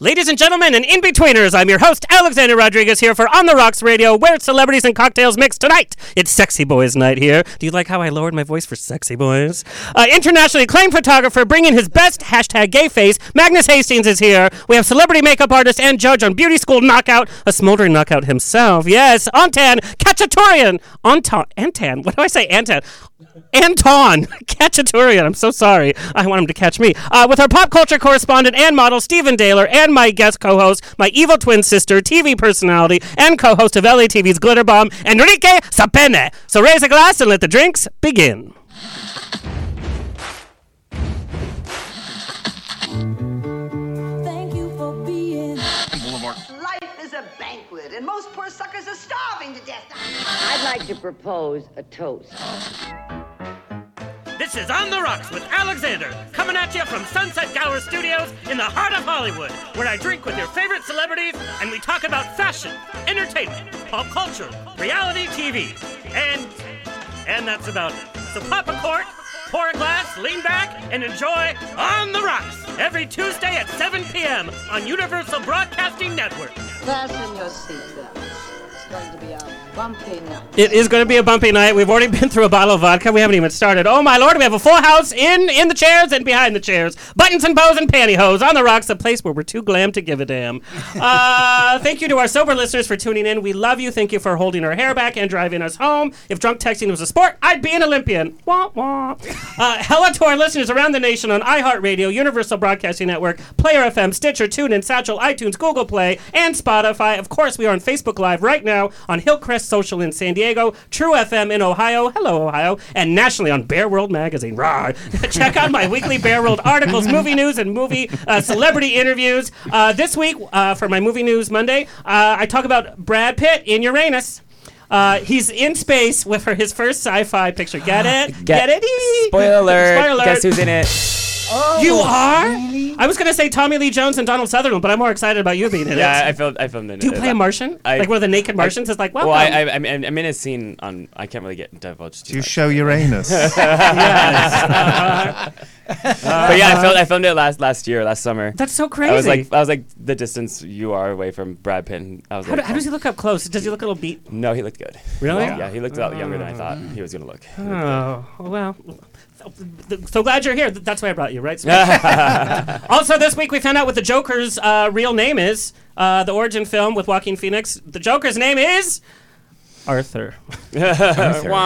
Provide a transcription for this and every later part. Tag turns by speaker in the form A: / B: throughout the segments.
A: Ladies and gentlemen and in-betweeners, I'm your host, Alexander Rodriguez, here for On the Rocks Radio, where celebrities and cocktails mix tonight. It's Sexy Boys Night here. Do you like how I lowered my voice for Sexy Boys? Uh, internationally acclaimed photographer bringing his best, hashtag gay face, Magnus Hastings is here. We have celebrity makeup artist and judge on Beauty School Knockout, a smoldering knockout himself. Yes, Antan Kachaturian. Anton, Antan, what do I say, Antan? Anton Kachaturian. I'm so sorry. I want him to catch me. Uh, with our pop culture correspondent and model, Stephen Daler, and my guest co host, my evil twin sister, TV personality, and co host of LA TV's Glitter Bomb, Enrique Sapene. So raise a glass and let the drinks begin.
B: Thank you for being.
C: Life is a banquet, and most poor suckers are starving to death.
D: I'd like to propose a toast.
A: This is On the Rocks with Alexander, coming at you from Sunset Gower Studios in the heart of Hollywood, where I drink with your favorite celebrities and we talk about fashion, entertainment, pop culture, reality TV, and and that's about it. So pop a cork, pour a glass, lean back, and enjoy On the Rocks every Tuesday at 7 p.m. on Universal Broadcasting Network.
B: Fasten your seatbelts. It's going to be a bumpy night.
A: It is going to be a bumpy night. We've already been through a bottle of vodka. We haven't even started. Oh my lord, we have a full house in in the chairs and behind the chairs. Buttons and bows and pantyhose on the rocks, a place where we're too glam to give a damn. Uh, thank you to our sober listeners for tuning in. We love you. Thank you for holding our hair back and driving us home. If drunk texting was a sport, I'd be an Olympian. Wah wah. Uh, hello to our listeners around the nation on iHeartRadio, Universal Broadcasting Network, Player FM, Stitcher, TuneIn, Satchel, iTunes, Google Play, and Spotify. Of course, we are on Facebook Live right now on Hillcrest Social in San Diego, True FM in Ohio, hello Ohio, and nationally on Bear World Magazine. Rah. Check out my weekly Bear World articles, movie news, and movie uh, celebrity interviews. Uh, this week uh, for my movie news Monday, uh, I talk about Brad Pitt in Uranus. Uh, he's in space with her, his first sci-fi picture. Get it? Get, it? Eee.
E: Spoiler alert.
A: Spoiler alert.
E: Guess who's in it?
A: you
E: Oh,
A: are? I was gonna say Tommy Lee Jones and Donald Sutherland, but I'm more excited about you being in
E: Yeah,
A: it.
E: I filmed. I filmed in
A: Do you play a Martian?
E: I-
A: like one of the naked Martians? is like,
E: Well,
A: welcome.
E: I, I, I'm, I'm in a scene on. I can't really get divulged.
F: Do you show Uranus?
E: but yeah, I filmed. I filmed it last last year, last summer.
A: That's so crazy.
E: I was like, I was like the distance you are away from Brad Pitt. and I was
A: How, do,
E: like,
A: how does he look up close? Does he look Oh, a little beat?
E: no, he looked good.
A: Really?
E: Yeah, he looked a lot younger than I thought he was gonna look.
A: Oh well. So glad you're here. Th- That's why I brought you, right? also, this week we found out what the Joker's uh, real name is. Uh, the origin film with Joaquin Phoenix. The Joker's name is Arthur.
E: Wah, wah,
A: Arthur.
E: wah.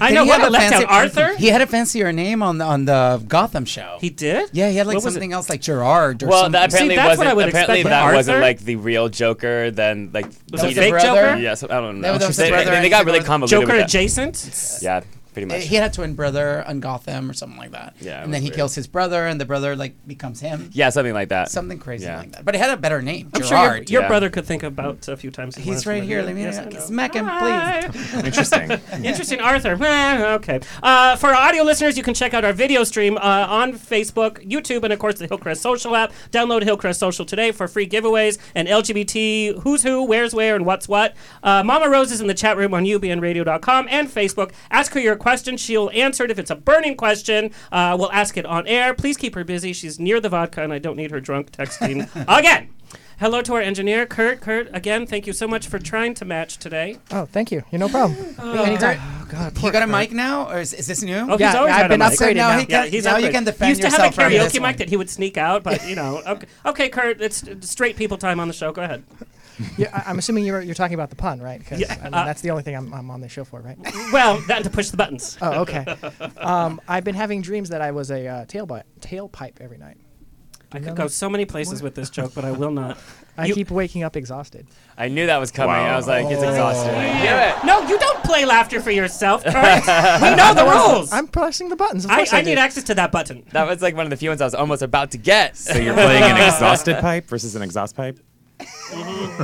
A: I
G: Did
A: know
G: he
A: what
G: have
A: a
G: a
A: left out.
G: fancy-
A: Arthur.
G: He had a fancier name on the, on the Gotham show.
A: He did.
G: yeah, he had like
A: What was it?
G: something else like Gerard or
E: Well,
G: something.
E: that apparently
A: that's what
E: wasn't.
A: I would
E: apparently
A: expect,
E: that
A: but
E: wasn't
A: Arthur?
E: like the real Joker. Then like
A: Was it
E: he
A: a
E: did-
A: fake
G: brother?
A: Joker?
E: Yeah, so, I don't
G: There
E: know.
G: was a
E: They,
G: brother
E: they- they
G: and
E: got
G: he
E: really
G: was-
E: convoluted.
A: Joker
E: with that.
A: adjacent.
E: Yeah, pretty much.
G: he had a twin brother on Gotham or something like that.
E: Yeah, it
G: and then
E: was
G: he
E: weird.
G: kills his brother, and the brother like becomes him.
E: yeah, something like that.
G: something crazy
E: Yeah.
G: like that. But it had a better name,
A: I'm sure your,
G: Gerard.
A: your
E: yeah.
A: brother could think about a few times. he wanted
G: He's
A: to
G: right
A: live
G: here. Let me
A: Yes, I know.
G: smack him, please.
A: Hi.
E: Interesting.
A: Interesting, Arthur. Eh, okay. Uh, for our audio listeners, you can check out our video stream uh, on Facebook, YouTube, and of course the Hillcrest Social app. Download Hillcrest Social today for free giveaways and LGBT who's who, where's where, and what's what. Uh, Mama Rose is in the chat room on ubnradio.com and Facebook. Ask her your question. She'll answer it if it's a burning question. Uh, we'll ask it on air. Please keep her busy. She's near the vodka, and I don't need her drunk texting again. Hello to our engineer, Kurt. Kurt, again, thank you so much for trying to match today.
H: Oh, thank you. You're no problem. Oh,
G: Anytime. you got a mic now, or is, is this new?
A: Oh, he's
H: Yeah,
A: always
H: I've
A: had
H: been
A: a mic.
H: upgraded
G: now.
H: now.
G: He
A: Yeah,
G: can,
A: he's
G: now
A: upgraded.
G: you can
A: He
G: defend
A: used to have a
G: yourself from this
A: karaoke
G: one.
A: mic that he would sneak out, but you know, okay, okay, Kurt, it's it's straight people time on the show. Go ahead.
H: Yeah, I, am assuming you're, you're talking about the pun, right? 'Cause,
A: Yeah,
H: I mean,
A: uh,
H: that's the only thing I'm, I'm on the show for, right?
A: Well, then to push the buttons.
H: oh, okay. Um, I've been having dreams that I was a uh, tailpipe, tailpipe every night.
A: I could go so many places with this joke, but I will not.
H: I
A: You-
H: keep waking up exhausted.
E: I knew that was coming. I was like, it's exhausting.
G: Oh.
A: No, you don't play laughter for yourself, Kurt. we know the rules.
H: I'm pressing the buttons. Of
A: I,
H: course I,
A: I
H: do.
A: need access to that button.
E: That was like one of the few ones I was almost about to get.
I: So you're playing an exhausted pipe versus an exhaust pipe?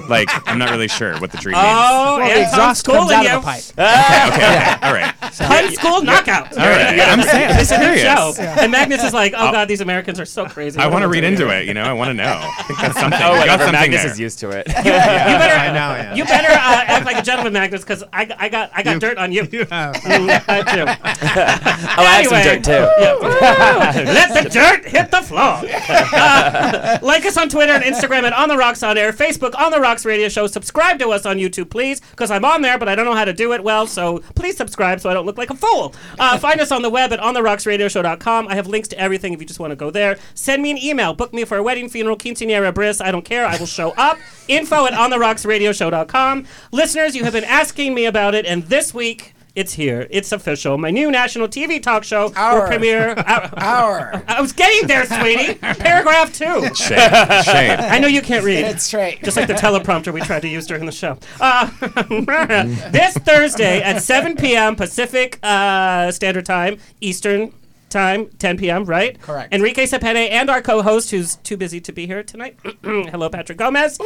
F: Like, I'm not really sure what the tree means.
A: Oh,
H: Well,
A: and
H: the exhaust comes
A: homeschooling
H: out
A: you.
H: of the pipe.
F: Okay, okay, okay. All right.
A: Homeschool knockout.
F: All right. I'm
A: This is
F: serious.
A: a new show.
F: serious.
A: And Magnus is like, oh god, these Americans are so crazy.
F: I
A: What
F: want to
A: am
F: read
A: doing
F: into
A: here?
F: it. You know, I want to know. I think that's something.
E: Oh,
F: You got
E: whatever.
F: something
E: Magnus
F: there.
E: is used to it. Oh,
A: You better,
I: I know, yeah.
A: you better uh, act like a gentleman, Magnus, because I, I got I got dirt on you.
I: You have.
A: I do.
E: oh, I have some
A: Anyway.
E: dirt too.
A: Yeah. Woo! Let the dirt hit the floor. Uh, like us on Twitter and Instagram at On the Rocks on Air, Facebook On the Rocks Radio Show. Subscribe to us on YouTube, please, because I'm on there, but I don't know how to do it well. So please subscribe so I don't look like a fool. Uh, find us on the web at ontherocksradioshow.com. I have links to everything if you just want to go there. Send me an email. Book me for a wedding, funeral, quinceanera, bris. I don't care. I will show up. Info at ontherocksradioshow.com. Listeners, you have been asking me about it, and this week. It's here. It's official. My new national TV talk show will
G: Our-
A: premiere. I,
G: Our.
A: I was getting there, sweetie. Paragraph two.
F: Shade. Shade.
A: I know you can't read.
G: That's right.
A: Just like the teleprompter we tried to use during the show. Uh, this Thursday at 7 p.m. Pacific uh, Standard Time, Eastern Time, 10 p.m., right?
G: Correct.
A: Enrique Cepede and our co host, who's too busy to be here tonight. Hello, Patrick Gomez.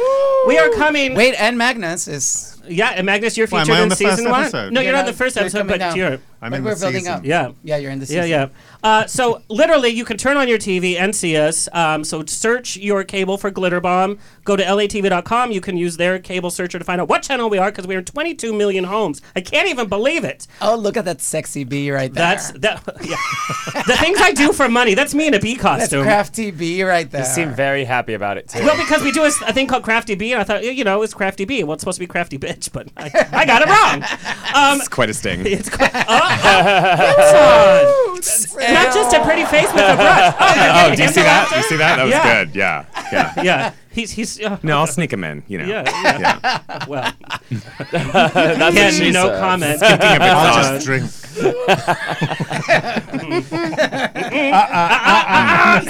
A: We are coming.
G: Wait, and Magnus is.
A: Yeah, and Magnus, you're
I: Why, am
A: featured
I: I on
A: in
I: the
A: season
I: first
A: one.
I: episode?
A: No, you're
G: You're
A: not the
G: not-
A: first
G: you're
A: episode,
G: coming
A: but
G: down.
A: you're.
I: I'm
G: But
I: in
G: we're
I: the
G: building
I: season.
G: up.
A: Yeah.
G: Yeah, you're in the
A: Yeah,
G: season.
A: yeah. Uh, so literally, you can turn on your TV and see us. Um, so search your cable for Glitter Bomb. Go to latv.com. You can use their cable searcher to find out what channel we are because we're in 22 million homes. I can't even believe it.
G: Oh, look at that sexy bee right there.
A: That's that. Yeah. the things I do for money. That's me in a bee
G: That's
A: costume.
G: crafty bee right there.
E: You seem very happy about it too.
A: well, because we do a, s- a thing called Crafty Bee, and I thought, you know, it's Crafty Bee. Well, it's supposed to be Crafty Bitch, but I, I got it wrong. Um,
F: It's quite a sting.
A: it's called. Oh, oh, not just a pretty face with a brush. Oh, you're
F: Oh,
A: getting
F: do
A: him
F: you see
A: to
F: that?
A: laugh
F: Do you
A: there?
F: see that? That was
A: Yeah.
F: good. Yeah. Yeah.
A: yeah, he's he's. Uh,
F: No, I'll sneak him in. You know.
A: Yeah, yeah.
F: yeah.
A: Well,
E: That's what she
A: again, no
E: said.
A: comment.
F: Speaking of
I: I'll
F: exhaust,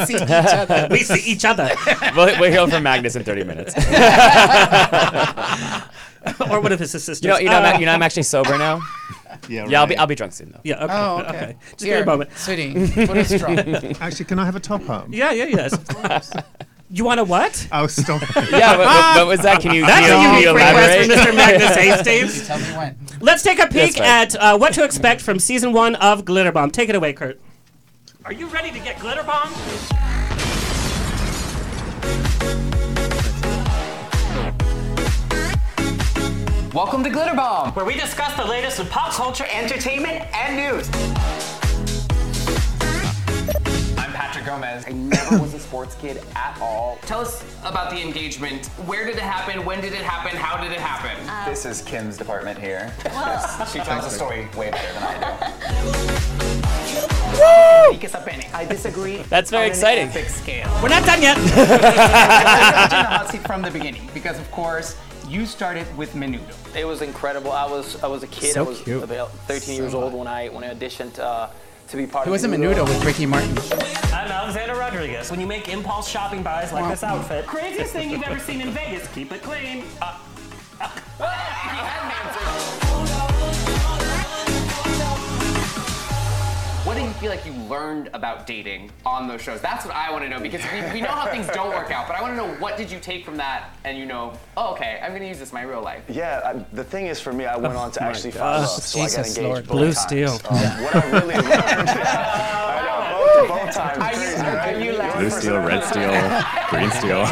I: just drink.
A: we
G: We see each other.
A: see each other,
E: We'll, we'll hear from Magnus in 30 minutes.
A: or one of his sisters.
E: You know, you know,
A: Uh,
E: Matt, you know, I'm actually sober now.
I: Yeah,
E: Yeah, I'll be,
I: right.
E: I'll be drunk soon though.
A: yeah. Okay.
G: Oh, okay.
A: okay. Just give
G: Here,
A: me a moment.
G: Sweetie, put a straw.
I: Actually, can I have a top up?
A: Yeah, yeah, yes. you want a what?
I: Oh, stop.
E: Yeah, what, what, what was that? Can you,
A: That's
E: can you,
A: a
E: can
A: unique
E: you
A: request
E: elaborate?
A: from Mr. Magnus Hastings.
G: Tell me when.
A: Let's take a peek
E: That's
A: at uh, what to expect from season one of Glitter Bomb. Take it away, Kurt. Are you ready to get glitter bombed?
J: Welcome to Glitter Bomb.
K: where we discuss the latest in pop culture, entertainment, and news.
J: I'm Patrick Gomez. I never was a sports kid at all.
K: Tell us about the engagement. Where did it happen? When did it happen? How did it happen?
J: This is Kim's department here. she tells the story way better than I do. Make us up any. I disagree.
E: That's very
J: on an
E: exciting.
J: epic scale.
A: We're not done yet.
J: I was in the hot seat from the beginning because, of course, you started with Menudo.
K: It was incredible. I was I was a kid.
G: So
K: I was
G: cute.
K: about 13 years old when I when I auditioned uh, to be part
G: It
K: of.
G: was a menudo with Ricky Martin.
K: I'm Alexander Rodriguez. When you make impulse shopping buys like this outfit, craziest thing you've ever seen in Vegas. Keep it clean. Uh,
J: What do you feel like you learned about dating on those shows? That's what I want to know because we, we know how things don't work out, but I want to know what did you take from that and you know, oh, okay, I'm going to use this in my real life.
K: yeah. the thing is, for me, I went on to actually
A: fall in love,
G: so I got Oh Jesus, engaged Lord. both
A: Blue times. steel.
K: Um, what I really learned. I know both, both times.
J: Are you, are you laughing?
F: blue steel, red steel, green steel.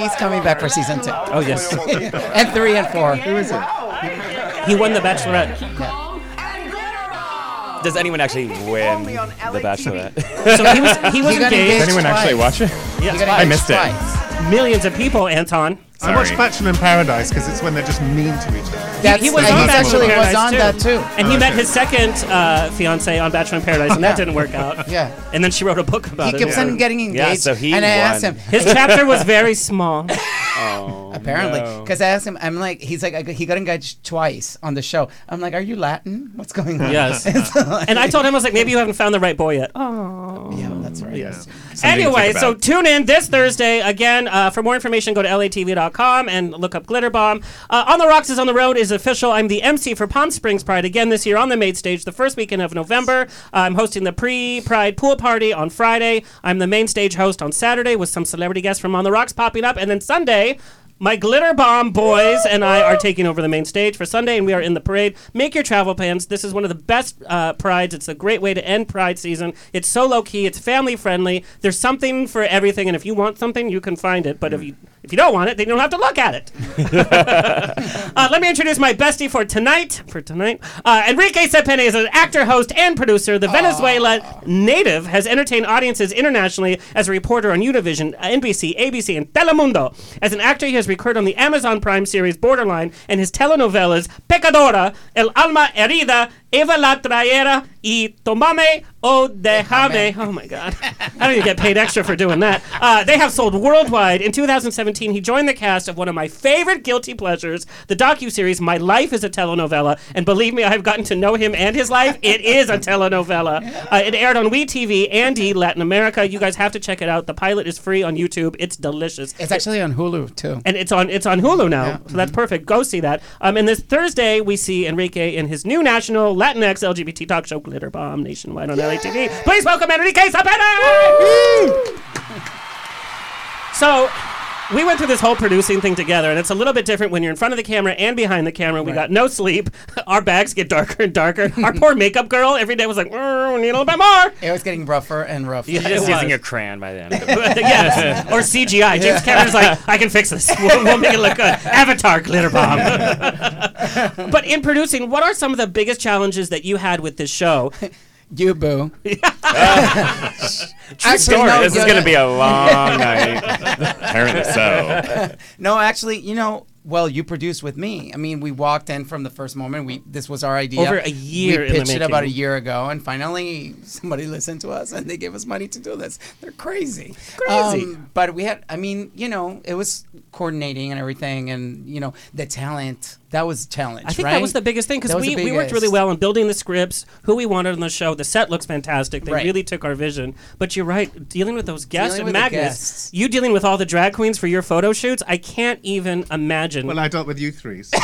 G: He's coming back for season two.
A: Oh yes,
G: and three and four. Who is it?
A: he won the Bachelorette.
E: Does anyone actually win
C: only on
E: The
C: LATV.
E: Bachelorette?
A: So he was he was
G: You got
A: engaged.
G: engaged.
F: Anyone actually watch it?
A: Yes.
F: I missed it.
A: Millions of people, Anton.
I: I watch Bachelor in Paradise because it's when they're just mean to each other.
G: That's,
A: He was
G: and
A: on
G: he's
A: Bachelor
G: actually
A: in
G: was
A: Paradise
G: on
A: too.
G: that too.
A: And he met
I: Okay.
A: his second uh, fiance on Bachelor in Paradise, and that didn't work out.
G: Yeah.
A: And then she wrote a book about
G: He
A: it.
G: keeps on getting engaged.
E: Yeah, so he
G: and I asked
E: won.
G: him,
A: His chapter was very small.
G: apparently, because I asked him, I'm like, he's like, I, he got engaged twice on the show. I'm like, are you Latin? What's going on?
A: Yes.
G: It's like-
A: And I told him, I was like, maybe you haven't found the right boy yet.
G: yeah, that's right.
I: Yeah.
F: to think
A: anyway, so
F: about.
A: tune in this Thursday again. Uh, for more information, go to latv.com and look up Glitter Bomb. Uh, on the Rocks is on the road is official. I'm the MC for Palm Springs Pride again this year on the main stage, the first weekend of November. I'm hosting the pre-Pride pool party on Friday. I'm the main stage host on Saturday with some celebrity guests from On the Rocks popping up, and then Sunday Sunday. My glitter bomb boys and I are taking over the main stage for Sunday, and we are in the parade. Make your travel plans. This is one of the best uh, prides. It's a great way to end Pride season. It's so low key. It's family friendly. There's something for everything, and if you want something, you can find it. But if you if you don't want it, then you don't have to look at it. Uh, let me introduce my bestie for tonight. For tonight, uh, Enrique Cepene is an actor, host, and producer. The Venezuela native has entertained audiences internationally as a reporter on Univision, uh, NBC, ABC, and Telemundo. As an actor, he has recurred on the Amazon Prime series Borderline and his telenovelas Pecadora, El Alma Herida, Eva la Traera, y Tomame o Dejame. Oh my God. I don't even get paid extra for doing that. Uh, they have sold worldwide. In 2017, he joined the cast of one of my favorite guilty pleasures, the docu-series My Life is a Telenovela. And believe me, I've gotten to know him and his life. It is a telenovela. Uh, it aired on WE TV and E Latin America. You guys have to check it out. The pilot is free on YouTube. It's delicious.
G: It's actually on Hulu too.
A: And it's on it's on Hulu now, so that's perfect. Go see that. Um, and this Thursday we see Enrique in his new national Latinx LGBT talk show, Glitter Bomb, nationwide on LA TV. Please welcome Enrique Zapata. so. We went through this whole producing thing together, and it's a little bit different when you're in front of the camera and behind the camera. We got no sleep. Our bags get darker and darker. Our poor makeup girl every day was like, "Mm, we need a little bit more.
G: It was getting rougher and rougher.
A: Yeah,
E: Just
A: it
E: using
A: was.
E: a crayon by then.
A: yes, or CGI. James Cameron's like, I can fix this. We'll, we'll make it look good. Avatar glitter bomb. but in producing, what are some of the biggest challenges that you had with this show?
G: You boo. True
E: this is gonna be a long night.
F: Apparently so.
G: No, actually, you know, well, you produced with me. I mean, we walked in from the first moment. We this was our idea.
A: Over a year
G: We
A: in the
G: pitched it about a
A: making.
G: year ago, and finally somebody listened to us and they gave us money to do this. They're crazy. Um,
A: Crazy.
G: but we had. I mean, you know, it was coordinating and everything, and you know, the talent. That was a challenge.
A: I think
G: right?
A: that was the biggest thing because
G: That was
A: we,
G: the
A: we worked really
G: biggest.
A: well on building the scripts, who we wanted on the show. The set looks fantastic. They
G: Right.
A: really took our vision. But you're right, dealing with those guests
G: Dealing
A: and
G: with the
A: Magnus,
G: guests.
A: you dealing with all the drag queens for your photo shoots. I can't even imagine.
I: Well, I dealt with you three. So.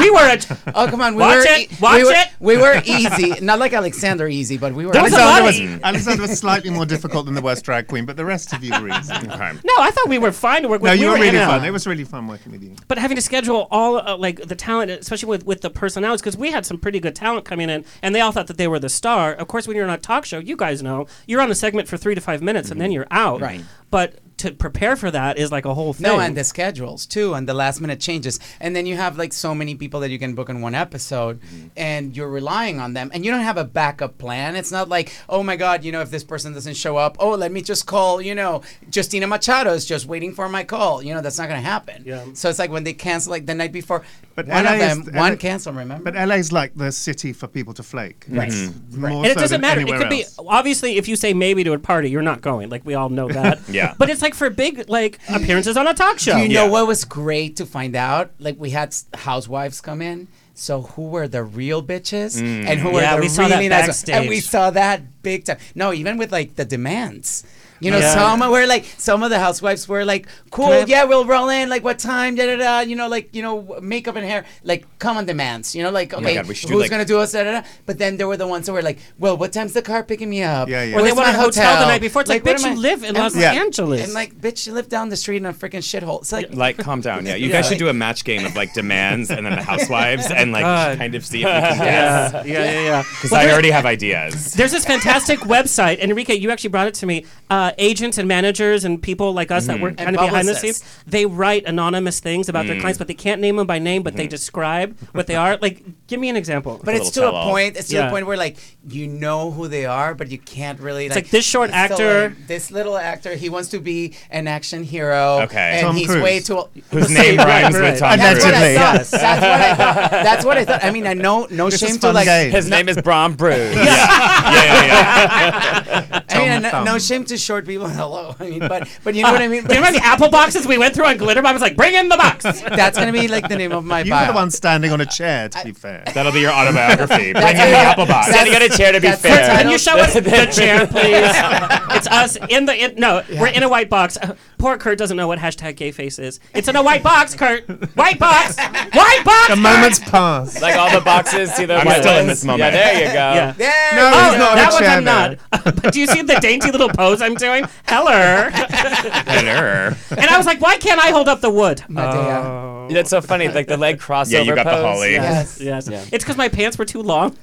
A: we were at.
G: Oh come on! We
A: Watch
G: were
A: it,
G: e-
A: watch
G: we were,
A: it.
G: We were easy, not like Alexander easy, but we were.
A: There was a lot
I: Alexander
A: of
I: was,
A: e-
I: Alexander was slightly more difficult than the worst drag queen, but the rest of you were easy.
A: No, I thought we were fine to work with.
I: No, you
A: we
I: were really
A: in and out.
I: fun. It was really fun working with you.
A: But having to schedule all uh, like the talent, especially with, with the personalities, because we had some pretty good talent coming in, and they all thought that they were the star. Of course, when you're on a talk show, you guys know you're on a segment for three to five minutes, and then you're out.
G: Mm-hmm. Right.
A: But to prepare for that is like a whole thing.
G: No, and the schedules too, and the last minute changes. And then you have like so many people that you can book in one episode,
I: Mm-hmm.
G: and you're relying on them, and you don't have a backup plan. It's not like, oh my God, you know, if this person doesn't show up, oh, let me just call, you know, Justina Machado is just waiting for my call. You know, that's not going to happen.
A: Yeah.
G: So it's like when they cancel, like the night before,
I: But
G: one
I: LA
G: of
I: is-
G: them, one
I: LA
G: cancel, remember?
I: But LA's like the city for people to flake. Right. More
F: Mm-hmm.
A: and it
I: so
A: doesn't
I: than
A: matter. It
I: anywhere
A: could
I: else.
A: be obviously if you say maybe to a party, you're not going. Like we all know that.
F: Yeah.
A: But it's like for big like appearances on a talk show.
G: Do you know
F: Yeah.
G: what was great to find out? Like we had s- housewives come in. So who were the real bitches and who were
A: Yeah,
G: the
A: we
G: really
A: saw that
G: nice ones? And we
A: backstage.
G: saw that big time. No, even with like the demands. You know,
A: Yeah.
G: some were like, some of the housewives were like, cool,
A: I have-
G: yeah, we'll roll in. Like, what time? Da da da. You know, like, you know, w- makeup and hair, like, come on demands. You know, like, okay,
F: God, we should
G: who's
F: do, like-
G: gonna do us? Da da da. But then there were the ones that were like, well, what time's the car picking me up?
I: Yeah, yeah.
A: Or they
G: Where's
A: want
G: my
A: a hotel, the night before. It's like,
G: what
A: bitch,
G: am
A: you
G: I-
A: live in
G: am-
A: Los
I: Yeah.
A: Angeles.
G: And like, bitch, you live down the street in a freaking shithole. It's like,
F: Like, calm down. Yeah, you
G: Yeah,
F: guys should
G: like-
F: do a match game of like demands and then the housewives and like kind of see if you can guess.
A: yeah, yeah, yeah, yeah.
F: Because I already have ideas.
A: There's this fantastic website, and Enrique, you actually brought it to me. Uh, agents and managers and people like us that work kind of behind the scenes,
G: publicists.
A: they write anonymous things about their clients, but they can't name them by name, but they describe what they are. Like, give me an example.
G: but
A: it's,
G: it's
F: little
G: to a
F: tell-all.
G: point. It's to
A: Yeah.
G: a point where like you know who they are, but you can't really. Like,
A: like this short
G: so,
A: actor-
G: like, this little actor, he wants to be an action hero.
F: Okay.
G: and
I: Tom
G: he's
I: Cruise.
G: way too. old.
F: Whose name
A: Right,
F: rhymes
A: right.
F: with Tom
I: And
G: That's what
F: Cruise?
G: I
I: Allegedly,
G: thought.
I: yes.
G: That's what I thought. That's what I thought. I mean, I know no
I: This is
G: shame to
I: fun
G: like.
I: game.
F: His name is Brom Bruce. yeah. yeah, yeah, yeah.
G: I mean, I
I: Tom
G: know-
I: Thumb.
G: no shame to short people. Hello, I mean, but but you know what I mean.
A: Do you remember the apple boxes we went through on Glitter Bomb? I was like, bring in the box.
G: That's gonna be like the name of my
I: You
G: bio.
I: were the one standing on a chair, to be fair.
F: That'll be your autobiography. Bring him the
G: it.
F: apple box.
G: That's-
F: Standing on a chair to be
G: that's
F: fair.
G: the title.
A: Can you show us the chair, please? it's us in the in, no. We're in a white box. Uh, poor Kurt doesn't know what hashtag gay face is. It's in a white box, Kurt. White box. White box.
I: The moment's passed.
E: Like all the boxes, see the
F: I'm
E: white
F: still in
E: ones?
F: this moment.
E: Yeah, there you go.
A: Yeah.
G: There
I: no,
G: we
I: he's not
G: go.
I: on
A: Oh, that
I: a
A: one's
I: chair
A: I'm
I: now.
A: not. but do you see the dainty little pose I'm doing Heller.
E: Heller.
A: and I was like, why can't I hold up the wood? Uh, Oh.
E: That's so funny. Like the leg crossover.
A: Yeah, you got the
E: pose.
A: Holly. Yes. Yes. It's because my pants were too long.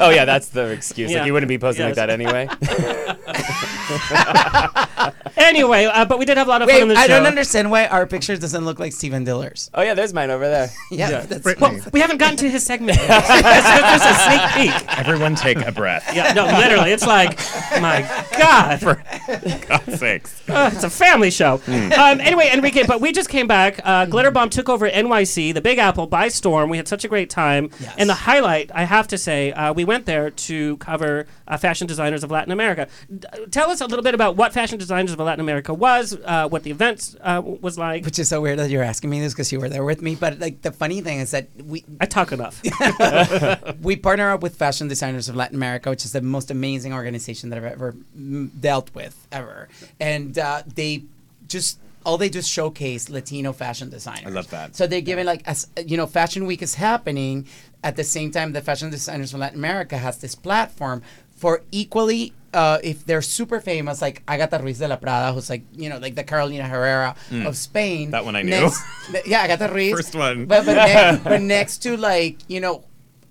A: oh
E: yeah, that's the excuse. Like you wouldn't be posing like that anyway.
A: anyway, uh, but we did have a lot of
G: Wait,
A: fun in the show.
G: I don't understand why our picture doesn't look like Steven Diller's.
E: Oh yeah, there's mine over there.
G: Yeah, that's
A: Well, we haven't gotten to his segment. yet. It's just a sneak peek.
F: Everyone take a breath.
A: Yeah, no, literally, it's like, my God.
F: For God's sakes.
A: Uh, it's a family show.
F: Mm.
A: Um, anyway, Enrique, but we just came back. Uh, Glitter Bomb took over NYC, the Big Apple, by storm. We had such a great time. And the highlight, I have to say, uh, we went there to cover uh, fashion designers of Latin America. D- tell us a little bit about what fashion designers of Latin America was, uh, what the event uh, was like.
G: Which is so weird that you're asking me this because you were there with me. But like the funny thing is that we
A: I talk enough.
G: we partner up with Fashion Designers of Latin America, which is the most amazing organization that I've ever mm, dealt with ever, and uh, they just all they do is showcase Latino fashion designers.
F: I love that.
G: So they're giving like as you know, Fashion Week is happening at the same time. The Fashion Designers from Latin America has this platform for equally. Uh, if they're super famous, like Agatha Ruiz de la Prada, who's like you know like the Carolina Herrera
F: Mm.
G: of Spain.
F: That one I knew.
G: Next, yeah, Agatha Ruiz.
F: First one.
G: But, but, next, but next to like you know,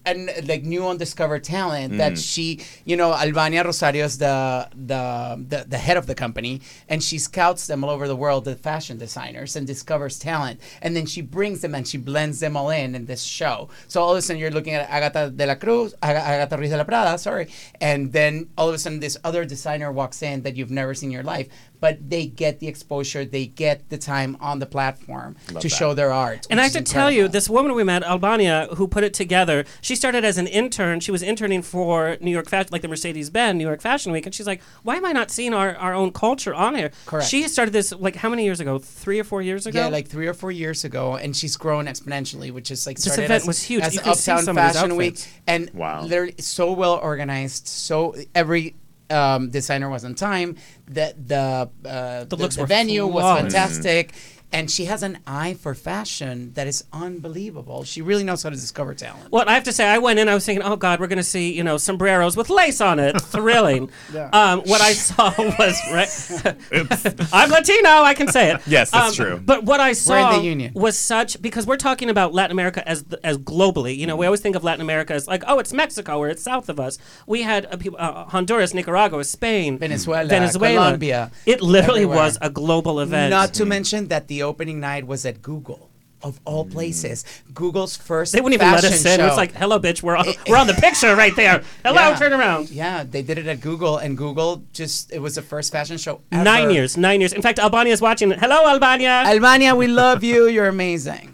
G: and like new undiscovered talent that
F: Mm.
G: she you know Albania Rosario is the, the the the head of the company and she scouts them all over the world the fashion designers and discovers talent and then she brings them and she blends them all in in this show so all of a sudden you're looking at Agatha de la Cruz Aga- Agatha Ruiz de la Prada sorry and then all of a sudden this other designer walks in that you've never seen in your life but they get the exposure they get the time on the platform
A: Love
G: to
A: that.
G: show their art
A: And I have to
G: which is
A: tell you, this woman we met, Albania, who put it together, she started as an intern. She was interning for New York Fashion, like the Mercedes Benz New York Fashion Week. And she's like, why am I not seeing our, our own culture on here?
G: Correct.
A: She started this, like, how many years ago? Three or four years ago?
G: Yeah, like three or four years ago, and she's grown exponentially, which is like
A: This
G: started
A: event
G: as-
A: was huge.
G: As
A: You can see
G: Uptown
A: some of these
G: Fashion Week,
A: outfits.
G: and
A: Wow.
G: literally so well organized. So every um, designer was on time. The the uh, the,
A: looks
G: the
A: were
G: venue was
A: flawless.
G: fantastic. And she has an eye for fashion that is unbelievable. She really knows how to discover talent.
A: Well, I have to say, I went in. I was thinking, oh God, we're going to see you know sombreros with lace on it. Thrilling.
G: Yeah.
A: um, what I saw was right. I'm Latino. I can say it. Um,
F: Yes, that's true.
A: But what I
F: We're in
A: saw
F: the union.
A: was such because we're talking about Latin America as th- as globally. You know,
G: Mm-hmm.
A: we always think of Latin America as like, oh, it's Mexico or it's south of us. We had uh, people, uh, Honduras, Nicaragua, Spain,
G: Venezuela,
A: Venezuela,
G: Colombia,
A: It literally
G: everywhere.
A: was a global event.
G: Not to mention that the opening night was at Google, of all places. Google's first.
A: They wouldn't even let us
G: fashion
A: in. It's
G: show.
A: like, hello, bitch. We're on, we're on the picture right there. Hello,
G: Yeah.
A: turn around.
G: Yeah, they did it at Google, and Google just it was the first fashion show. Ever.
A: Nine years, nine years. In fact, Albania is watching. Hello, Albania.
G: Albania, we love you. You're amazing.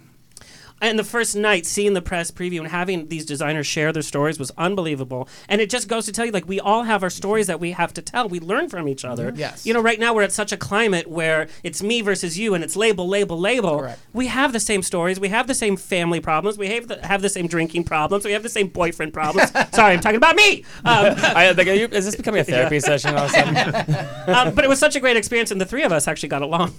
A: And the first night, seeing the press preview and having these designers share their stories was unbelievable. And it just goes to tell you, like, we all have our stories that we have to tell. We learn from each other.
G: Mhm. Yes.
A: You know, right now we're at such a climate where it's me versus you, and it's label, label, label.
G: Correct.
A: We have the same stories. We have the same family problems. We have the, have the same drinking problems. We have the same boyfriend problems. Sorry, I'm talking about me. Um,
E: I, like, are you, is this becoming a therapy
A: Yeah.
E: session all of a sudden?
A: um, but it was such a great experience, and the three of us actually got along.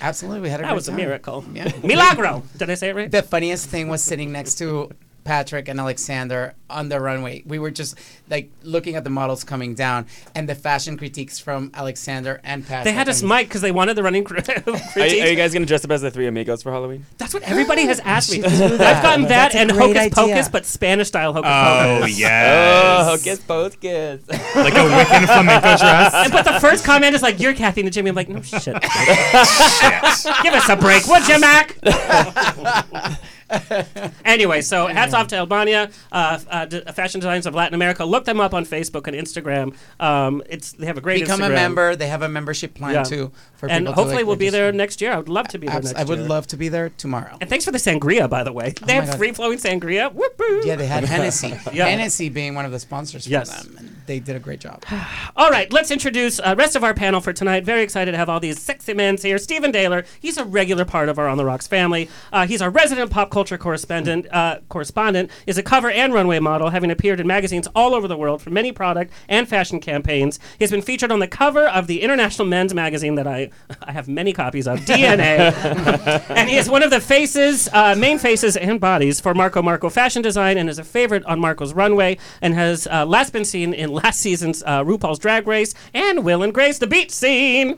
G: Absolutely, we had a
A: That
G: great
A: was a
G: time.
A: miracle.
G: Yeah.
A: Milagro. Did I say it right?
G: The funniest thing was sitting next to Patrick and Alexander on the runway. We were just like looking at the models coming down and the fashion critiques from Alexander and Patrick.
A: They had us mic because they wanted the running crew.
E: Are you, are you
A: critique.
E: guys gonna dress up as the three amigos for Halloween?
A: That's what everybody has asked me.
E: should do
A: I've
E: that.
A: gotten that
E: That's a
A: and
E: great
A: Hocus Pocus,
E: idea.
A: but Spanish style Hocus
E: Oh,
A: Pocus.
I: Uh,
E: yes. Oh, Hocus Pocus. Like a Wiccan
F: flamenco dress.
A: And, but the first comment is like, "You're Kathy and Jimmy." I'm like, "No shit. Give us a break, would you, Mac?" anyway, so hats off to Albania, uh, uh, d- fashion designers of Latin America. Look them up on Facebook and Instagram. Um, it's they have a great
G: Become a
A: Instagram.
G: member. They have a membership plan
A: Yeah.
G: too. For
A: and
G: people to,
A: hopefully
G: like,
A: we'll be
G: register.
A: there next year. I would love to be there
G: Abs-
A: next
G: I would
A: year.
G: love to be there tomorrow.
A: And thanks for the sangria, by the way. They
G: my
A: have
G: God.
A: free flowing sangria. Whoop, whoop.
G: Yeah, they had Hennessy.
A: Yeah.
G: Hennessy being one of the sponsors for
A: Yes.
G: them. And they did a great job.
A: All right, let's introduce uh, rest of our panel for tonight. Very excited to have all these sexy men here. Stephen Daler, he's a regular part of our On the Rocks family. Uh, he's our resident pop culture culture correspondent, uh, correspondent is a cover and runway model, having appeared in magazines all over the world for many product and fashion campaigns. He has been featured on the cover of the International Men's Magazine that I, I have many copies of, DNA, and he is one of the faces, uh, main faces and bodies for Marco Marco fashion design, and is a favorite on Marco's runway, and has uh, last been seen in last season's uh, RuPaul's Drag Race and Will and Grace the Beat Scene.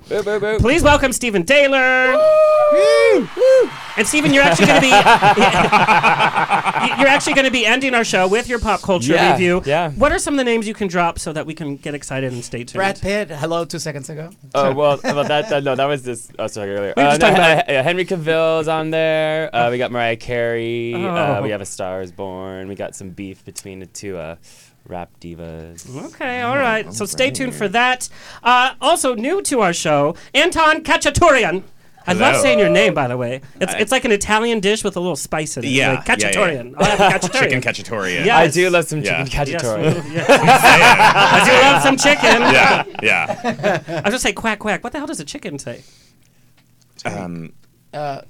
A: Please welcome Stephen Taylor. And Stephen, you're actually going to be you're actually going to be ending our show with your pop culture
E: Yeah,
A: review.
E: yeah.
A: What are some of the names you can drop so that we can get excited and stay tuned?
G: Brad Pitt, hello two seconds ago.
E: Oh well, well that, that- no, that was this. Oh, sorry, earlier.
A: We were
E: Uh,
A: just
E: no,
A: talking about-
E: uh, yeah, Henry Cavill's on there. Uh, we got Mariah Carey. Uh, we
A: Oh.
E: have A Star Is Born. We got some beef between the two uh, rap divas.
A: Okay, all right. So stay tuned for that. Uh, also, new to our show, Anton Cacciatorian. I love
F: Hello.
A: saying your name, by the way. It's,
F: I-
A: it's like an Italian dish with a little spice in it.
F: Yeah,
A: like
F: yeah, yeah, yeah.
A: Cacciatorian. I'll have a
F: Chicken
A: Cacciatorian.
F: cacciatore.
A: Yeah.
E: I
A: Yes.
E: do love some
F: Yeah.
E: chicken
A: Yes,
E: cacciatore.
A: yes. I do love some chicken.
F: Yeah, yeah.
A: I was just say quack quack. What the hell does a chicken say?
F: Um,
G: Uh,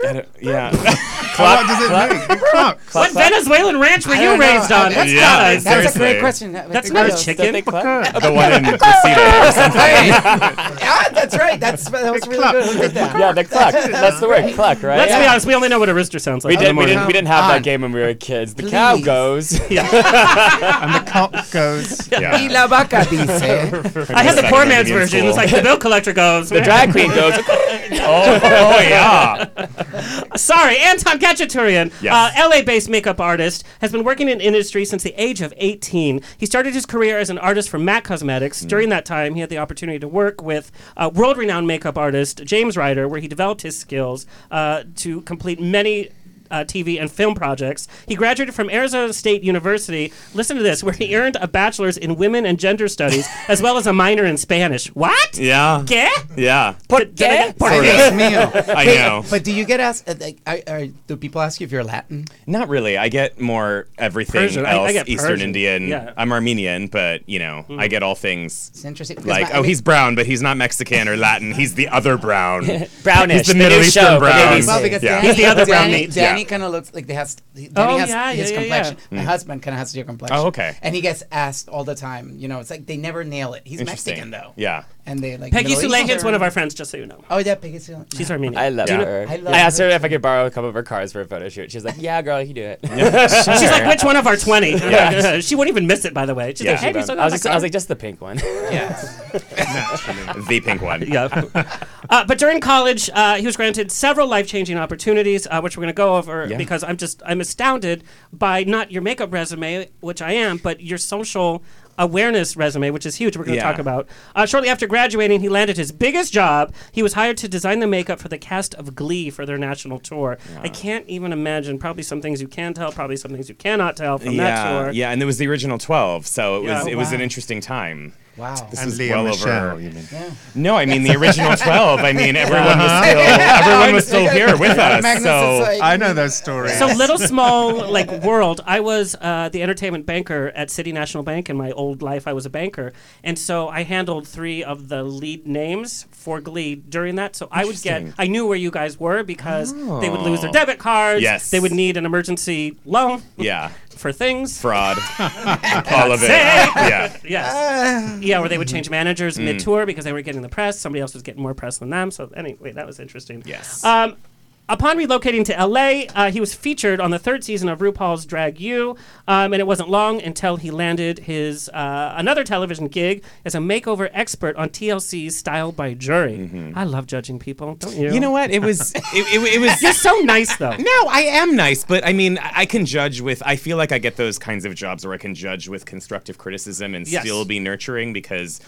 F: I don't- yeah.
I: How does it make? Clap.
A: What Venezuelan ranch were you
G: don't know.
A: raised
G: Uh,
A: on?
G: That's,
F: Yeah,
G: not a, that's a
F: seriously.
G: great question.
A: That's not a
G: Kudos.
A: chicken.
E: They clap.
F: the one in Crescito or something.
G: Ah, that's right. That's that was really good. Who did that?
E: Yeah, the cluck. That's the word, cluck, right?
A: Let's be
E: Yeah.
A: honest. We only know what a rooster sounds like.
E: We
A: in the
E: didn't, we
A: morning.
E: didn't, we didn't have
G: on.
E: that game when we were kids. The cow
G: Please.
E: goes.
I: And the cop goes.
G: Y la vaca dice.
A: I had the poor
F: Second
A: man's
F: Indian
A: version.
F: school.
A: It's like the bill collector goes.
E: The drag queen goes.
F: Oh, oh, yeah.
A: Sorry, Anton Kachaturian,
F: Yes.
A: uh, LA-based makeup artist, has been working in industry since the age of 18. He started his career as an artist for MAC Cosmetics.
F: Hmm.
A: During that time, he had the opportunity to work with uh, world-renowned makeup artist James Ryder, where he developed his skills uh, to complete many uh, TV and film projects. He graduated from Arizona State University. Listen to this, where he earned a bachelor's in women and gender studies, as well as a minor in Spanish. What?
F: Yeah.
A: ¿Qué?
F: Yeah.
A: ¿Qué?
G: Dios mío.
F: I know.
G: But do you get asked? Uh, like, I, I, do people ask you if you're Latin?
F: Not really. I get more everything
A: Persian. I- I
F: else,
A: get
F: Eastern
A: Persian.
F: Indian.
A: Yeah. Mm.
F: I'm Armenian, but, you know, I get all things.
G: It's interesting. because my-
F: Like,
G: I
F: oh,
G: mean-
F: he's brown, but he's not Mexican or Latin. He's the other brown.
E: Brownish.
F: He's the
E: the
F: Middle
E: new
F: Eastern
E: show,
F: brown.
E: Babies.
G: Well, because
F: Yeah.
G: Danny,
F: He's
A: the other brown
G: Danny,
A: meat.
G: Danny
F: Yeah.
G: kind of looks like they has. Danny has
A: yeah,
G: his
A: yeah, yeah,
G: complexion. My husband kind of has your complexion.
F: Hmm. Oh, okay.
G: And he gets asked all the time. You know, it's like they never nail it. He's Mexican
F: Interesting.
G: though.
F: Yeah.
G: And they like.
A: Peggy
G: Middle
A: Sulejan's
G: Eastern.
A: one of our friends, just so you know.
G: Oh yeah, Peggy Sulejan.
A: She's Armenian.
E: I love
F: Yeah.
E: her.
G: I
E: I,
G: love
E: asked her
G: her.
E: if I could borrow a couple of her cars for a photo shoot. She's like, "Yeah, girl, you do it."
A: She's like, which one of our 20? she wouldn't even miss it, by the way. She's
F: Yeah.
A: like, hey, we
E: I, was
A: still got
E: just,
A: that
E: I was
A: car.
E: like, "Just the pink one."
F: the pink one.
A: yeah. Uh, but during college, uh, he was granted several life-changing opportunities, uh, which we're going to go over
F: Yeah.
A: because I'm just I'm astounded by not your makeup resume, which I am, but your social awareness resume, which is huge. We're going to
F: Yeah.
A: talk about. Uh, shortly after graduating, he landed his biggest job. He was hired to design the makeup for the cast of Glee for their national tour. I can't even imagine. Probably some things you can tell, probably some things you cannot tell from that
F: Yeah,
A: tour.
F: yeah, and it was the original twelve, so it
A: Yeah.
F: was
A: Oh,
F: it was
G: wow.
F: an interesting time.
G: Wow.
I: This
F: I'm
I: is
F: Leo
I: well
F: Michelle,
I: over. You mean.
F: No, I mean the original twelve. I mean everyone was still everyone was still here with us.
G: Magnus is
F: So
G: like-
I: I know those stories.
A: So little small like world. I was uh, the entertainment banker at City National Bank in my old life. I was a banker, and so I handled three of the lead names for Glee during that. So I would get. I knew where you guys were because they would lose their debit cards.
F: Oh. Yes.
A: they would need an emergency loan
F: yeah,
A: for things.
F: fraud, all of it.
A: Sick.
F: Yeah, Mm.
A: Yes. yeah, or they would change managers mid tour because they were getting the press. Somebody else was getting more press than them. So, anyway, that was interesting.
F: Yes.
A: Um, upon relocating to LA, uh, he was featured on the third season of RuPaul's Drag U. Um, and it wasn't long until he landed his uh, another television gig as a makeover expert on TLC's Style by Jury. I love judging people, don't you?
F: Mm-hmm. you know what? It was it, it, it was
A: You're so nice, though.
F: No, I am nice, but I mean, I I can judge with. I feel like I get those kinds of jobs where I can judge with constructive criticism and
A: Yes.
F: still be nurturing because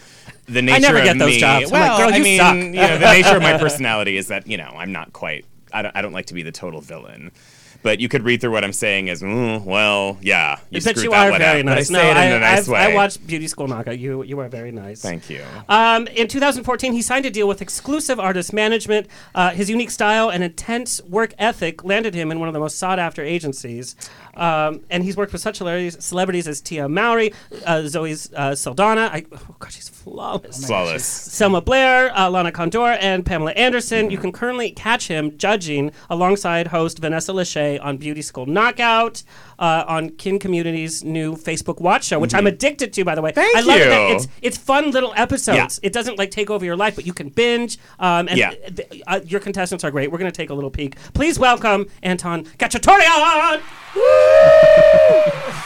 F: the nature
A: never
F: of
A: get those
F: me-
A: jobs. I'm like,
F: Well,
A: "Girl,
F: I
A: you
F: mean,
A: suck."
F: you know, the nature of my personality is that you know I'm not quite. I don't. I don't like to be the total villain. But you could read through what I'm saying as, mm, well, yeah, you
A: but
F: screwed
A: you
F: that
A: are
F: one
A: very
F: up.
A: nice.
F: But I say it in a nice
A: I've-
F: way.
A: I watched Beauty School Naga. You, you are very nice.
F: Thank you.
A: Um, in 2014, he signed a deal with exclusive artist management. Uh, his unique style and intense work ethic landed him in one of the most sought after agencies. Um, and he's worked with such hilarious celebrities as Tia Mowry, uh, Zoe uh, Saldana. I, oh God, she's flawless.
F: Flawless.
A: Selma Blair, uh, Lana Condor, and Pamela Anderson. You can currently catch him judging alongside host Vanessa Lachey on Beauty School Knockout, uh, on Kin Community's new Facebook Watch show, which I'm addicted to, by the way. Thank I love
F: Mm-hmm. you.
A: that it's it's fun little episodes.
F: Yeah.
A: It doesn't like take over your life, but you can binge. Um, and
F: Yeah.
A: th- uh, your contestants are great. We're gonna take a little peek. Please welcome Anton Cacciatorian.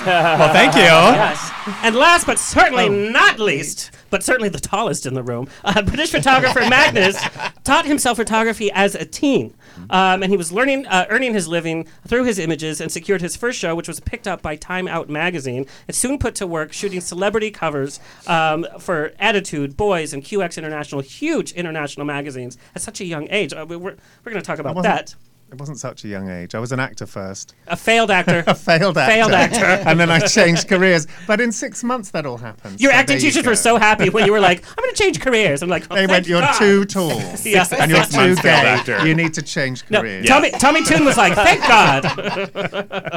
F: Well, thank you.
A: Yes. And last but certainly
I: Oh.
A: not least, but certainly the tallest in the room, uh, British photographer Magnus taught himself photography as a teen. Um, and he was learning, uh, earning his living through his images and secured his first show, which was picked up by Time Out magazine and soon put to work shooting celebrity covers um, for Attitude, Boys, and QX International, huge international magazines at such a young age. Uh, we- we're we're going to talk about
I: wasn't-
A: that.
I: It wasn't such a young age. I was an actor first.
A: A failed actor.
I: a failed actor.
A: Failed actor.
I: and then I changed careers. But in six months, that all happened.
A: Your
I: So
A: acting
I: there you
A: teachers
I: go.
A: were so happy when you were like, I'm going to change careers. I'm like, oh,
I: They
A: thank
I: went, you're
A: God."
I: too tall.
A: Yeah.
I: And you're
F: Six months
I: too
F: failed
I: gay.
F: actor.
I: You need to change
A: No,
I: careers.
A: Tommy, Tommy Toon was like, thank God.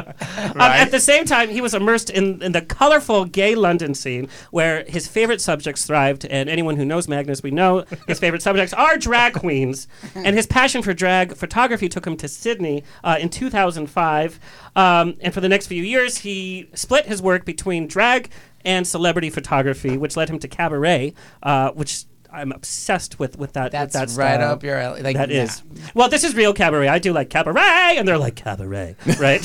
A: Um,
I: Right.
A: at the same time, he was immersed in, in the colorful gay London scene where his favorite subjects thrived. And anyone who knows Magnus, we know his favorite subjects are drag queens. And his passion for drag photography took him to Sydney uh, in 2005. Um, and for the next few years, he split his work between drag and celebrity photography, which led him to cabaret, uh, which. I'm obsessed with with that.
G: That's
A: with that
G: right
A: style.
G: up your alley. Like,
A: uh, That
G: yeah.
A: is. Well, this is real cabaret. I do like cabaret, and they're like cabaret, right?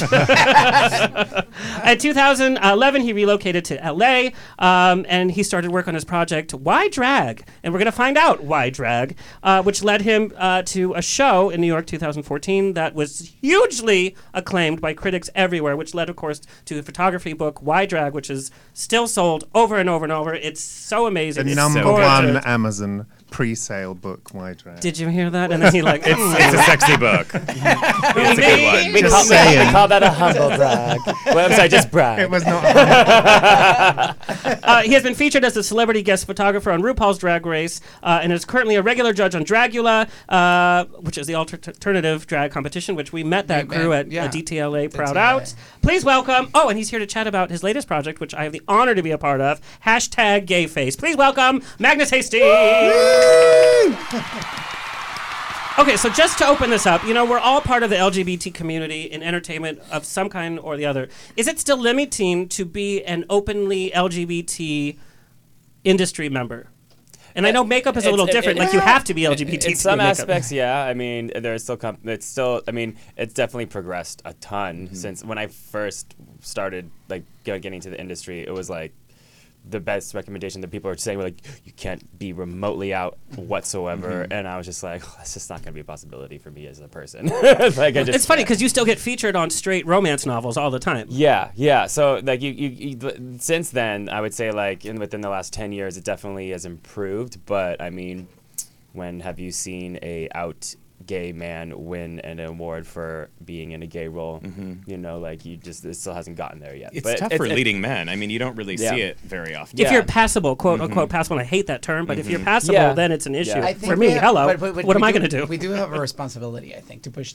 A: In 2011, he relocated to LA, um, and he started work on his project Why Drag, and we're going to find out why drag, uh, which led him uh, to a show in New York 2014 that was hugely acclaimed by critics everywhere, which led, of course, to the photography book Why Drag, which is still sold over and over and over. It's so amazing.
I: The
A: It's
I: number
A: so
I: one
A: gorgeous.
I: Amazon pre-sale book, Why Drag.
A: Did you hear that? And then he like.
F: It's a sexy book. it's a good one.
E: We
I: Just
E: call, we- we
I: saying.
E: call that a humble brag. well, I'm sorry, just
I: It
E: brag.
I: was not.
A: Uh, he has been featured as a celebrity guest photographer on RuPaul's Drag Race uh, and is currently a regular judge on Dragula, uh, which is the alter- alternative drag competition, which we met that
G: Big
A: crew
G: band,
A: at uh,
G: yeah.
A: DTLA Proud
G: DTLA.
A: Out. Please welcome. Oh, and he's here to chat about his latest project, which I have the honor to be a part of. Hashtag Gayface. Please welcome Magnus Hastings. Okay, so just to open this up, you know, we're all part of the LGBT community in entertainment of some kind or the other. Is it still limiting to be an openly LGBT industry member? And I know makeup is a
E: Uh, It's-
A: little
E: it-
A: different.
E: it-
A: like you have to be LGBT
E: In
A: to do
E: some
A: makeup.
E: aspects, yeah. I mean, there's still comp- it's still. I mean, it's definitely progressed a ton
A: Mm-hmm.
E: since when I first started like g- getting into the industry. It was like the best recommendation that people are saying were like you can't be remotely out whatsoever
A: Mm-hmm.
E: and i was just like that's just not going to be a possibility for me as a person like i just
A: It's funny
E: can't.
A: because you still get featured on straight romance novels all the time.
E: Yeah, yeah. So like you, you, you th- since then, I would say like in within the last ten years, it definitely has improved. But I mean, when have you seen a out gay man win an award for being in a gay role? You know, like you just it still hasn't gotten there yet.
F: Mm-hmm. It's
E: But
F: tough
E: it-
F: for
E: it-
F: leading men. I mean, you don't really see
E: Yeah.
F: it very often.
A: If
E: Yeah.
A: you're passable, quote unquote
F: Mm-hmm.
A: passable, and I hate that term, but if you're passable,
E: Yeah.
A: then it's an issue.
E: I
A: For me,
G: we have-
A: hello.
G: but- but- but
A: what am
G: we
A: I going to do?
G: We do have a responsibility, I think, to push.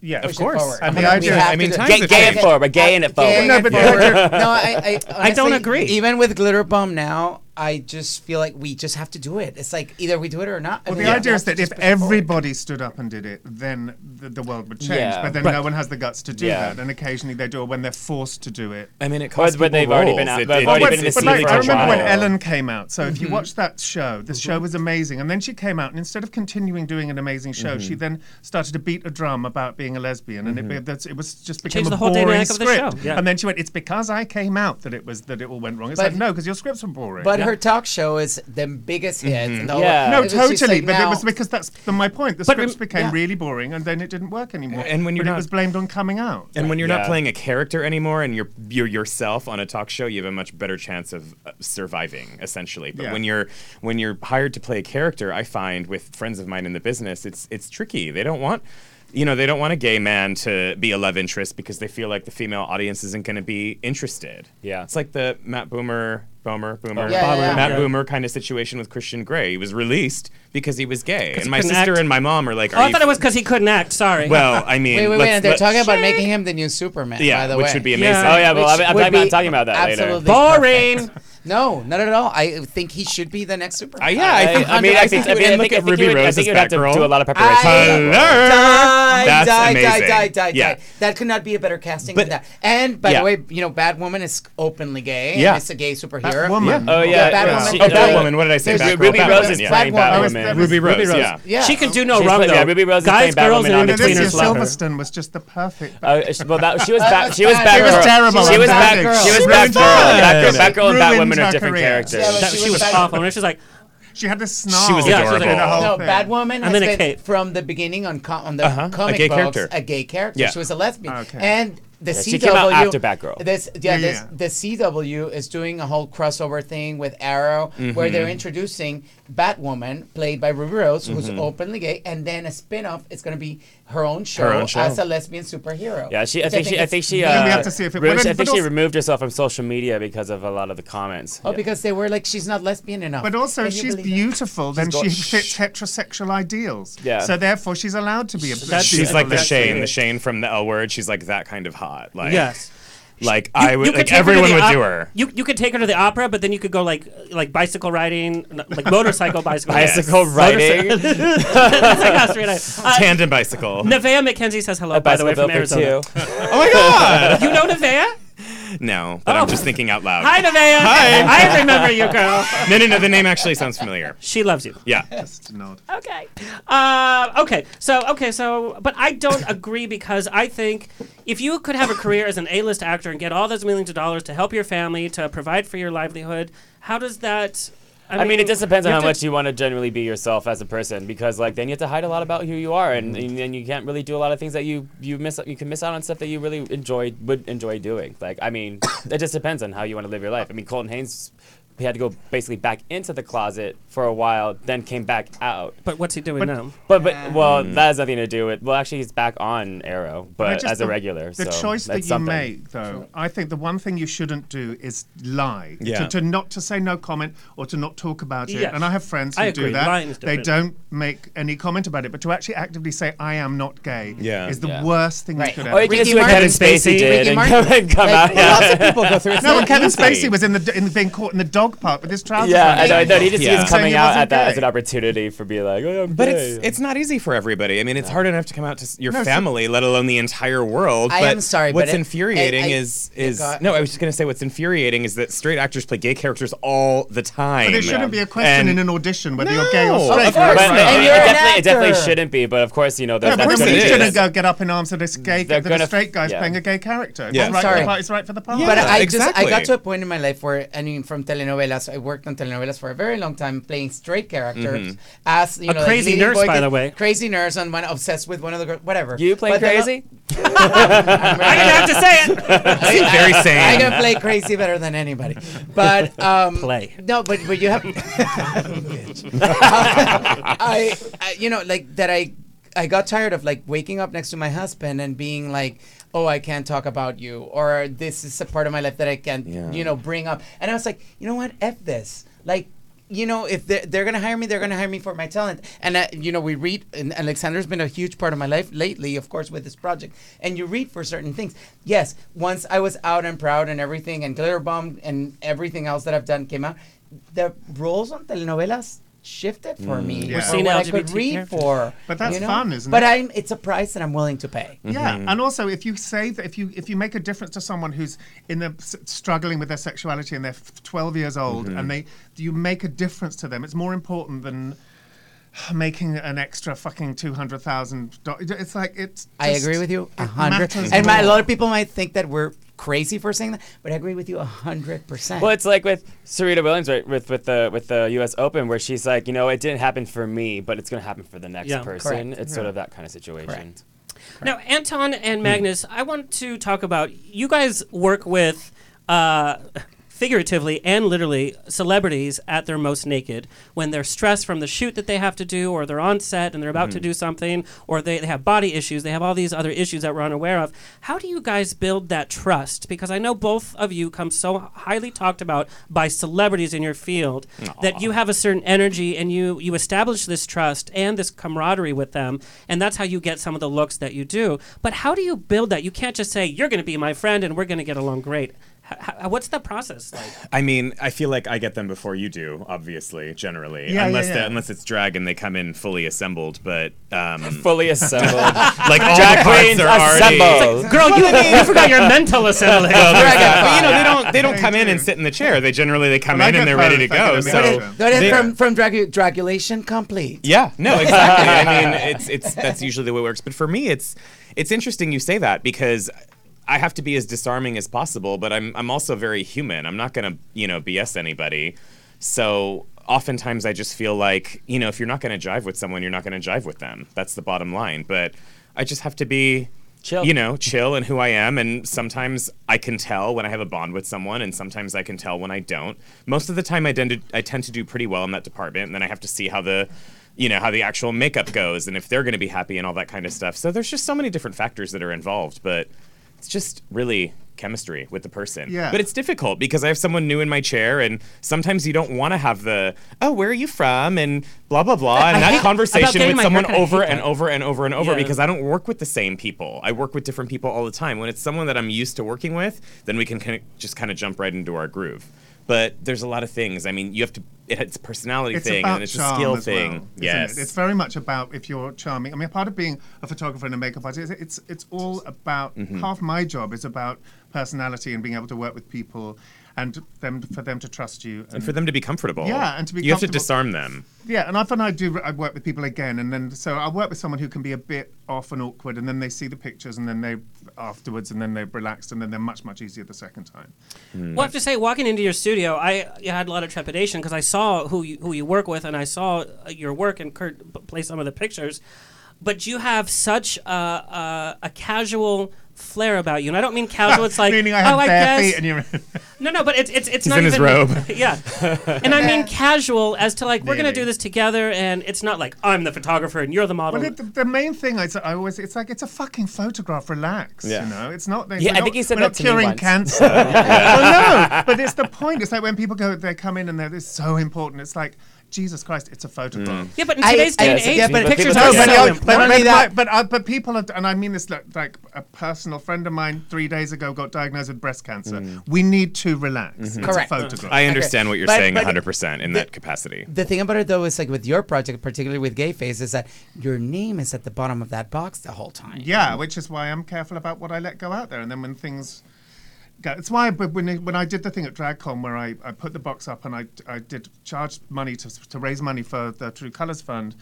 I: Yeah,
G: push
I: of
G: it
I: course.
G: forward.
I: And
G: We
I: the idea,
G: have
I: I
G: to
I: mean,
G: do-
I: times
E: Gay,
I: have
E: gay it
I: changed.
E: forward, but gay in it forward.
I: No, but
G: forward.
I: you're-
G: no, I, I,
A: I don't
G: honestly,
A: agree.
G: Even with glitter bomb now, I just feel like we just have to do it. It's like either we do it or not. I
I: Well,
G: mean,
I: the
G: we
I: idea
G: have
I: is
G: to
I: that if
G: just push it forward.
I: everybody stood up and did it, then the, the world would change.
E: Yeah.
I: but then
E: Right.
I: no one has the guts to do
E: Yeah.
I: that, and occasionally they do it when they're forced to do it.
F: I mean, it
E: But-
F: costs
E: but
F: people
E: they've already been
F: roles.
E: out-
F: It-
E: but
F: it-
E: they've already
I: Well,
E: been in
I: it's-
E: the
I: but like,
E: scene
I: I
E: for a
I: remember when
E: while.
I: Ellen came out. So if you watch that show, the show was amazing. And then she came out, and instead of continuing doing an amazing show, she then started to beat a drum about being a lesbian, and it be- that's- it, was just became
A: Changed
I: a
A: the whole
I: boring
A: dynamic of the
I: script.
A: show, yeah.
I: And then she went, "It's because I came out that it was that it all went wrong." It's
G: But-
I: like no, because your scripts were boring.
G: But her talk show is the biggest hit.
F: Mm-hmm.
G: and all-
E: Yeah.
I: no,
G: it's just
I: totally.
G: like
I: but
G: now-
I: it was because that's the, my point. The
A: But
I: scripts
A: rem-
I: became
G: yeah.
I: really boring, and then it didn't work anymore.
F: And when you're
I: but
F: not-
I: it was blamed on coming out.
F: And when you're
E: Yeah.
F: not playing a character anymore and you're you're yourself on a talk show, you have a much better chance of uh, surviving essentially. But
I: Yeah.
F: when you're when you're hired to play a character, I find with friends of mine in the business, it's it's tricky. They don't want you know, they don't want a gay man to be a love interest because they feel like the female audience isn't going to be interested. Yeah. It's like the Matt Boomer, Boomer, Boomer,
E: Yeah, yeah, yeah.
F: Matt
E: Yeah.
F: Boomer kind of situation with Christian Grey. He was released because he was gay.
A: he
F: And my
A: couldn't
F: sister
A: act.
F: and my mom are like,
A: oh,
F: are
A: I
F: you
A: thought it was because he couldn't act. Sorry.
F: Well, I mean,
G: wait, wait, wait.
F: let's-
G: and They're
F: let's-
G: talking about making him the new Superman.
F: Yeah,
G: by the
F: which
G: way.
F: would be amazing. Yeah. Oh, yeah, well,
G: Which
F: I'm- I'm
G: would
F: talking about-
G: be
F: talking about that later.
G: absolutely
F: Boring.
G: perfect. No, not at all. I think he should be the next Superman.
F: Uh, yeah, I, think, I mean, I think, I mean, look at Ruby Rose.
E: I think you would have to do a lot of preparation for that
F: Hello.
E: role.
G: Die,
F: That's
G: die,
F: amazing.
G: die, die, die,
F: Yeah.
G: die. That could not be a better casting
F: But-
G: than that. And by
F: Yeah.
G: the way, you know, Batwoman is openly gay.
F: Yeah.
G: Yeah. It's a gay superhero.
F: Batwoman. Yeah. Oh, yeah, yeah.
G: Batwoman.
F: She- Oh, Batwoman. What did I say?
G: There's-
F: Batgirl. Ruby Batwoman, Rose is yeah. playing Batwoman. Ruby Rose, yeah.
G: Yeah.
A: She can do no
E: She's
A: wrong
E: like-
A: though.
E: yeah, Ruby Rose is
A: Guys,
E: playing
A: girls,
E: Batwoman on
A: and
E: the
A: in-betweeners
E: Teenage
I: Alicia
E: Lover.
I: Silverstone was just the perfect.
E: Uh, sh- well, that, she was back. She was
I: She
E: back.
I: was terrible
E: She
I: in
E: was back.
I: Batgirl.
E: She was
I: She
E: back.
I: was
E: Batgirl,
I: bad.
E: Batgirl and
I: Ruined
E: Batwoman
I: her
E: are different
I: career.
E: characters.
G: Yeah,
A: That- she was awful. And she's like,
I: She had this snarl.
F: She was
A: Yeah, she was
F: adorable.
A: like-
I: whole
G: No,
I: thing.
G: Batwoman
A: And
G: has
A: then a
G: been
A: cape.
G: from the beginning on com- on the
F: Uh-huh, a
G: comic
F: gay
G: books
F: character.
G: a gay character.
F: Yeah.
G: She was a lesbian.
F: Okay.
G: And the
E: Yeah,
G: CW
E: she came out after Batgirl.
G: This, yeah,
F: Yeah,
G: this, the CW is doing a whole crossover thing with Arrow, where they're
F: Mhm.
G: introducing Batwoman, played by Ruby Rose, who's
F: Mhm.
G: openly gay, and then a spin-off is going to be her own show,
E: own show.
G: as a lesbian superhero.
E: Yeah, she. I
G: Which
E: think she. I
G: is
E: think she.
G: very-
E: Uh, removed-
I: wouldn't-
E: I think
I: but
E: she
I: also-
E: removed herself from social media because of a lot of the comments.
G: Oh, because they were like, she's not lesbian enough.
I: But also, if
G: Can you
I: she's
G: believe that?
I: beautiful, then
E: got
I: she fits heterosexual ideals.
F: Yeah.
I: So therefore, she's allowed to be a.
F: she's like the Shane, the Shane from the L Word. She's like that kind of hot. Like,
A: Yes.
F: Like I would,
A: you could
F: like
A: take her to
F: everyone
A: the
F: would
A: op-
F: do her.
A: You you could take her to the opera, but then you could go like like bicycle riding, n- like motorcycle bicycle,
F: Bicycle
A: Motorcy-
F: riding.
A: That's like how straight I- Uh,
F: Tandem bicycle.
A: Nevaeh McKenzie says hello.
F: A
A: by the way,
F: bicycle
A: from
F: built for
A: Arizona.
F: two. Oh my God!
A: you know Nevaeh?
F: No, but I'm just thinking out loud.
A: Hi, Nevaeh.
F: Hi.
A: I remember you, girl.
F: No, no, no. The name actually sounds familiar.
A: She loves you.
F: Yeah.
A: Okay. Uh, okay. So okay. So, but I don't agree because I think if you could have a career as an A-list actor and get all those millions of dollars to help your family to provide for your livelihood, how does that?
E: I mean, it just depends on
A: you
E: how
A: have to-
E: much you want to genuinely be yourself as a person, because like then you have to hide a lot about who you are, and and then you can't really do a lot of things that you you miss. You can miss out on stuff that you really enjoy would enjoy doing. Like I mean, it just depends on how you want to live your life. I mean, Colton Haynes, he had to go basically back into the closet for a while, then came back out.
A: But what's he doing
E: but,
A: now?
E: But but well, that has nothing to do with. Well, actually, he's back on Arrow,
I: But
E: but
I: just
E: as a
I: the-
E: regular. so
I: The choice that
E: that's
I: you
E: something.
I: make, though, I think the one thing you shouldn't do is lie.
E: Yeah.
I: To, to not to say no comment or to not talk about it.
A: Yes.
I: And I have friends who
A: I
I: do
A: agree.
I: that.
A: Lying is
I: they
A: different.
I: don't make any comment about it, but to actually actively say I am not gay
F: Yeah.
I: is the
F: Yeah.
I: worst thing
F: Right.
I: you could
F: Or
I: ever.
F: you can Ricky just do what Martin. Kevin Spacey did Ricky and Martin. come- and come out, yeah.
I: No, when Kevin
F: It's easy.
I: Spacey was in the in being caught in the dog park with his trousers.
E: Yeah, I
I: on.
E: know. I know. He just
F: Yeah.
E: he's coming
I: Saying he
E: out
I: wasn't
E: at that
I: gay.
E: as an opportunity for being like, oh, I'm
F: But
E: gay.
F: it's it's not easy for everybody. I mean, it's hard enough to come out to s- your
E: No, so-
F: family, let alone the entire world.
G: I
F: but
G: am sorry, but
F: What's
G: it-
F: infuriating
G: I- I-
F: is
G: it
F: is
G: got-
F: no. I was just gonna say what's infuriating is that straight actors play gay characters all the time.
I: But there shouldn't be a question in an audition whether you're gay or
F: No,
I: straight.
F: of course
I: Right.
F: not.
E: But uh, it,
F: And
E: it
F: you're an
E: definitely, it definitely
F: actor.
E: shouldn't be. But of course, you know
I: No,
E: that,
I: but
E: that's what
I: women
E: it
I: shouldn't
E: is.
I: go get up in arms that it's gay.
E: They're
I: That
E: gonna
I: a
E: f-
I: straight guy's
E: yeah.
I: playing a gay character.
E: Yeah.
I: It's
E: I'm
I: right For
E: sorry.
I: the part, it's right for the part.
G: but I just I got to a point in my life where I mean from telenovelas I worked on telenovelas for a very long time playing straight characters
E: Mhm.
G: as you
E: A
G: know like,
E: crazy
G: leading
E: nurse,
G: boy
E: by
G: gets-
E: the way.
G: crazy nurse on one obsessed with one of the girls whatever
E: You play
G: But the lo-
E: crazy?
G: I
E: didn't have to say it. Very sane.
G: I can play crazy better than anybody but um,
A: Play.
G: no but but you have I, I you know like that I I got tired of like waking up next to my husband and being like oh I can't talk about you or this is a part of my life that I can't
F: Yeah.
G: you know bring up and I was like you know what f this like you know if they're, they're gonna hire me they're gonna hire me for my talent and I, you know we read and alexander's been a huge part of my life lately of course with this project and you read for certain things yes once i was out and proud and everything and glitterbomb and everything else that i've done came out the roles on telenovelas shifted for
I: Mm.
G: me
I: We're
G: or
I: seeing
G: what i could
I: LGBT
G: read
I: characters.
G: for
I: But that's
G: you know?
I: fun, isn't
G: but
I: it?
G: i'm it's a price that i'm willing to pay
I: Yeah,
E: Mm-hmm.
I: and also if you say that if you if you make a difference to someone who's in the s- struggling with their sexuality and they're f- 12 years old
E: Mm-hmm.
F: Mhm.
I: and they you make a difference to them, it's more important than making an extra fucking two hundred thousand. dollars. It's like it's.
G: I
I: just-
G: agree with you a
I: it
G: hundred.
I: matters
G: And my, a
I: more.
G: lot of people might think that we're crazy for saying that, but I agree with you a hundred percent.
E: Well, it's like with Serena Williams, right? With with the with the U.S. Open, where she's like, you know, it didn't happen for me, but it's gonna happen for the next
A: Yeah.
E: person.
A: Correct.
E: It's sort of that kind of situation.
A: Now, Anton and Magnus, I want to talk about you guys work with uh, figuratively and literally celebrities at their most naked when they're stressed from the shoot that they have to do or they're on set and they're about to
L: Mhm.
A: do something or they, they have body issues they have all these other issues that we're unaware of how do you guys build that trust because i know both of you come so highly talked about by celebrities in your field that you have a certain energy and you you establish this trust and this camaraderie with them and that's how you get some of the looks that you do but how do you build that you can't just say you're going to be my friend and we're going to get along great H- h- what's that process like
F: I mean, I feel like I get them before you do, obviously, generally.
A: Yeah, yeah,
F: unless the-
A: yeah.
F: unless it's drag and they come in fully assembled, but um
E: Fully assembled.
F: like all
E: Drag
F: the parts
E: queens
F: are already
E: assemble. Girl, you- you forgot your mental assembly.
F: No, there's
E: Drag
F: that. But, you
E: queen.
F: know, they don't they don't come in and sit in the chair. They generally they come in and they're ready to go. So
G: That is
F: they-
G: from from Dragu- Dragulation complete.
F: Yeah, no, exactly. I mean, it's it's that's usually the way it works. But for me, it's it's interesting you say that because I have to be as disarming as possible, but I'm I'm also very human. I'm not gonna you know BS anybody. So oftentimes I just feel like you know if you're not gonna jive with someone, you're not gonna jive with them. That's the bottom line. But I just have to be.
A: Chill.
F: You know, chill and who I am. And sometimes I can tell when I have a bond with someone, and sometimes I can tell when I don't. Most of the time, I tend to, I tend to do pretty well in that department. And then I have to see how the you know how the actual makeup goes and if they're going to be happy and all that kind of stuff so there's just so many different factors that are involved but it's just really chemistry with the person
I: Yeah.
F: but it's difficult because i have someone new in my chair and sometimes you don't want to have the oh where are you from and blah blah blah
E: I
F: and that
E: hate- about
F: conversation
E: getting
F: with
E: my
F: someone
E: haircut, I
F: over
E: hate
F: and
E: that.
F: over and over and over
E: Yeah.
F: because i don't work with the same people i work with different people all the time when it's someone that i'm used to working with then we can kinda, just kind of jump right into our groove but there's a lot of things i mean you have to it's a personality
I: It's
F: thing
I: about
F: and it's a
I: charm
F: skill
I: as well,
F: thing.
I: isn't it?
F: yes.
I: it's very much about if you're charming. I mean, part of being a photographer and a makeup artist, it's it's, it's all about.
F: Mhm.
I: Half my job is about personality and being able to work with people, and them for them to trust you,
F: and for them to be comfortable.
I: Yeah, and to be
F: you have to
I: comfortable.
F: disarm them.
I: Yeah, and often I do. I work with people again, and then so I work with someone who can be a bit off and awkward, and then they see the pictures, and then they afterwards, and then they're relaxed, and then they're much much easier the second time.
A: Well, I have to say, walking into your studio, I had a lot of trepidation because I saw who you, who you work with, and I saw uh, your work and Kurt p- play some of the pictures. But you have such a, a, a casual flair about you, and I don't mean casual. It's like
I: Meaning I have
A: oh, I
I: bare
A: guess
I: feet and you're-
A: no, no. But it's it's it's
F: He's
A: not
F: in his
A: even-
F: robe.
A: yeah, and I mean casual as to like we're gonna do this together, and it's not like I'm the photographer and you're the model.
I: Well, the, the main thing is, I always it's like it's a fucking photograph. Relax,
A: Yeah.
I: you know. It's not.
A: Yeah,
I: we're
A: I
I: not-
A: think he said
I: we're
A: that
I: not
A: to me
I: curing
A: once.
I: cancer. well, no, but it's the point. It's like when people go, they come in and they're it's so important. It's like. Jesus Christ, it's a photograph.
A: Yeah, but in today's day and age, pictures
I: No,
A: are so
I: but, but-
A: important.
I: But,
A: Not only
I: but,
A: that-
I: but, uh, but people, are, and I mean this like, like a personal friend of mine three days ago got diagnosed with breast cancer. We need to relax. It's a
G: Correct.
I: photograph.
F: I understand what you're
G: But-
F: saying
G: but
F: 100% in that capacity.
G: The thing about it though is like with your project, particularly with Gay Face, is that your name is at the bottom of that box the whole time.
I: Yeah, which is why I'm careful about what I let go out there. And then when things go, it's why I- but when, I- when I did the thing at DragCon where I, I put the box up and I, I did charge money to, to raise money for the True Colors Fund.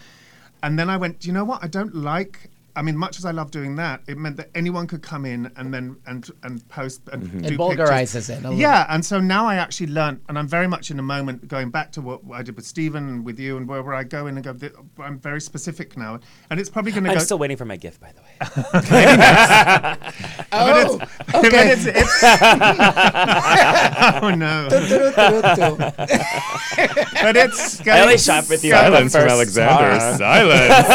I: And then I went, do you know what? I don't like. I mean, much as I love doing that, it meant that anyone could come in and then and and post and
G: Mhm.
I: do
G: It vulgarizes
I: pictures.
G: it a little.
I: yeah, and so now I actually learned, and I'm very much in the moment, going back to what I did with Stephen and with you, and where, where I go in and go. "Th- I'm very specific now, and it's probably going to go.
E: I'm still waiting for my gift, by the way.
I: Oh, but
E: okay.
I: it's, it's, oh no. but it's
E: I only shop with you on the Silence from first Alexander. time. Silence.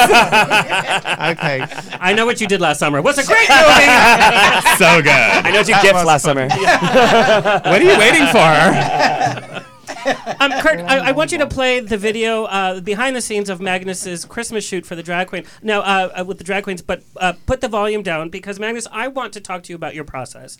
I: okay.
A: I know what you did last summer. What's a great movie?
F: so good. I
E: know what you
A: That
E: gift
A: was
E: last
A: fun.
E: summer.
F: what are you waiting for?
A: Um, Kurt, I, I want you to play the video uh, behind the scenes of Magnus's Christmas shoot for the drag queen. No, uh, uh, with the drag queens, but uh, put the volume down because Magnus, I want to talk to you about your process.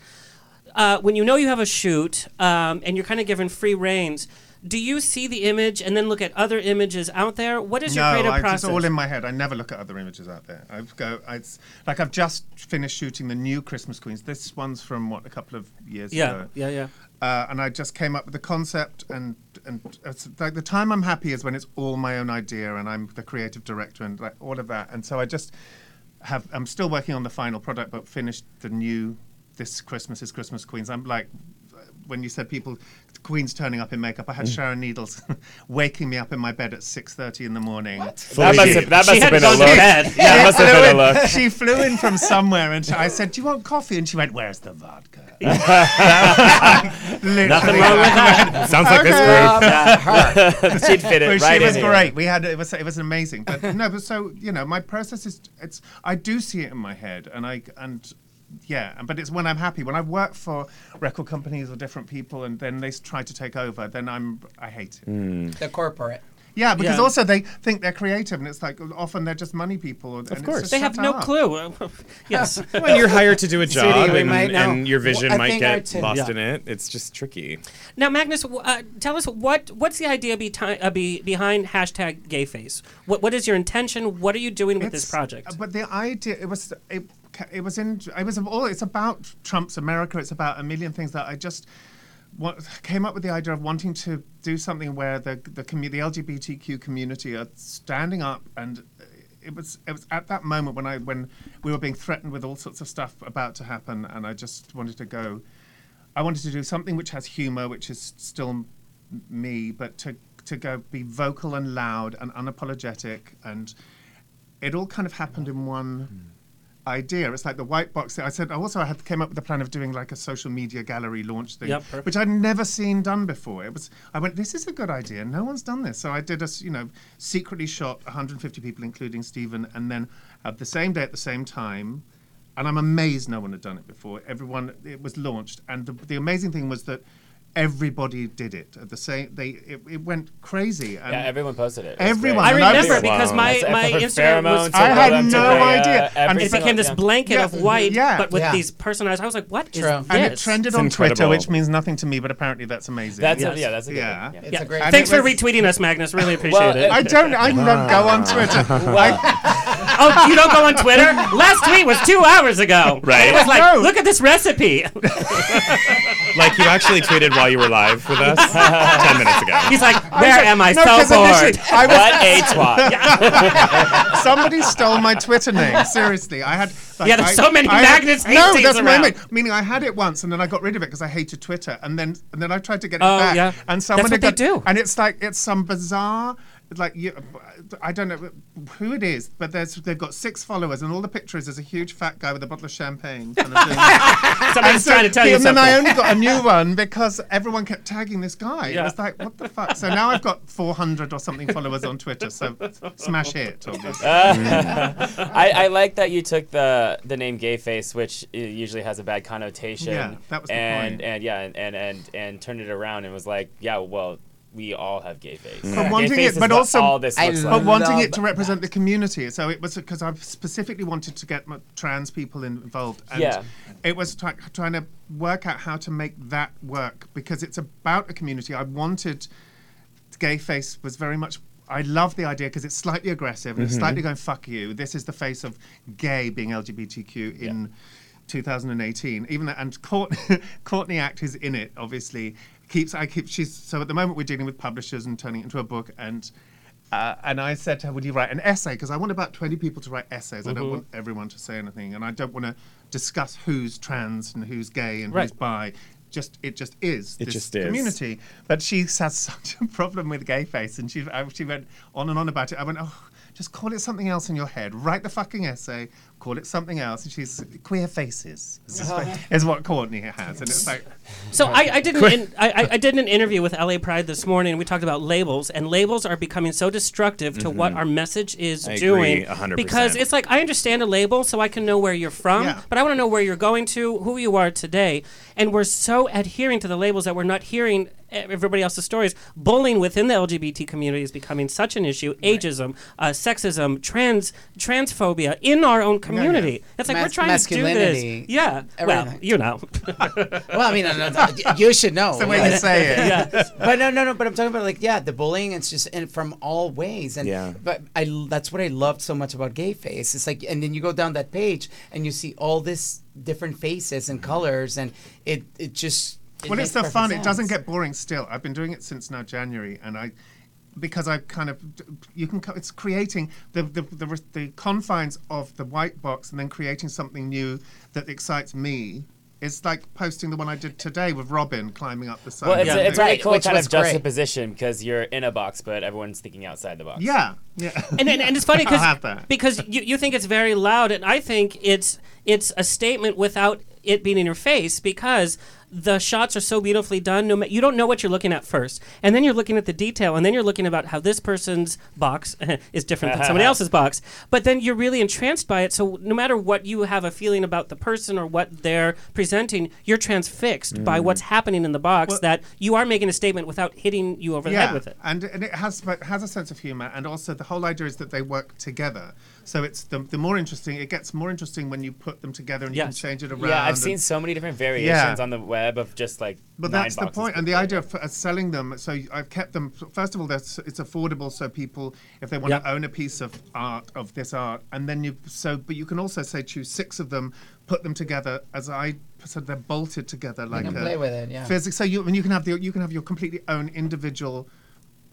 A: Uh, when you know you have a shoot um, and you're kind of given free reins, do you see the image and then look at other images out there? What is your
I: no,
A: creative
I: I-
A: process?
I: It's all in my head. I never look at other images out there. I go. I, it's like I've just finished shooting the new Christmas Queens. This one's from what a couple of years
A: Yeah,
I: ago.
A: yeah, yeah.
I: Uh, and I just came up with the concept, and and it's like the time I'm happy is when it's all my own idea, and I'm the creative director, and like all of that. And so I just have. I'm still working on the final product, but finished the new. This Christmas is Christmas Queens. I'm like, when you said people queens turning up in makeup. I had
F: Mm.
I: Sharon Needles waking me up in my bed at 6:30 in the morning. What?
F: That must have- that She must had have been a gone to look. bed. Yeah, that must have been a look.
I: She flew in from somewhere, and I said, "Do you want coffee?" And she went, "Where's the vodka?" Literally,
F: Nothing wrong with
I: I
F: that. Sounds like this group. Yeah, her. She'd fit it
I: But
F: right
I: She
F: in
I: was
F: here.
I: great. We had it was it was amazing. But no, but so you know, my process is it's I do see it in my head, and I and yeah, and- but it's when I'm happy. When I work for record companies or different people, and then they s- try to take over, then I'm I hate
F: Mm.
I: it.
G: The corporate.
I: Yeah, because
G: Yeah.
I: also they think they're creative, and it's like often they're just money people. And
A: course. They have no clue. Yes.
F: Well, you're hired to do a
I: City,
F: job,
I: we
F: and,
I: might know.
F: and your
I: Well,
F: vision
I: I
F: might
I: think our
F: get
I: team-
F: lost
I: Yeah.
F: in it. It's just tricky.
A: Now, Magnus, w- uh, tell us what what's the idea be uh, be behind hashtag gayface? What what is your intention? What are you doing with this
I: It's-
A: project?
I: But the idea it was it, ca- it was in it was all it's about Trump's America. It's about a million things that I just wa- came up with the idea of wanting to do something where the the, commu- the LGBTQ community are standing up and. uh, It was it was at that moment when I when we were being threatened with all sorts of stuff about to happen, and I just wanted to go. I wanted to do something which has humor, which is still m- me, but to to go be vocal and loud and unapologetic, and it all kind of happened in one idea. It's like the white box. thing. I said. I also I had came up with the plan of doing like a social media gallery launch thing,
A: Yep, perfect.
I: which I'd never seen done before. It was. I went. This is a good idea. No one's done this. So I did a s- you know secretly shot 150 people, including Stephen, and then at the same day at the same time and I'm amazed no one had done it before. Everyone, it was launched, and the, the amazing thing was that everybody did it at the same. They it, it went crazy. And
E: Yeah, everyone posted it. It was
I: Everyone.
E: great.
I: and
E: I
I: was-
E: remember because Wow. my- That's my effort, Instagram was- pheromones,
I: I
E: all
I: had
E: that
I: no
E: to the, uh,
I: idea.
A: it became this blanket of white, but with
I: Yeah.
A: these personalized. I was like, what is this?
I: And it trended on Twitter,
F: incredible.
I: which means nothing to me, but apparently that's amazing.
E: That's a- Yes. yeah, that's a good
I: yeah.
E: one, yeah.
A: Yeah.
I: And
A: Thanks
I: it
A: for
I: was-
A: retweeting us, Magnus. Really appreciate
I: Well,
A: it.
I: I don't. I don't go on Twitter. I-
A: oh, you don't go on Twitter? Last tweet was two hours ago.
F: Right.
A: It was like,
F: No.
A: look at this recipe.
F: Like you actually tweeted while you were live with us ten minutes ago.
A: He's like,
I: I was
A: where
I: like-
A: am I?
I: no,
A: so
I: 'cause initially
A: bored.
I: I was-
A: Yeah.
I: Somebody stole my Twitter name. Seriously, I had.
A: Yeah, there's
I: I-
A: so many
I: I
A: Magnus hate
I: No,
A: things
I: that's
A: around.
I: my name. Meaning, I had it once, and then I got rid of it because I hated Twitter, and then and then I tried to get it
A: Oh,
I: back.
A: yeah.
I: And
A: That's
I: someone
A: what
I: had
A: they
I: got,
A: do.
I: And it's like it's some bizarre. Like you, I don't know who it is, but there's they've got six followers, and all the pictures is a huge fat guy with a bottle of champagne. Kind of doing
A: Somebody's
I: And so-
A: trying to tell you
I: and then I
A: something.
I: only got a new one because everyone kept tagging this guy. It
A: Yeah.
I: was like, what the fuck? So now I've got 400 or something followers on Twitter. So smash it, obviously.
A: Uh,
E: I, I like that you took the the name gay face, which i- usually has a bad connotation.
I: Yeah, that was the
E: and,
I: point.
E: And yeah, and, and and and turned it around and was like, yeah, well, we all have gay face.
A: Hmm.
I: But wanting
E: gay face
I: it,
E: is
I: but
E: what
I: also,
E: all this looks like.
I: but wanting it to represent the community. So it was because I specifically wanted to get my trans people in- involved, and
E: Yeah.
I: it was try- trying to work out how to make that work because it's about a community. I wanted gay face was very much. I love the idea because it's slightly aggressive and it's
F: Mhm.
I: slightly going fuck you. This is the face of gay being LGBTQ in. 2018, even though, and Court, Courtney Act is in it. Obviously, keeps I keep she's so at the moment we're dealing with publishers and turning it into a book and. Uh, and I said to her, "Would you write an essay? Because I want about 20 people to write essays. I
F: Mhm.
I: don't want everyone to say anything, and I don't want to discuss who's trans and who's gay and who's
F: Right.
I: bi. Just it just is
F: It
I: this
F: just is.
I: community. But she has such a problem with gay face, and she I, she went on and on about it. I went, oh, just call it something else in your head. Write the fucking essay. Call it something else. And she's queer faces. Is, this
A: Oh.
I: is what Courtney has, and it's like.
A: So I, I did an in, I, I- I did an interview with LA Pride this morning. and We talked about labels, and labels are becoming so destructive to what
F: Mhm.
A: our message is
F: I agree,
A: doing.
F: 100%.
A: Because it's like I understand a label, so I can know where you're from,
F: Yeah.
A: but I want to know where you're going to, who you are today, and we're so adhering to the labels that we're not hearing e, everybody else's stories. Bullying within the LGBT community is becoming such an issue. Ageism, uh, sexism, trans transphobia in our own community. It's like we're
G: Mas-
A: trying to do
G: masculinity.
A: this. Yeah. Well,
G: Around-
A: you know.
G: well, I mean, no, no, y- you should know.
A: It's the way you say it. Yeah.
G: But no, no, no. But I'm talking about like, yeah, the bullying. It's just in, from all ways, and
F: Yeah.
G: but I that's what I loved so much about Gay Face. It's like, and then you go down that page and you see all this different faces and colors, and it it just. it
I: well,
G: makes
I: it's the
G: perfect
I: fun. It
G: sense.
I: doesn't get boring. Still, I've been doing it since now January, and I because I kind of you can co- it's creating the the, the res- the confines of the white box and then creating something new that excites me It's like posting the one I did today with Robin climbing up the side.
E: Well, it's,
I: of the
E: it's
I: thing.
E: really cool kind of juxtaposition because you're in a box, but everyone's thinking outside the box.
I: Yeah, yeah.
A: and, and, and it's funny
I: I'll have
A: because
I: that.
A: because you, you think it's very loud, and I think it's it's a statement without it being in your face because the shots are so beautifully done. No, ma- you don't know what you're looking at first, and then you're looking at the detail, and then you're looking about how this person's box is different than somebody else's box. But then you're really entranced by it. So no matter what you have a feeling about the person or what they're presenting, you're transfixed by
I: Mm.
A: what's happening in the box. that you are making a statement without hitting you over the head with it.
I: And, and it has but has a sense of humor, and also the whole idea is that they work together. So it's the, the more interesting. It gets more interesting when you put them together and you can change it around.
E: Yeah, I've
I: and-
E: seen so many different variations on the web of just like.
I: But
E: nine
I: that's the
E: boxes.
I: point, and the idea of uh, selling them. So y- I've kept them. First of all, that's it's affordable, so people, if they want
A: Yep.
I: to own a piece of art of this art, and then you so, but you can also say choose six of them, put them together as I said, they're bolted together like
G: can
I: a
G: play with it, yeah.
I: Physics. So you and you can have the you can have your completely own individual.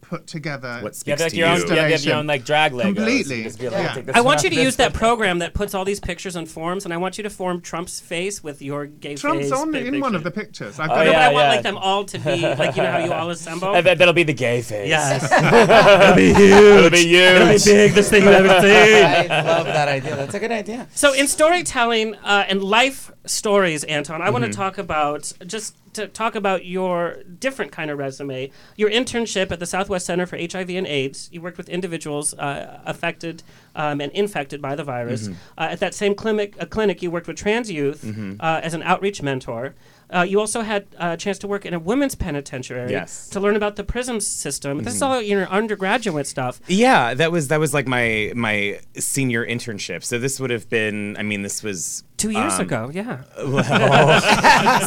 I: Put together.
E: What You have, speaks like, to your own- you have- you have your
I: installation.
E: own, like, drag Legos.
I: Completely.
E: Just be like, I'll take this
A: I
E: one
A: want
E: off
A: you to
E: this
A: use that program that puts all these pictures on forms, and I want you to form Trump's face with your gay
I: Trump's
A: face.
I: on
A: big
I: in
A: picture.
I: one of the pictures. I've
A: Oh,
I: got
A: no,
I: it.
A: but I want like them all to be like you know how you all assemble.
E: And that, that'll be the gay face.
A: Yes.
E: It'll be It'll be huge.
A: big. This thing you haven't seen.
G: I love that idea. That's a good idea.
A: So in storytelling uh, and life stories, Anton, I want to
F: Mm-hmm.
G: Mhm.
A: talk about just to talk about your different kind of resume. Your internship at the Southwest Center for HIV and AIDS. You worked with individuals uh, affected um, and infected by the virus.
L: Mhm.
F: Mm-hmm.
A: Uh, at that same clinic, uh, clinic, you worked with trans youth
L: Mhm.
A: uh, as an outreach mentor. Uh, you also had uh, a chance to work in a women's penitentiary
F: Yes.
A: to learn about the prison system. This is
F: Mhm.
A: all your undergraduate stuff.
F: Yeah, that was that was like my my senior internship. So this would have been. I mean, this was
A: Two years
F: um,
A: ago, yeah.
F: Well,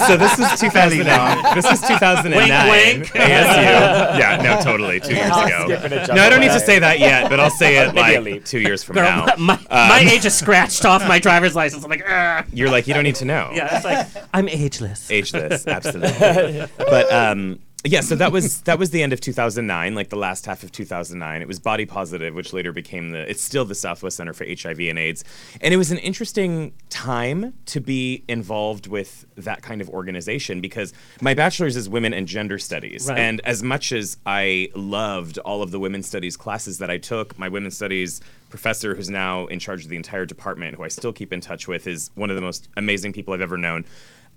F: so this was 2000. This was 2009.
A: Wink, wink.
F: ASU. Yeah, no, totally. Two years
A: I'll
F: ago.
A: skip it and jump
F: No, I don't need to
A: away.
F: say that yet, but I'll say it
A: Maybe a
F: like
A: leap.
F: two years from
A: Girl,
F: now.
A: my, my age is scratched off my driver's license. I'm like, ah.
F: You're like, you don't need to know.
A: Yeah, it's like I'm ageless.
F: Ageless, absolutely. but um, yeah, so that was that was the end of 2009, like the last half of 2009. It was Body Positive, which later became the. It's still the Southwest Center for HIV and AIDS, and it was an interesting time to be involved with that kind of organization because my bachelor's is women and gender studies,
E: Right.
F: and as much as I loved all of the women's studies classes that I took, my women's studies professor, who's now in charge of the entire department, who I still keep in touch with, is one of the most amazing people I've ever known.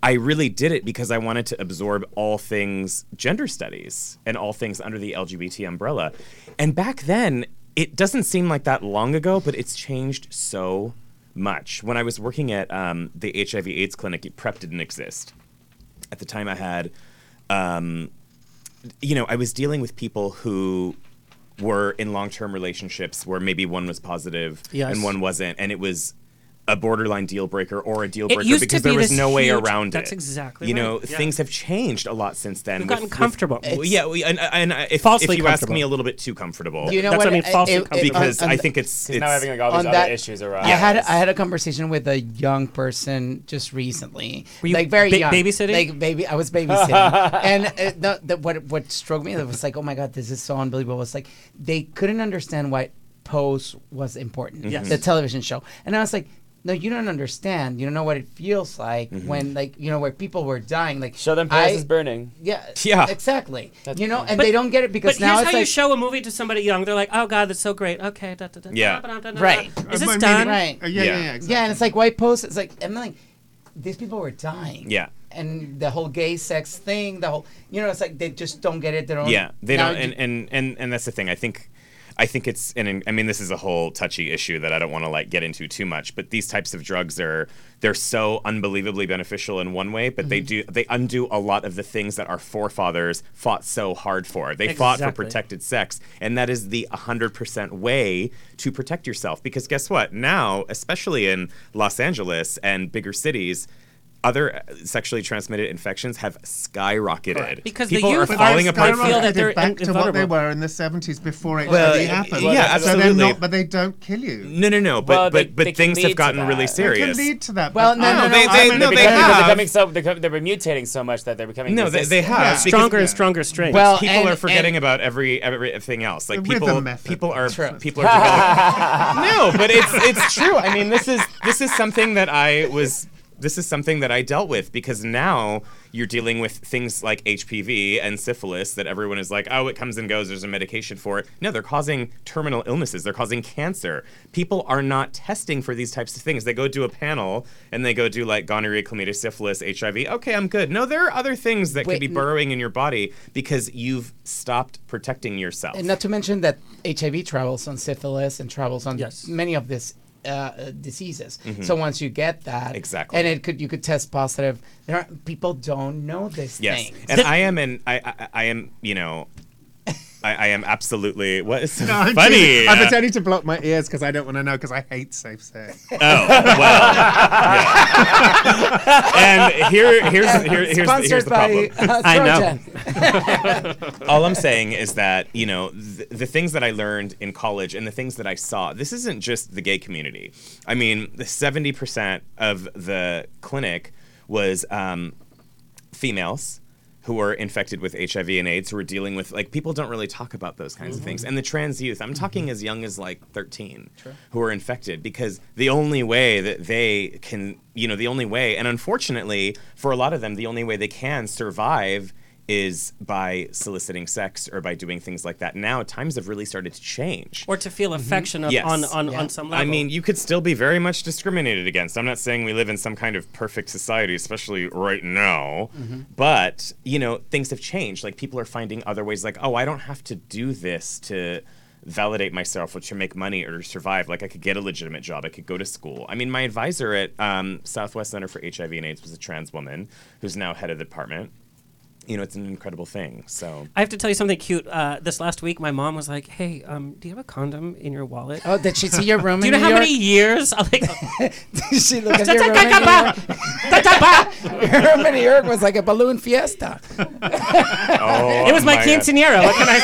F: I really did it because I wanted to absorb all things gender studies and all things under the LGBT umbrella. And back then, it doesn't seem like that long ago, but it's changed so much. When I was working at um, the HIV AIDS clinic, PrEP didn't exist. At the time, I had um, you know, I was dealing with people who were in long term relationships where maybe one was positive
E: Yes.
F: and one wasn't, and it was a borderline deal breaker or a deal
E: It
F: breaker
E: used to
F: because
E: be
F: there was
E: this
F: no way
E: huge-
F: around
E: that's
F: it.
E: exactly
F: You
E: right.
F: know,
E: Yeah.
F: things have changed a lot since then.
A: We've
F: with-
A: gotten
F: with-
A: comfortable.
F: Well,
A: It's-
F: yeah, we, and, and I- if,
A: Falsely
F: if you ask
A: comfortable.
F: me a little bit too comfortable,
G: You know That's what what? I mean, falsely It- it- comfortable.
F: because
G: on-
F: I
G: on-
F: think it's, it's
E: now having like all
G: on
E: these other
G: that-
E: issues around.
G: I had I had a conversation with a young person just recently,
A: Were you
G: like very
A: ba-
G: young,
A: babysitting?
G: Like baby, I was babysitting, and uh, the, the, what what struck me was like, oh my god, this is so unbelievable. It's like they couldn't understand why Pose was important,
A: Yes.
G: the television show, and I was like. No, you don't understand. You don't know what it feels like
A: Mm-hmm.
G: when, like, you know, where people were dying. Like, show them
E: Paris is burning.
G: Yeah,
E: Yeah.
G: exactly. you know, and
A: But-
G: they don't get it because
A: but
G: now
A: here's
G: it's
A: how
G: like
A: you show a movie to somebody young. They're like, "Oh God, that's so great." Okay, da, da, da,
G: Yeah.
A: da, da, da, da, da.
G: Right.
A: Is
G: Uh,
A: this
G: but
A: done?
G: meaning- Right.
I: Uh, yeah, yeah, yeah, exactly.
G: Yeah, and it's like white post. It's like I'm like, these people were dying.
F: Yeah.
G: And the whole gay sex thing, the whole you know, it's like they just don't get it. They don't.
F: Yeah, they
G: now
F: don't,
G: you-
F: and, and and and that's the thing. I think, I think it's, and I mean, this is a whole touchy issue that I don't want to like get into too much. But these types of drugs are they're so unbelievably beneficial in one way, but they
E: Mhm.
F: do they undo a lot of the things that our forefathers fought so hard for. They fought for
E: Exactly.
F: protected sex, and that is the 100% way to protect yourself. Because guess what? Now, especially in Los Angeles and bigger cities. Other uh, sexually transmitted infections have skyrocketed.
A: Correct. Because the
F: people
A: youth
F: are
A: are
F: falling apart.
A: skyrocketing. feel that they're
I: back
A: in-
I: to what they
A: invulnerable.
I: were in the 70s before HIV
F: Well, yeah,
I: happened.
F: yeah,
I: so they're
F: absolutely.
I: not, but they don't kill you.
F: No, no, no. But
E: Well, they-
F: but
E: they
F: but
E: can
F: things
E: lead
F: have
E: to
F: gotten
E: that.
F: really
E: They can
I: It
F: serious.
I: can lead to that.
G: Well,
I: but-
G: no, no, no,
F: they-
G: I
F: they-
G: mean,
F: they
G: no,
F: become-
G: have.
E: They're becoming so they're, becoming- they're mutating so much that they're becoming
F: No, they, they
E: resistant.
F: have because
A: Stronger and stronger strains.
F: Well, people are forgetting about every everything else. Like
A: The rhythm
F: people,
A: method.
F: people are people are developing. no, but it's it's true. I mean, this is this is something that I was this is something that I dealt with because now you're dealing with things like HPV and syphilis that everyone is like, oh, it comes and goes. There's a medication for it. No, they're causing terminal illnesses. They're causing cancer. People are not testing for these types of things. They go do a panel and they go do like gonorrhea, chlamydia, syphilis, HIV. Okay, I'm good. No, there are other things that
G: Wait,
F: could be
G: n-
F: burrowing in your body because you've stopped protecting yourself.
G: And not to mention that HIV travels on syphilis and travels on many of these uh, uh, diseases.
F: Mhm.
G: So once you get that,
F: Exactly.
G: and it could you could test positive. There are, people don't know this
F: Yes,
G: thing.
F: and I am an I I, I am you know. I, I am absolutely what is so
I: No, I'm
F: funny.
I: kidding. I'm
F: Uh,
I: pretending to block my ears because I don't want to know because I hate safe sex.
F: Oh, well, yeah. And here- here's- here- here's the- here's the Sponsored by, problem. uh, I know. all I'm saying is that you know th- the things that I learned in college and the things that I saw. This isn't just the gay community. I mean, the seventy percent of the clinic was um, females who are infected with HIV and AIDS who are dealing with like people don't really talk about those kinds of things. And the trans youth, I'm talking as young as like 13 who are infected because the only way that they can, you know, the only way and unfortunately for a lot of them the only way they can survive is by soliciting sex or by doing things like that. Now times have really started to change.
A: Or to
G: mm-hmm.
A: feel affection of,
F: Yes.
A: on, on, on some level.
F: I mean, you could still be very much discriminated against. I'm not saying we live in some kind of perfect society, especially right now.
A: Mm-hmm.
F: But, you know, things have changed. Like people are finding other ways like, "Oh, I don't have to do this to validate myself or to make money or to survive. Like I could get a legitimate job. I could go to school." I mean, my advisor at um, Southwest Center for HIV and AIDS was a trans woman who's now head of the department. You know, it's an incredible thing. So
A: I have to tell you something cute. Uh, this last week, my mom was like, "Hey, um, do you have a condom in your wallet?"
G: Oh, did she see your room
A: Do you
G: in
A: know how
G: New
A: many
G: York?
A: years? I'm like,
G: did she look at
A: That's
G: your
A: a
G: room in New York? Your room in New York was like a balloon fiesta.
A: it was my,
F: Oh my God.
A: quinceanera. What can I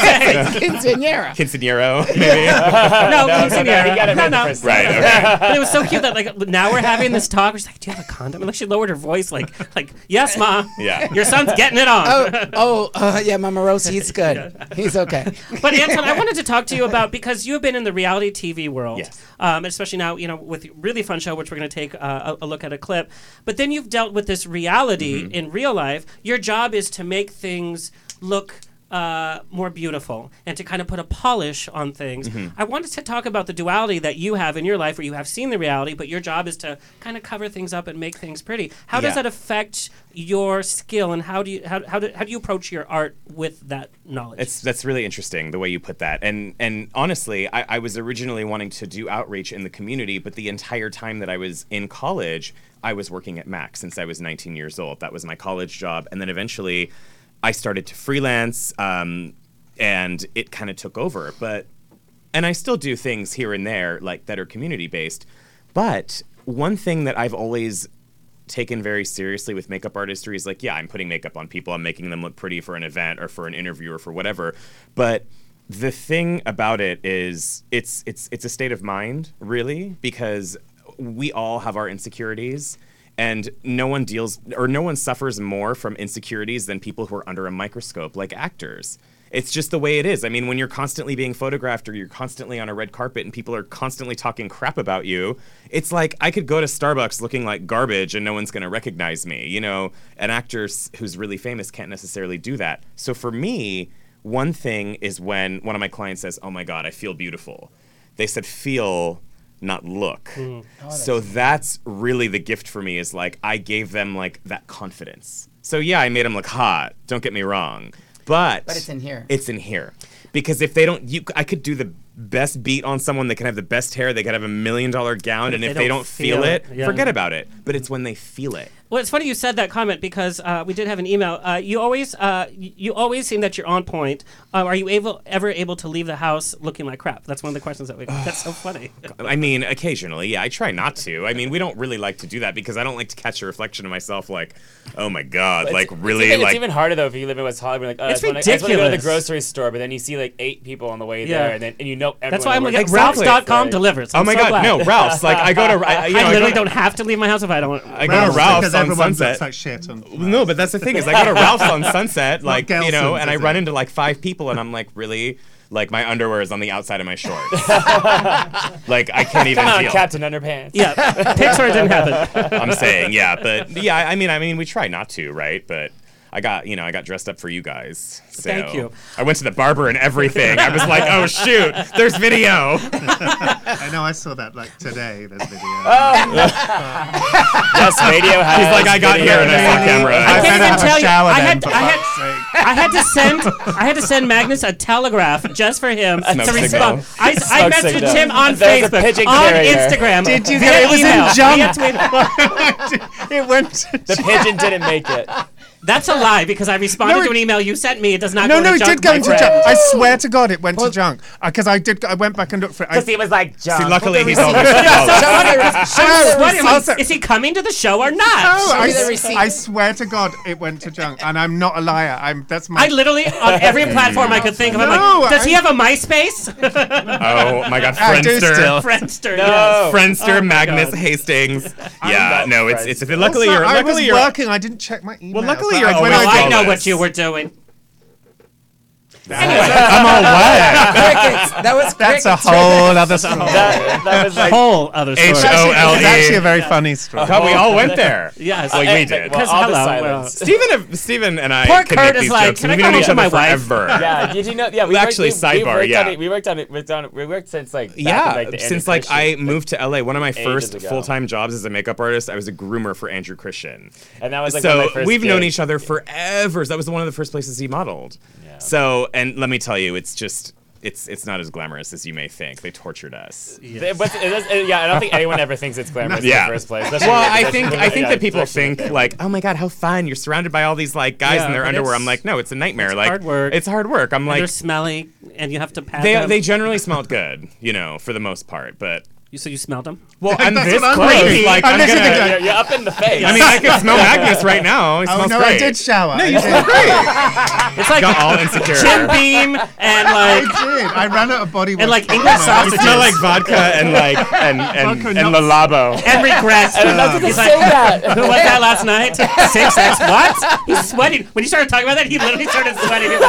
A: say?
G: Quinceañera.
F: Quinceanero, maybe?
A: no,
F: no, no,
A: quinceanera.
F: he got it
A: no,
F: right the
A: no.
F: first time. Right, okay.
A: but it was so cute that like now we're having this talk. She's like, "Do you have a condom?" And like she lowered her voice, like, "Like yes, ma.
F: Yeah.
A: your son's getting it on."
G: Oh, oh uh, yeah, Mama Rose, he's good. He's okay.
A: but Anton, I wanted to talk to you about because you have been in the reality TV world, um, especially now, you know, with really fun show, which we're going to take uh, a, a look at a clip. But then you've dealt with this reality
F: Mm-hmm.
A: in real life. Your job is to make things look. Uh, more beautiful and to kind of put a polish on things.
F: Mm-hmm.
L: Mhm.
A: I wanted to talk about the duality that you have in your life where you have seen the reality, but your job is to kind of cover things up and make things pretty. How does
F: Yeah.
A: that affect your skill and how do you how, how, do, how do you approach your art with that knowledge?
F: It's that's really interesting the way you put that. And and honestly, I, I was originally wanting to do outreach in the community, but the entire time that I was in college, I was working at Mac since I was 19 years old. That was my college job, and then eventually, I started to freelance, um, and it kind of took over. But and I still do things here and there like that are community based. But one thing that I've always taken very seriously with makeup artistry is like, yeah, I'm putting makeup on people, I'm making them look pretty for an event or for an interview or for whatever. But the thing about it is it's it's it's a state of mind, really, because we all have our insecurities and no one deals or no one suffers more from insecurities than people who are under a microscope like actors. It's just the way it is. I mean, when you're constantly being photographed or you're constantly on a red carpet and people are constantly talking crap about you, it's like I could go to Starbucks looking like garbage and no one's going to recognize me. You know, an actor s- who's really famous can't necessarily do that. So for me, one thing is when one of my clients says, "Oh my god, I feel beautiful." They said feel not look.
L: Mm. Oh, that's
F: so that's really the gift for me is like I gave them like that confidence. So yeah, I made them look hot. Don't get me wrong. But
G: But it's in here.
F: It's in here. Because if they don't you I could do the best beat on someone, they can have the best hair, they could have a million dollar gown
A: But
F: and if they don't, feel, it,
A: yeah.
F: forget about it. But it's when they feel it.
A: Well, it's funny you said that comment because uh, we did have an email. Uh, you always, uh, y- you always seem that you're on point. Uh, are you able, ever able to leave the house looking like crap? That's one of the questions that we. that's so funny.
F: I mean, occasionally, yeah. I try not to. I mean, we don't really like to do that because I don't like to catch a reflection of myself, like, oh my god,
E: But
F: like
E: it's-
F: really,
E: it's even,
F: like
E: it's even harder though if you live in West Hollywood. Like, oh,
A: It's
E: I just wanna- I just wanna go to the
A: ridiculous.
E: grocery store, but then you see like eight people on the way
A: Yeah.
E: there, and then and you know everyone.
A: That's why I'm
E: that
A: like,
E: works there.
A: Ralph's dot com delivers.
E: Oh
A: I'm
E: my
A: so
E: God,
A: glad.
E: no, Ralph's, like, I go to- I- you know, I
A: I
E: go
A: literally
E: to-
A: don't have to leave my house if I don't.
F: I go to Ralph's
I: because
F: on
I: everyone looks
F: Sunset.
I: like shit and-
F: no, but that's the thing is I go to Ralph's on Sunset,
I: Not
F: like you know,
I: Gelson's,
F: and I
I: is
F: run
I: it?
F: into like five people, and I'm like, really, like my underwear is on the outside of my shorts. like I can't even.
E: Come on,
F: deal.
E: Captain Underpants.
A: Yeah, Pixar didn't happen.
F: I'm saying, yeah, but yeah, I I mean, I mean, we try not to, right? But I got, you know, I got dressed up for you guys. So
A: Thank you.
F: I went to the barber and everything. I was like, oh shoot, there's video.
I: I know I saw that like today. There's video. Oh,
E: yes, radio has.
F: He's like, I got
E: video
F: here and I saw
E: has-
F: camera.
A: I can't
I: better
A: even
I: have a
A: tell you.
I: shower
A: I
I: then,
A: had,
I: for
A: I, had,
I: fuck's sake.
A: I had to send I had to send Magnus a telegraph just for him
F: Smoke
A: to
F: signal.
A: respond. I, I
E: Smoke
A: messaged
E: signal.
A: him on
E: There's a
A: Facebook,
E: pigeon
A: on
E: carrier.
A: Instagram. Did you
G: get it? It was in junk.
I: it went. To
E: The pigeon didn't make it.
A: That's a lie because I responded
I: No, it-
A: to an email you sent me. It does not
I: no,
A: go
I: no,
A: to
I: it
A: junk.
I: did go
A: my
I: into
A: friend.
I: junk. I swear to God, it went to junk because I did. I went back and looked for it. I,
K: Because he was like, John.
F: See, luckily he's always followed.
I: Oh,
A: What am I-
I: also-
A: is he coming to the show or not?
I: No, Oh, I,
G: me the
I: s-
G: receipt.
I: I swear to God, it went to junk, and I'm not a liar. I'm that's my.
A: I literally on every platform I could think of. I'm
I: No,
A: like, does he
I: I-
A: have a MySpace?
F: Oh my God,
I: I do still.
F: Friendster.
A: Friendster.
E: No.
F: Friendster
A: Oh my
F: Magnus
A: God.
F: Hastings. Yeah, no, it's it's. Luckily,
I: Also,
F: you're
I: I was
F: luckily you're.
I: working. I didn't check my email.
F: luckily you're
I: when
A: Yes.
F: always
A: Well, I
I: I,
F: on.
A: know
F: Yes.
A: what you were doing.
F: I'm all wet.
G: crickets. That was
I: that's
G: crickets.
I: a whole other story.
E: That, that was like.
A: Whole other story.
F: H O L
I: It's actually a
F: E.
I: very funny story.
F: God, we all went there.
A: Yes.
F: Like we did.
E: eh, Well,
A: 'Cause
E: all the
A: hello,
E: silence.
F: Stephen, Stephen, and I
A: Poor
F: could
A: Kurt
F: make
A: is
F: these
A: like,
F: jokes.
A: "Can I
F: We've
A: come
F: known each
A: home to
F: other
A: my wife?"
F: forever.
E: Yeah, did you know? Yeah, we
F: actually,
E: worked, we, we
F: sidebar,
E: worked
F: yeah.
E: On it, we worked on it. We worked on it. We worked since like back in,
F: Yeah,
E: like, the end
F: since
E: of
F: like
E: Christian.
F: I moved to LA, one of my
E: ages
F: first
E: ago.
F: full-time jobs as a makeup artist, I was a groomer for Andrew Christian.
E: and that was like one
F: so
E: of my first
F: we've known
E: gigs.
F: each other forever. That was one of the first places he modeled.
E: Yeah.
F: So, and let me tell you, it's just it's it's not as glamorous as you may think. They tortured us.
E: It was- it is- it- yeah, I don't think anyone ever thinks it's glamorous
F: Yeah.
E: in the first place. especially
F: Well,
E: with
F: I
E: the
F: think
E: Christian
F: I
E: movie.
F: think
E: Yeah,
F: that people
E: especially with
F: think like, oh my god, how fun! You're surrounded by all these like guys
A: Yeah,
F: in their
A: but
F: underwear.
A: it's-
F: I'm like, no, it's a nightmare. like
A: hard work.
F: it's hard work. I'm
A: They're
F: like,
A: smelly, and you have to pat
F: they
A: them.
F: they generally smelled good, you know, for the most part. But
A: you, so you smelled them?
F: well, I'm
I: That's
F: this
I: what I'm
F: close.
I: thinking.
F: Like
I: I'm
F: I'm
I: listening
F: gonna.
I: to
E: that. You're, you're up in the face.
F: I mean, I can smell Magnus right now. He
I: Oh
F: smells
I: no,
F: great.
I: I did shower. No,
F: You smell great.
A: It's like
F: Got all insecure.
A: chin beam and
I: I
A: like
I: did. I ran out of body wash.
A: and like
I: for
A: English
I: my-
F: You
A: sausages
F: smell like vodka and like and and,
I: Vodka
F: and
I: nuts.
F: Lalabo.
A: and regrets. He's like, who was that last night? Same sex? What? He's sweating. When you started talking about that, he literally started sweating. He's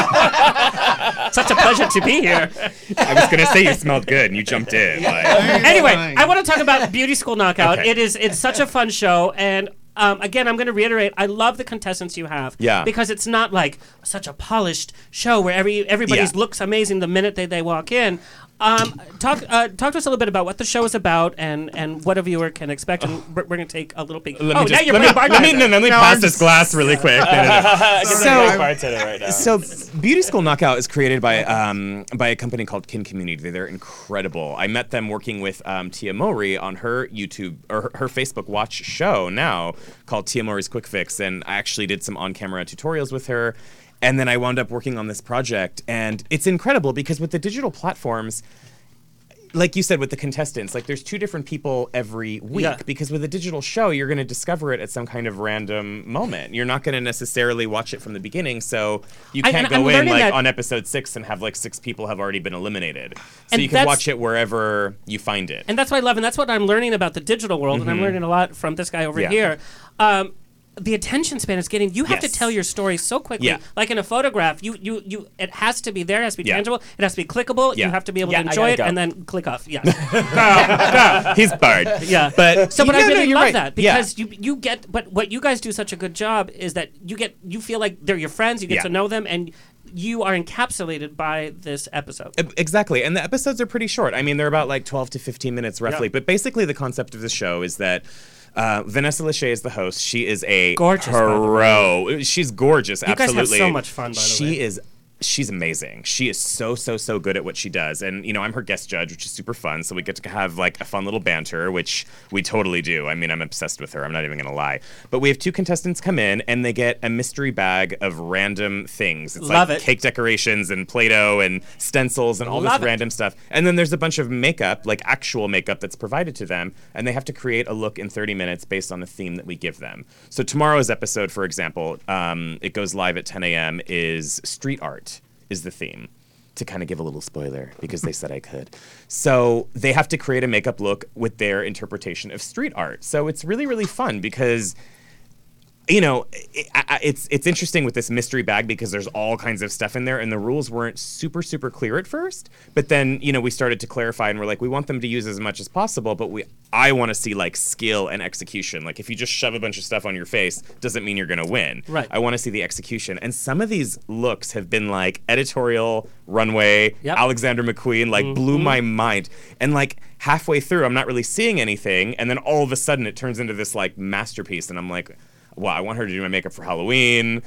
A: like, Such a pleasure to be here.
F: I was gonna say you smelled good and you jumped in. Like,
A: anyway,
I: Fine.
A: I want to talk about Beauty School Knockout.
F: Okay.
A: It is it's such a fun show and. Um, again, I'm going to reiterate. I love the contestants you have.
F: Yeah.
A: Because it's not like such a polished show where every everybody
F: Yeah.
A: looks amazing the minute they, they walk in. Um, talk uh, talk to us a little bit about what the show is about and, and what a viewer can expect. And we're, we're going to take a little peek.
F: let
A: oh, now
F: me just
A: you're
F: let me,
A: playing
F: let me
A: bartender.
F: no, no, let me
I: No,
F: pass
I: I'm
F: this
I: just-
F: glass really quick. No, no, no.
E: so, bartender right now.
F: So, Beauty School Knockout is created by um, by a company called Kim Community. They're incredible. I met them working with um, Tia Mowry on her YouTube or her, her Facebook Watch show now called Tia Mowry's Quick Fix, and I actually did some on camera tutorials with her. And then I wound up working on this project, and it's incredible because with the digital platforms, like you said with the contestants, like there's two different people every week
A: Yeah.
F: because with a digital show, you're going to discover it at some kind of random moment. You're not going to necessarily watch it from the beginning, so you
A: I-
F: can't
A: and I'm
F: go in
A: learning
F: like
A: that-
F: on episode six and have like six people have already been eliminated. So
A: And
F: you can
A: that's-
F: watch it wherever you find it.
A: and that's what I love, and that's what I'm learning about the digital world, and I'm learning a lot from this guy over
F: Mm-hmm. Yeah.
A: here. Um, the attention span is getting. You have
F: Yes.
A: to tell your story so quickly,
F: Yeah.
A: like in a photograph. You, you, you. It has to be there. It has to be
F: Yeah.
A: tangible. It has to be clickable.
F: Yeah.
A: You have to be able
E: Yeah, I
A: to enjoy
E: gotta
A: it
E: go.
A: and then click off. Yeah,
F: He's barred.
A: yeah.
F: But
A: so, but
F: No,
A: I
F: no,
A: really
F: you're
A: love
F: right.
A: that
F: Yeah.
A: because you, you get. But what you guys do such a good job is that you get. You feel like they're your friends. You get
F: Yeah.
A: to know them, and you are encapsulated by this episode.
F: E- Exactly. And the episodes are pretty short. I mean, they're about like 12 to 15 minutes roughly.
A: Yeah.
F: But basically, the concept of the show is that. Uh, Vanessa Lachey is the host. She is a
A: Gorgeous, by the
F: pro. She's gorgeous.
A: You guys have
F: absolutely,
A: so much fun, by the
F: she
A: way.
F: is. She's amazing. She is so so so good at what she does. And you know, I'm her guest judge, which is super fun. So we get to have like a fun little banter, which we totally do. I mean, I'm obsessed with her. I'm not even gonna lie. But we have two contestants come in, and they get a mystery bag of random things. It's
A: Love
F: like
A: it.
F: cake decorations and Play-Doh and stencils and all
A: Love it.
F: this random stuff. And then there's a bunch of makeup, like actual makeup that's provided to them, and they have to create a look in 30 minutes based on the theme that we give them. So tomorrow's episode, for example, um, it goes live at 10 a.m. is street art is the theme. To kind of give a little spoiler because they said I could. So they have to create a makeup look with their interpretation of street art. So it's really, really fun because you know, it, I, I- it's it's interesting with this mystery bag because there's all kinds of stuff in there, and the rules weren't super super clear at first. But then you know we started to clarify, and we're like, we want them to use as much as possible, but we I want to see like skill and execution. Like if you just shove a bunch of stuff on your face, doesn't mean you're gonna win.
A: Right.
F: I want to see the execution, and some of these looks have been like editorial runway,
A: Yep.
F: Alexander McQueen, like blew
A: Mhm.
F: my mind, and like. Halfway through, I'm not really seeing anything, and then all of a sudden, it turns into this like masterpiece, and I'm like, well, I want her to do my makeup for Halloween,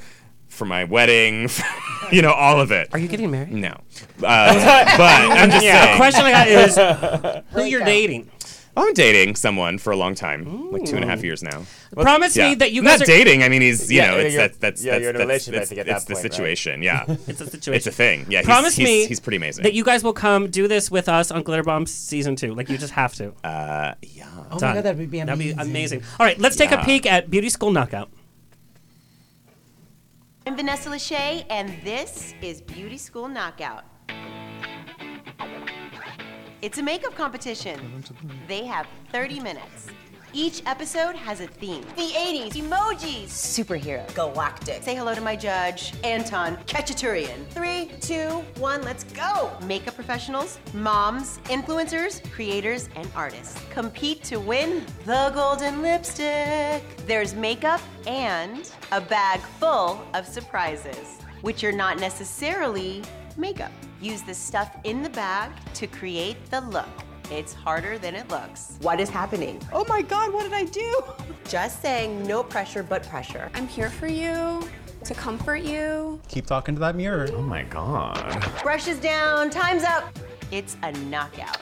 F: for my wedding, you know, all of it. Are
A: you getting married?
F: No. Uh, but I'm just
A: Yeah.
F: saying.
A: The question I got is who you're dating.
F: I'm dating someone for a long time, like two and a half years now.
A: Promise me that you guys
F: not
A: are-
F: dating. I mean, he's you
A: Yeah,
F: know, it's
A: you're-
F: that's that's
A: yeah,
F: that's,
A: you're in a
F: that's-
A: relationship, I
F: that's-
A: think, at
F: it's
A: that
F: the
A: point, right?
F: situation. Yeah,
A: it's a situation.
F: It's a thing. Yeah, he's-
A: Promise
F: he's,
A: me
F: he's, pretty amazing.
A: That you guys will come do this with us on Glitter Bomb season two. Like you just have to.
F: Uh, yeah.
G: Oh my God, that would be
A: That'd be
G: amazing.
A: amazing. All right, let's take
F: Yeah.
A: a peek at Beauty School Knockout.
L: I'm Vanessa Lachey, and this is Beauty School Knockout. It's a makeup competition. They have 30 minutes. Each episode has a theme. The 80s, emojis, superhero, galactic. Say hello to my judge, Anton Ketchaturian. Three, two, one, let's go! Makeup professionals, moms, influencers, creators, and artists compete to win the golden lipstick. There's makeup and a bag full of surprises, which are not necessarily makeup. Use the stuff in the bag to create the look. It's harder than it looks. What is happening? Oh my God, what did I do? Just saying, no pressure but pressure.
M: I'm here for you, to comfort you.
N: Keep talking to that mirror. Oh my god.
L: Brushes down, time's up. It's a knockout.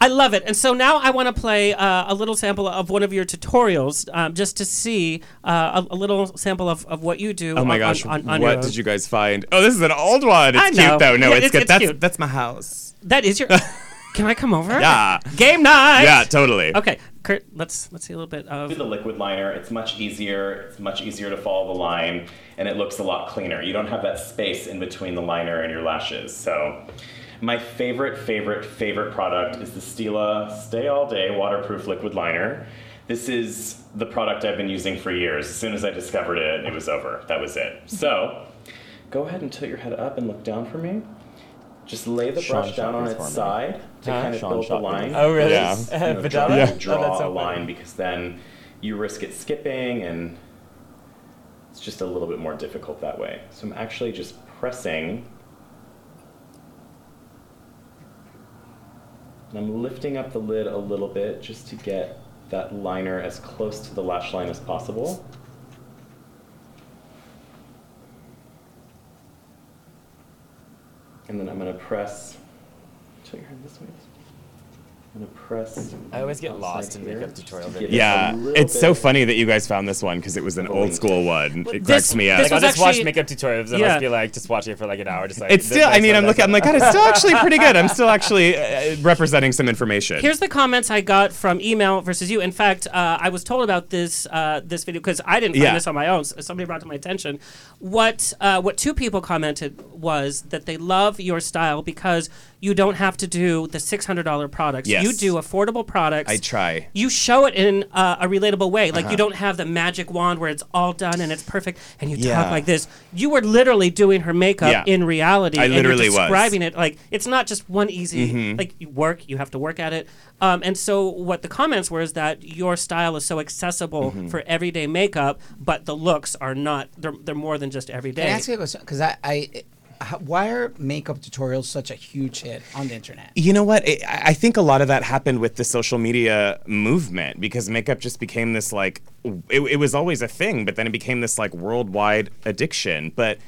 A: I love it. And so now I want to play uh, a little sample of one of your tutorials um, just to see uh, a, a little sample of, of what you do.
F: Oh my
A: on-
F: gosh!
A: on- on your
F: what
A: own.
F: did you guys find? Oh, this is an old one. It's
A: I know.
F: cute though. No,
A: Yeah,
F: it's,
A: it's-
F: good.
A: it's
F: that's
A: cute.
F: that's my house.
A: That is your. Can I come over?
F: Yeah.
A: Game night.
F: Yeah, totally.
A: Okay, Kurt. Let's let's see a little bit of.
O: With the liquid liner, it's much easier. It's much easier to follow the line, and it looks a lot cleaner. You don't have that space in between the liner and your lashes. So, my favorite, favorite, favorite product is the Stila Stay All Day Waterproof Liquid Liner. This is the product I've been using for years. As soon as I discovered it, it was over. That was it. So, go ahead and tilt your head up and look down for me. Just lay the
E: Sean
O: brush down
E: shot
O: on
E: me
O: its
E: for me.
O: side to
E: Huh?
O: kind of
E: Sean
O: build the
E: shot me.
O: line.
E: Oh, really? Yeah.
O: You know,
E: Vidala?
O: try
E: Yeah.
O: to
E: Oh,
O: Draw
E: that's so
O: a
E: funny.
O: line because then you risk it skipping and it's just a little bit more difficult that way. So I'm actually just pressing and I'm lifting up the lid a little bit just to get that liner as close to the lash line as possible. And then I'm gonna press. Tilt your hand this way. I'm gonna press.
E: I always get
O: outside
E: lost in
O: here
E: makeup tutorial
O: to
E: videos.
O: get
F: Yeah,
O: a little
F: it's so
O: bit-
F: funny that you guys found this one because it was an old school one. It cracks me up.
E: Like, I'll just watch makeup tutorials and I'll
F: Yeah.
E: just be like, just watching it for like an hour. Just like
F: It's still.
E: this
F: I mean,
E: one,
F: I'm
E: that
F: looking. I'm
E: one.
F: like, God, it's still actually pretty good. I'm still actually uh, representing some information.
A: Here's the comments I got from email versus you. In fact, uh, I was told about this uh, this video because I didn't find
F: Yeah.
A: this on my own. So somebody brought it to my attention. What uh, what two people commented was that they love your style because you don't have to do the six hundred dollar products.
F: Yes.
A: You do affordable products.
F: I try.
A: you show it in uh, a relatable way. Like
F: Uh-huh.
A: you don't have the magic wand where it's all done and it's perfect, and you
F: Yeah.
A: talk like this. You were literally doing her makeup
F: Yeah.
A: in reality.
F: I
A: and
F: literally
A: you're
F: was.
A: describing it like it's not just one easy.
F: Mhm.
A: Like you work, you have to work at it. Um, and so what the comments were is that your style is so accessible
F: Mm-hmm.
G: Mhm.
A: for everyday makeup, but the looks are not. They're, they're more than just everyday.
G: Can I ask you a question? Because I, I h- why are makeup tutorials such a huge hit on the internet?
F: You know what? I I think a lot of that happened with the social media movement because makeup just became this like, it, it was always a thing, but then it became this like worldwide addiction. But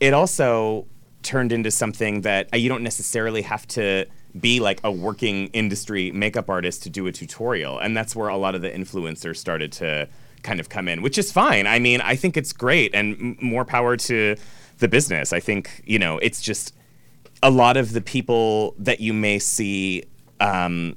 F: it also turned into something that uh, you don't necessarily have to be like a working industry makeup artist to do a tutorial. And that's where a lot of the influencers started to kind of come in, which is fine. I mean, I think it's great and m- more power to the business. I think, you know, it's just a lot of the people that you may see um,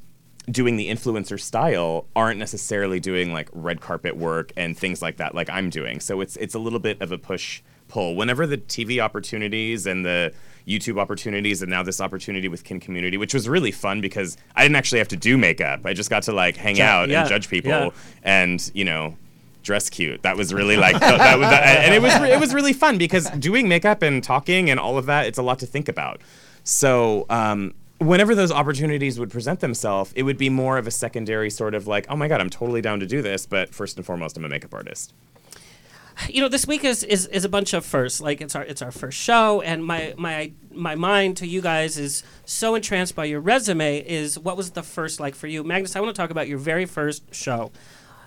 F: doing the influencer style aren't necessarily doing like red carpet work and things like that, like I'm doing. So it's it's a little bit of a push pull. Whenever the TV opportunities and the YouTube opportunities and now this opportunity with Kin Community, which was really fun because I didn't actually have to do makeup. I just got to like hang
E: Ju-
F: out
E: yeah,
F: and judge people
E: yeah.
F: and, you know, dress cute. That was really like that, that was that, and it was re- it was really fun because doing makeup and talking and all of that, it's a lot to think about. So, um Whenever those opportunities would present themselves, it would be more of a secondary sort of like, oh my God, I'm totally down to do this, but first and foremost, I'm a makeup artist.
A: you know, this week is, is, is a bunch of firsts. Like it's our it's our first show, and my my my mind to you guys is so entranced by your resume. Is what was the first like for you, Magnus? I want to talk about your very first show.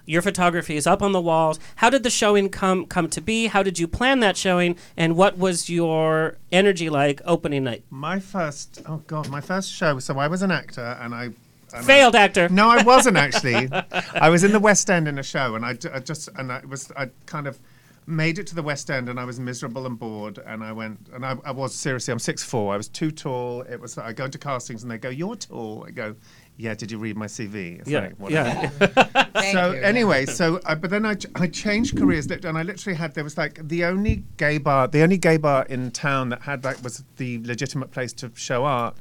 A: Your photography is up on the walls. How did the showing come come to be? How did you plan that showing? And what was your energy like opening night?
I: My first, oh god, my first show. So I was an actor, and I and
A: Failed actor.
I: No, I wasn't actually. I was in the West End in a show, and I, d- I just and I was I kind of made it to the West End, and I was miserable and bored, and I went and I, I was seriously, I'm six four. I was too tall. It was I go into castings, and they go, "You're tall." I go. Yeah, did you read my CV? It's
A: Yeah,
I: like,
A: yeah.
I: whatever.
A: Thank
I: so
A: you.
I: anyway, so I, but then I, ch- I changed careers, lit- and I literally had there was like the only gay bar, the only gay bar in town that had like was the legitimate place to show art.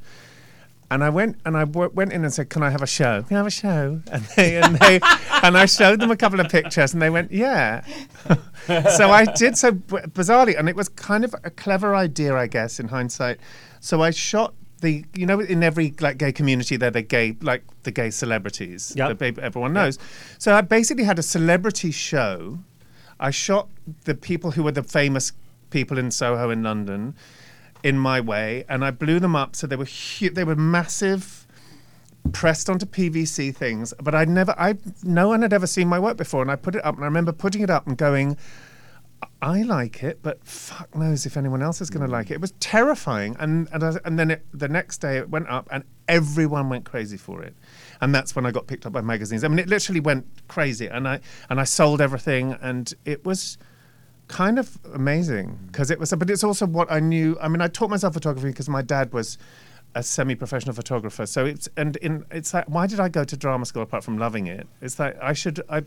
I: And I went and I w- went in and said, "Can I have a show? Can I have a show?" And they and they and I showed them a couple of pictures, and they went, "Yeah." so I did so b- bizarrely, and it was kind of a clever idea, I guess, in hindsight. So I shot the, you know, in every like gay community, they're the gay like the gay celebrities that babe- everyone knows. So I basically had a celebrity show. I shot the people who were the famous people in Soho in London in my way, and I blew them up. So they were hu- they were massive pressed onto PVC things, but I'd never, I no one had ever seen my work before, and I put it up, and I remember putting it up and going, I like it, but fuck knows if anyone else is going to like it. It was terrifying, and and, I, and then it, the next day it went up, and everyone went crazy for it, and that's when I got picked up by magazines. I mean, it literally went crazy, and I and I sold everything, and it was kind of amazing because it was but it's also what i knew i mean i taught myself photography because my dad was a semi-professional photographer so it's and in it's like why did i go to drama school apart from loving it it's like i should i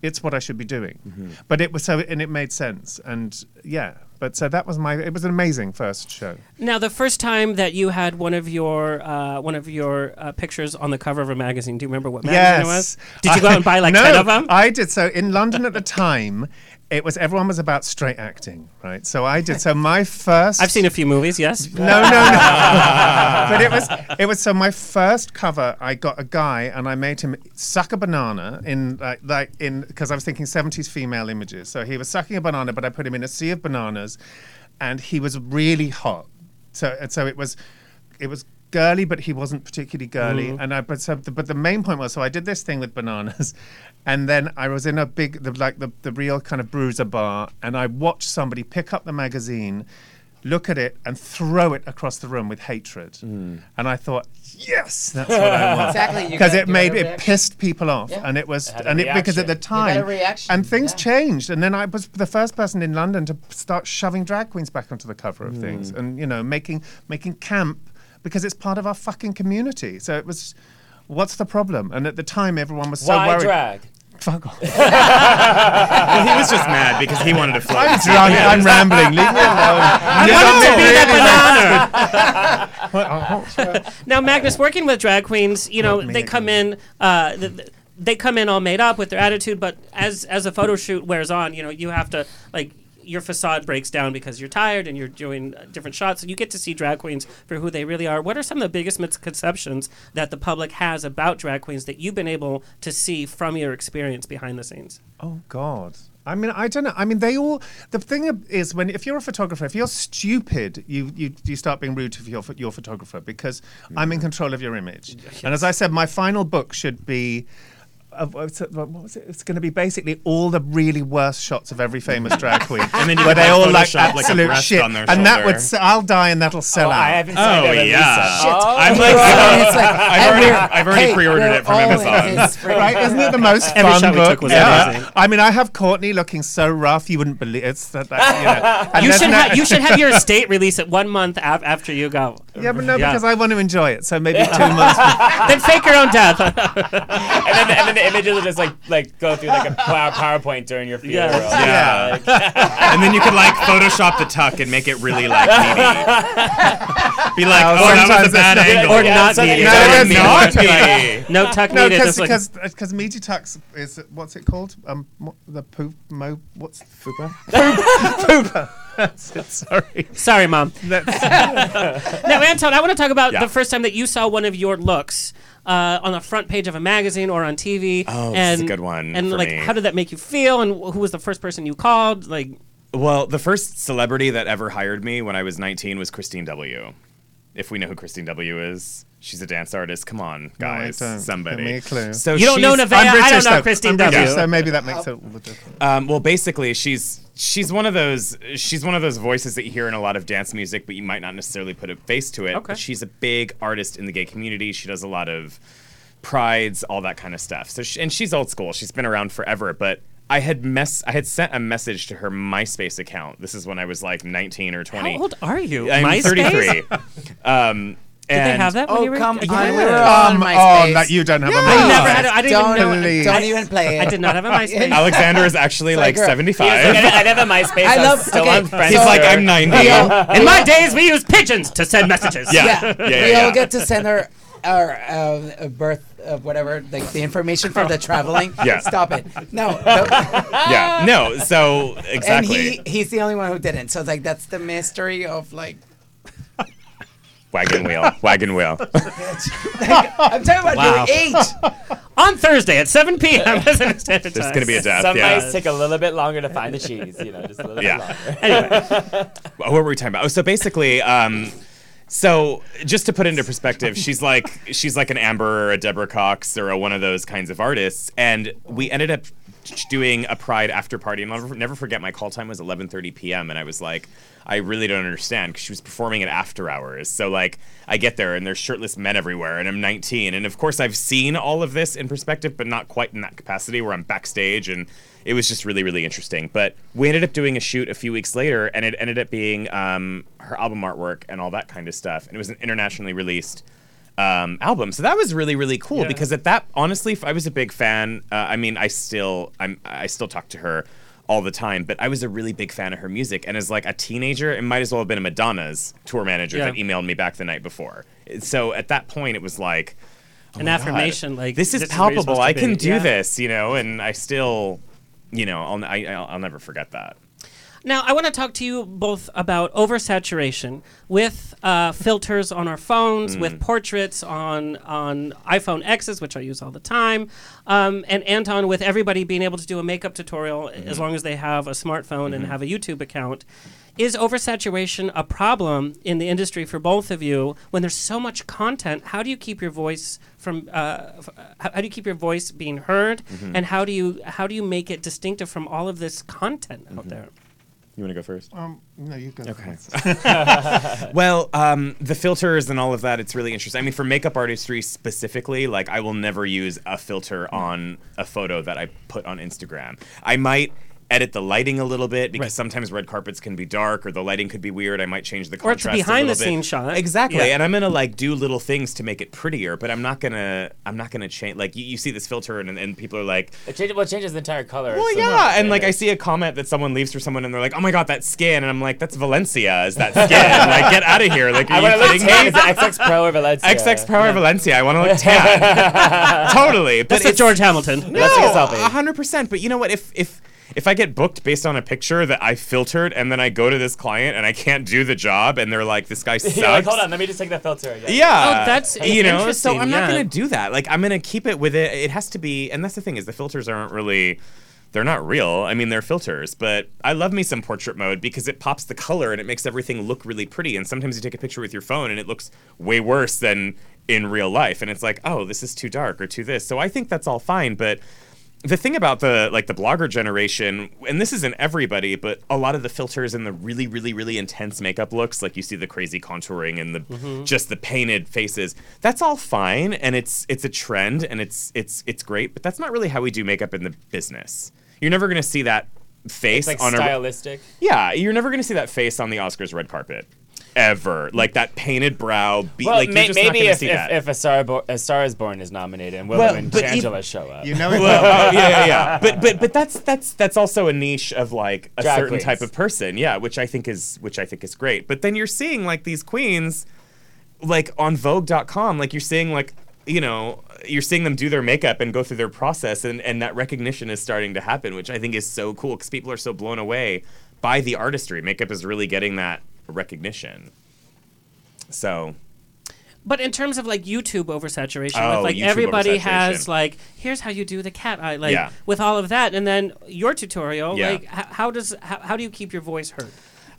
I: it's what i should be doing but it was so and it made sense and yeah but so that was my it was an amazing first show
A: Now, the first time that you had one of your uh, one of your uh, pictures on the cover of a magazine, do you remember what magazine it was? Did you go out and buy like
I: no,
A: ten of them?
I: I did. So in London at the time, it was everyone was about straight acting, right? So I did. So my first. I've seen
A: a few movies. Yes.
I: No, no, no. but it was it was so my first cover. I got a guy and I made him suck a banana in like like in because I was thinking seventies female images. So he was sucking a banana, but I put him in a sea of bananas, and he was really hot. So and so it was it was girly, but he wasn't particularly girly.
P: Mhm.
I: And I but so the, but the main point was so I did this thing with bananas, and then I was in a big the, like the the real kind of bruiser bar, and I watched somebody pick up the magazine. Look at it and throw it across the room with hatred, and I thought, yes, that's what I want.
G: Exactly, Hmm. you
I: because
G: gotta-
I: it
G: you
I: made
G: gotta
I: it
G: react.
I: pissed people off,
G: Yeah.
I: and it was,
G: It had a
I: and it because at the
G: reaction. You
I: time,
G: gotta react
I: and things changed. And then I was the first person in London to start shoving drag queens back onto the cover
G: Hmm.
I: of things,
P: Mm.
I: and you know, making making camp because it's part of our fucking community. So it was, what's the problem? And at the time, everyone was so
E: Why
I: worried.
E: drag?
I: Fuck off.
F: Well, he was just mad because he wanted to float.
I: I'm drunk. I'm rambling. Leave me alone.
A: I
I: You
A: wanted
I: don't
A: to be that
I: really banana.
A: now, Magnus, working with drag queens, you know, they come in. Uh, th- th- they come in all made up with their attitude, but as as a photo shoot wears on, you know, you have to like your facade breaks down because you're tired and you're doing uh, different shots. You get to see drag queens for who they really are. What are some of the biggest misconceptions that the public has about drag queens that you've been able to see from your experience behind the scenes?
I: Oh God. I mean, I don't know. I mean, they all. The thing ab- is, when if you're a photographer, if you're stupid, you you, you start being rude to your pho- your photographer because I'm in control of your image. And as I said, my final book should be. Uh, what's it- what was it? It's going to be basically all the really worst shots of every famous drag queen,
F: And then you
I: where
F: could, like,
I: they all like
F: Photoshop, like, a
I: absolute
F: breast
I: shit,
F: on their
I: and that would
F: shoulder.
I: s- I'll die and that'll sell out.
F: I haven't seen Oh, that at yeah. Lisa. Shit. Oh. I'm like- It's like, I've and already- we're- I've already hey, pre-ordered we're it from always Amazon. his friend.
I: right? Isn't it the most
F: Every
I: fun
F: shot we
I: book?
F: took was amazing.
I: I mean, I have Courtney looking so rough you wouldn't believe it's that. that, you know. And
A: you
I: there's
A: should
I: no-
A: ha- you should have your estate release it one month af- after you go.
I: Yeah, but no, because I want to enjoy it. So maybe two months.
A: then fake your own death.
E: and then, and then images of just like like go through like a pow- PowerPoint during your funeral.
F: Yeah. and then you could like Photoshop the tuck and make it really like meaty. Be like,
A: Or
F: oh, that was
A: sometimes
F: a bad
A: it's not-
F: angle.
A: or not
F: sometimes
A: meaty.
F: it's
A: No, it's
F: not
A: not
F: meaty.
A: meaty. No tuck
I: no,
A: needed,
I: because
A: it's like-
I: because because meaty tucks is what's it called? Um, mo- the poop mo. What's fupa? Fupa. That's it. Sorry.
A: Sorry, mom.
I: That's-
A: now, Anton, I want to talk about
I: Yeah.
A: the first time that you saw one of your looks uh, on the front page of a magazine or on TV.
F: Oh, this is
A: and,
F: a good one
A: And
F: for
A: like,
F: me.
A: how did that make you feel? And wh- who was the first person you called? Like,
F: Well, the first celebrity that ever hired me when I was 19 was Christine W. If we know who Christine W is, she's a dance artist. Come on,
I: No, I
F: guys,
I: don't. Give
F: somebody.
I: me a clue.
F: So
A: You don't know
F: she's-
A: Nevaeh, I'm I don't British, know though. Christine
I: I'm British,
F: Yeah.
I: so maybe that makes it all the difference.
F: Um, well, basically, she's she's one of those she's one of those voices that you hear in a lot of dance music, but you might not necessarily put a face to it.
A: Okay.
F: But she's a big artist in the gay community. She does a lot of prides, all that kind of stuff. So she, and she's old school. She's been around forever. But I had mess I had sent a message to her MySpace account. This is when I was like 19 or 20.
A: How old are you?
F: I'm
A: MySpace?
F: 33. um,
A: Did they have that? when you were-
G: Oh,
A: yeah.
I: Come um, on, oh, that you don't have a
A: I
I: MySpace.
A: never had. A, I didn't
G: Don't-
A: even know.
G: please.
A: I-
G: don't even play
A: I
G: it.
A: did not have a MySpace.
F: Alexander is actually like,
A: girl.
F: 75.
E: He's like, I never MySpace.
A: I
E: I
A: love-
E: love. Still
A: okay.
E: on Friendster.
F: He's like, I'm 90.
A: In my days, we used pigeons to send messages.
F: Yeah. Yeah, yeah,
G: we all
F: yeah.
G: get to send our our um, uh, birth uh, whatever like the information for the traveling.
F: Yeah.
G: Stop it. No. no.
F: yeah. No. So exactly.
G: And he he's the only one who didn't. So it's like that's the mystery of like.
F: Wagon wheel. Wagon wheel.
G: like, I'm talking about
A: Wow.
G: your age.
A: On Thursday at 7 p.m. Pacific Standard
F: There's
A: Time.
F: gonna be a death,
E: Some
F: yeah.
E: mice take a little bit longer to find the cheese. You know, just a little
F: Yeah.
E: bit longer.
F: what were we talking about? Oh, so basically, um, so just to put into perspective, she's like she's like an Amber or a Deborah Cox or a, one of those kinds of artists, and we ended up doing a Pride after party. And I'll never- never forget my call time was 11:30 p.m. and I was like. I really don't understand because she was performing at after hours. So, like, I get there and there's shirtless men everywhere, and I'm 19. And of course, I've seen all of this in perspective, but not quite in that capacity where I'm backstage and it was just really, really interesting. But we ended up doing a shoot a few weeks later, and it ended up being um, her album artwork and all that kind of stuff. And it was an internationally released um, album, so that was really, really cool.
E: Yeah.
F: Because at that, honestly, if I was a big fan. Uh, I mean, I still, I'm, I still talk to her all the time, but I was a really big fan of her music. And as like a teenager, it might as well have been a Madonna's tour manager
A: Yeah.
F: that emailed me back the night before. So at that point, it was like. oh
A: An
F: my God,
A: affirmation, like,
F: this
A: this
F: is
A: is where you're
F: palpable.
A: supposed to
F: I can
A: be.
F: do
A: Yeah.
F: this, you know, and I still, you know, I'll I, I'll, I'll never forget that.
A: Now, I want to talk to you both about oversaturation with uh, filters on our phones,
F: Mm.
A: with portraits on on iPhone X's, which I use all the time, um, and Anton with everybody being able to do a makeup tutorial as long as they have a smartphone and
K: Mhm.
A: have a YouTube account. Is oversaturation a problem in the industry for both of you? When there's so much content, how do you keep your voice from? Uh, f- how how do you keep your voice being heard,
F: Mhm.
A: and how do you how do you make it distinctive from all of this content out there?
F: You want to go first?
I: Um, no, you go.
F: Okay.
I: first.
F: well, um, the filters and all of that, it's really interesting. I mean, for makeup artistry specifically, like I will never use a filter on a photo that I put on Instagram. I might edit the lighting a little bit because sometimes red carpets can be dark or the lighting could be weird. I might change the
A: Or it's
F: contrast.
A: a
F: a little
A: behind-the-scenes
F: bit.
A: shot.
F: Exactly.
A: Yeah.
F: And I'm gonna like do little things to make it prettier, but I'm not gonna I'm not gonna change like you, you see this filter and, and people are like
E: It changes, well, it changes the entire color.
F: well,
E: so-
F: yeah, and like I see a comment that someone leaves for someone, and they're like, "Oh my god, that skin," and I'm like, "That's Valencia. Is that skin? like, get out of here! Like, are
E: I
F: you
E: wanna look
F: kidding
E: tan.
F: me?
E: Is it XX Pro or Valencia?
F: XX Pro or Valencia? I want to look tan. totally. But
A: That's the
F: it's-
A: George Hamilton.
F: No,
A: Let's take a selfie.
F: hundred percent. But you know what? If if if I get booked based on a picture that I filtered, and then I go to this client and I can't do the job, and they're like, "This guy sucks."
E: You're like, hold on, let me just take that filter again.
F: Yeah. you know. So
E: interesting,
F: I'm not
E: yeah.
F: gonna do that. Like I'm gonna keep it with it. It has to be. And that's the thing is the filters aren't really. They're not real. I mean, they're filters, but I love me some portrait mode because it pops the color and it makes everything look really pretty. And sometimes you take a picture with your phone and it looks way worse than in real life. And it's like, oh, this is too dark or too this. So I think that's all fine. But the thing about the like the blogger generation and this isn't everybody but a lot of the filters and the really really really intense makeup looks like you see the crazy contouring and the
E: Mhm.
F: just the painted faces that's all fine and it's it's a trend and it's it's it's great but that's not really how we do makeup in the business you're never going to see that face
E: It's like
F: on a
E: stylistic.
F: yeah, you're never going to see that face on the Oscars red carpet. ever. Like that painted brow. Be-
E: well,
F: like
E: may-
F: you're just not
E: maybe
F: gonna
E: if,
F: see
E: if,
F: that.
E: if a, Star Bo- a Star is Born is nominated and Willow
F: Well,
E: and
F: but ev-
E: Shangela show up,
F: You know it well. yeah, yeah, yeah. But but but that's that's that's also a niche of like a
E: Drag
F: certain
E: queens.
F: type of person. Yeah, which I think is which I think is great. But then you're seeing like these queens like on vogue.com like you're seeing like you know you're seeing them do their makeup and go through their process and and that recognition is starting to happen, which I think is so cool cuz people are so blown away by the artistry. Makeup is really getting that recognition. So,
A: But in terms of like YouTube oversaturation,
F: Oh,
A: with like
F: YouTube
A: everybody has
F: oversaturation.
A: like here's how you do the cat eye, like
F: Yeah.
A: with all of that, and then your tutorial,
F: Yeah.
A: like h- how does how, how do you keep your voice heard?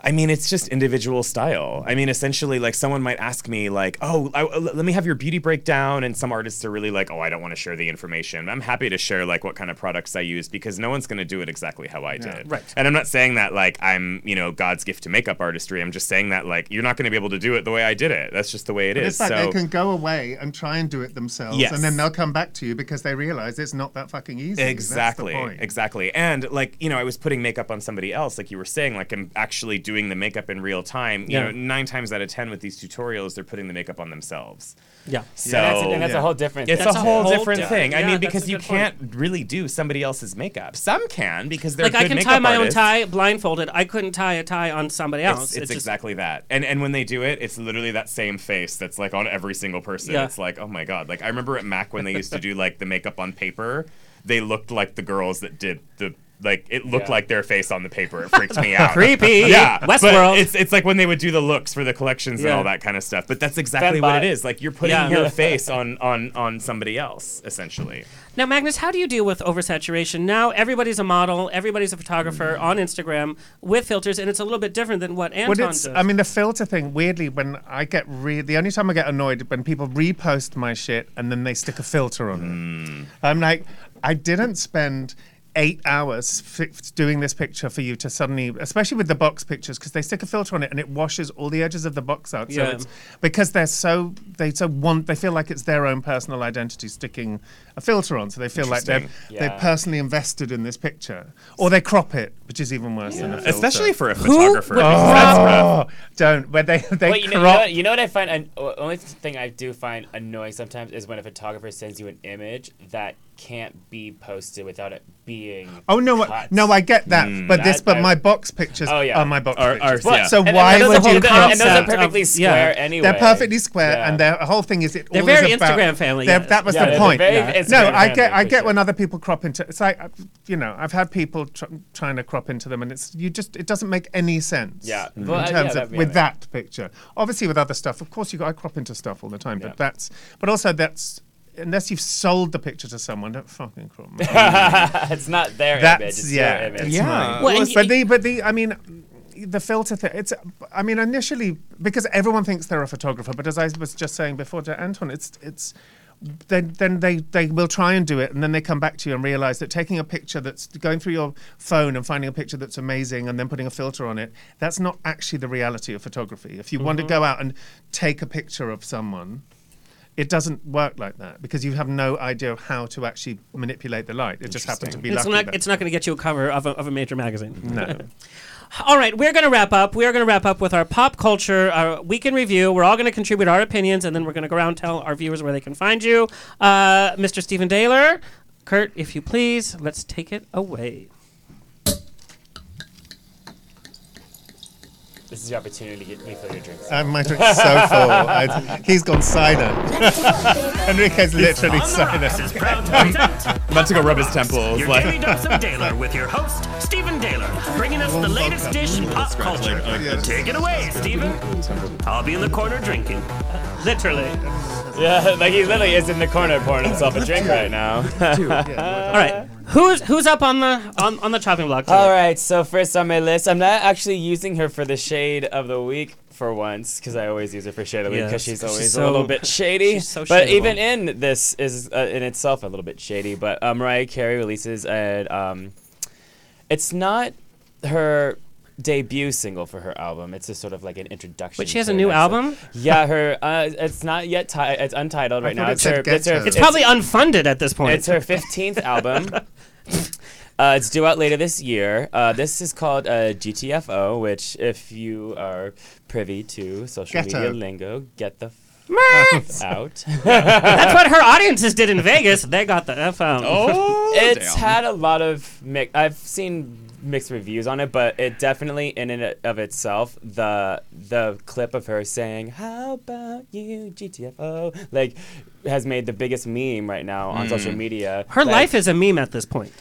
F: I mean, it's just individual style. I mean, essentially, like someone might ask me, like, "Oh, I, l- let me have your beauty breakdown," and some artists are really like, "Oh, I don't want to share the information." I'm happy to share like what kind of products I use because no one's going to do it exactly how I
E: Yeah.
F: did.
E: Right.
F: And I'm not saying that like I'm, you know, God's gift to makeup artistry. I'm just saying that like you're not going to be able to do it the way I did it. That's just the way it
I: But
F: is.
I: it's like they
F: So-
I: can go away and try and do it themselves,
F: Yes.
I: and then they'll come back to you because they realize it's not that fucking easy. That's the
F: Exactly.
I: point.
F: Exactly. And like, you know, I was putting makeup on somebody else, like you were saying, like I'm actually doing the makeup in real time. You
E: Yeah.
F: know, nine times out of ten with these tutorials, they're putting the makeup on themselves.
E: Yeah.
F: So
E: And that's a- and that's a Yeah. whole different
F: It's
E: thing. That's
F: a
E: a
F: whole,
E: whole
F: different
E: di-
F: thing. I
E: yeah,
F: mean,
E: that's
F: because
E: a
F: you
E: good point.
F: can't really do somebody else's makeup. Some can because they're
A: like I
F: good
A: can
F: makeup
A: tie my
F: artists.
A: own tie blindfolded. I couldn't tie a tie on somebody
F: It's-
A: else.
F: It's, exactly that. And and when they do it, it's literally that same face that's like on every single person.
A: Yeah.
F: It's like, oh my god. Like I remember at Mac when they used to do like the makeup on paper, they looked like the girls that did the like it looked
E: Yeah.
F: like their face on the paper. It freaked me out.
E: Creepy.
F: Yeah. but
E: Westworld.
F: It's it's like when they would do the looks for the collections and
E: Yeah.
F: all that kind of stuff. But that's exactly what
E: Fembot.
F: it is. Like you're putting
A: Yeah.
F: your face on on on somebody else, essentially.
A: Now, Magnus, how do you deal with oversaturation? Now everybody's a model, everybody's a photographer
F: Mm-hmm.
A: on Instagram with filters, and it's a little bit different than what Anton
I: Well, it's,
A: does.
I: I mean, the filter thing. Weirdly, when I get re- the only time I get annoyed when people repost my shit and then they stick a filter on it. I'm like, I didn't spend eight hours fi- doing this picture for you to suddenly, especially with the box pictures, because they stick a filter on it and it washes all the edges of the box out. So
E: Yeah.
I: it's because they're so they so want they feel like it's their own personal identity sticking a filter on, so they feel like they're
F: Interesting.
I: they're
F: Yeah.
I: personally invested in this picture, or they crop it, which is even worse than a filter.
F: Especially for a Who photographer. would
I: Oh,
F: That's rough.
I: Don't when they they
E: Well, you, know, you, know
I: crop.
E: what, you know what I find? An, o- only thing I do find annoying sometimes is when a photographer sends you an image that can't be posted without it being.
I: Oh no! I,
E: cut.
I: no, I get that, but this,
E: Hmm, That
I: but
E: I-
I: my box pictures
E: Oh, yeah.
I: are my box
E: Are-
I: pictures.
E: are- yeah.
I: So
E: And- and
I: why
E: those are
I: would you
E: whole- and
I: crop
E: those are
I: that?
E: perfectly square anyway.
I: They're perfectly square, and their whole thing is it.
A: They're
I: all is
A: very
I: about-
A: Instagram family,
I: they're-
A: yes.
I: That was
A: Yeah,
I: the
A: they're
I: point.
A: very Yeah.
I: No,
A: Instagram
I: I get,
A: family,
I: I
A: for
I: get when other people crop into. It's like, uh, you know, I've had people tr- trying to crop into them, and it's you just it doesn't make any sense.
E: Yeah.
I: in
E: Well, uh, yeah,
I: terms
E: that'd
I: of
E: be
I: with
E: amazing.
I: that picture, obviously with other stuff, of course you got I crop into stuff all the time, but that's but also that's. Unless you've sold the picture to someone, don't fucking crop. my-
E: It's not their
I: That's,
E: image, it's
I: yeah,
E: your image.
I: that's
E: Yeah.
I: mine.
E: Well, and
I: but
E: y-
I: the but the I mean, the filter thing. It's I mean initially because everyone thinks they're a photographer, but as I was just saying before to Anton, it's it's. Then, then they, they will try and do it, and then they come back to you and realize that taking a picture that's going through your phone and finding a picture that's amazing and then putting a filter on it, that's not actually the reality of photography. If you want to
E: Mhm.
I: go out and take a picture of someone, it doesn't work like that because you have no idea of how to actually manipulate the light. It just happened to be
A: it's
I: lucky.
A: not,
I: that-
A: it's not going to get you a cover of a, of a major magazine.
I: No.
A: all right, we're going to wrap up. We're going to wrap up with our pop culture, our week in review. We're all going to contribute our opinions, and then we're going to go around and tell our viewers where they can find you. Uh, Mr. Stephen Daler, Kurt, if you please, let's take it away.
E: This is your opportunity to get me fill your drinks.
I: Uh, my drink's so full. I, he's gone cider. Enrique's literally cider.
F: I'm about to go rub his temples.
K: Your
F: like-
K: daily dose of Daler with your host, Stephen Daler, bringing us the latest dish in pop culture. Take it away, Stephen. I'll be in the corner drinking.
A: Literally.
E: Yeah, like he literally is in the corner pouring himself a drink right now.
A: All right, who's who's up on the on, on the chopping block? today?
E: All right, so first on my list, I'm not actually using her for the shade of the week for once, because I always use her for shade of the
A: Yes,
E: week, because she's
A: 'cause
E: always
A: she's
E: a
A: so-
E: little bit shady.
A: she's so
E: but
A: shadeable.
E: even in this is uh, in itself a little bit shady. But uh, Mariah Carey releases an, um, it's not her debut single for her album. It's just sort of like an introduction.
A: But she has
E: to
A: a
E: the
A: new
E: next one.
A: album?
E: Yeah, her uh, it's not yet ti- it's untitled
A: I
E: right
A: thought
E: now.
A: it
E: It's
A: said
E: her,
A: Get
E: it's her
A: Her. It's probably unfunded at this point.
E: It's her 15th album. Uh, it's due out later this year. Uh, this is called uh, GTFO, which, if you are privy to social
A: Ghetto.
E: media lingo, get the
A: Merch!
E: f- out.
A: That's what her audiences did in Vegas. They got the F out.
E: Oh, it's had a lot of mix. I've seen mixed reviews on it, but it definitely, in and of itself, the the clip of her saying "How about you, GTFO," like, has made the biggest meme right now on
A: Mm.
E: social media.
A: Her
E: Like,
A: life is a meme at this point.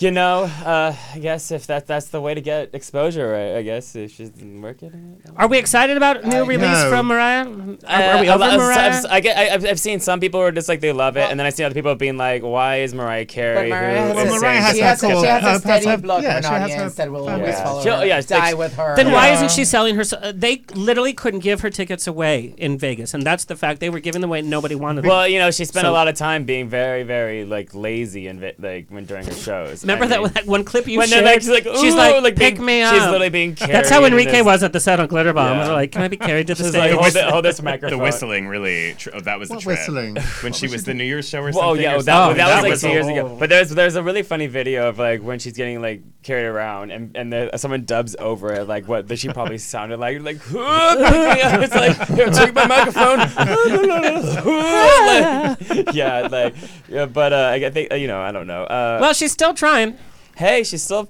E: You know, uh, I guess if that that's the way to get exposure, I, I guess if she's working it.
A: Are we excited about new release
E: no.
A: from Mariah? Are, are we
E: Uh, a
A: over
E: lot- I've-
A: Mariah?
E: I've, I get, I, have I've seen some people who are just like they love it, and then I see other people being like, "Why is Mariah Carey?"
G: Mariah
E: who
G: has
E: is
G: a-
E: saying
G: she
E: she's
G: has a-
E: gonna
G: she
E: get
G: has a
E: that?"
G: steady Has- has- blood yeah,
A: an she has
G: audience her- that will always follow
E: She'll-
G: her,
E: yeah,
G: die
E: like-
G: with her.
A: Then why
G: Yeah.
A: isn't she selling her? uh, They literally couldn't give her tickets away in Vegas, and that's the fact. They were giving them away, and nobody wanted them.
E: Well, you know, she spent
A: So-
E: a lot of time being very, very like lazy and vi- like when during her shows.
A: Remember
E: I
A: that,
E: mean-
A: that one clip you
E: when
A: shared?
E: They're like, she's like, Ooh,
A: she's like,
E: being-
A: pick me up.
E: She's literally being carried.
A: That's how
E: in
A: Enrique
E: this-
A: was at the set on Glitterbomb. Bomb.
E: Yeah.
A: They were like, can I be carried to the
E: She's
A: stage?
E: like, hold, thi- hold this microphone.
F: The whistling really, tr- oh, that was the
A: What
F: trip.
A: whistling?
F: When she was the New Year's show or
E: Well,
F: something.
E: yeah,
F: or
E: that, that,
F: something.
E: was like two
F: a
E: years
F: whole-
E: ago. But there's there's a really funny video of like when she's getting like carried around and and the, someone dubs over it like what that she probably sounded like like "Huh, pick me up." it's like here take my microphone Like, yeah like yeah but uh, I think uh, you know I don't know uh,
A: well, she's still trying.
E: Hey, she's still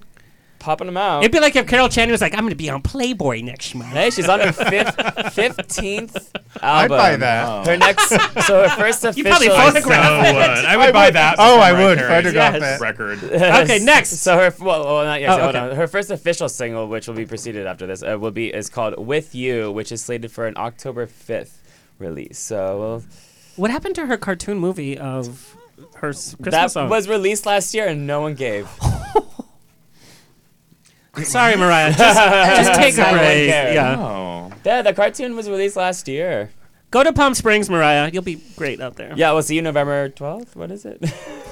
E: popping them out.
A: It'd be like if Carol Channing was like, I'm going to be on Playboy next month.
E: Hey, she's on her fifth, fifteenth
A: I'd
E: album.
A: buy that.
E: Her next, so her first
A: You
E: official.
A: probably photographed
F: I so it. would. I would buy that Oh, for I Mariah would. Carey's Photograph it. record. Okay,
E: next. So her, well, well not yet.
F: Oh,
E: so hold
F: okay.
E: on. Her first official single, which will be preceded after this, uh, will be is called "With You," which is slated for an October fifth release. So we'll
A: What happened to her cartoon movie of her s- Christmas
E: that
A: song?
E: was released last year and no one gave.
A: Sorry, Mariah. Just, just take a
E: No one Oh.
A: break.
E: cared.
A: Yeah.
E: Yeah, the cartoon was released last year.
A: Go to Palm Springs, Mariah. You'll be great out there.
E: Yeah, we'll see you November 12th. What is it?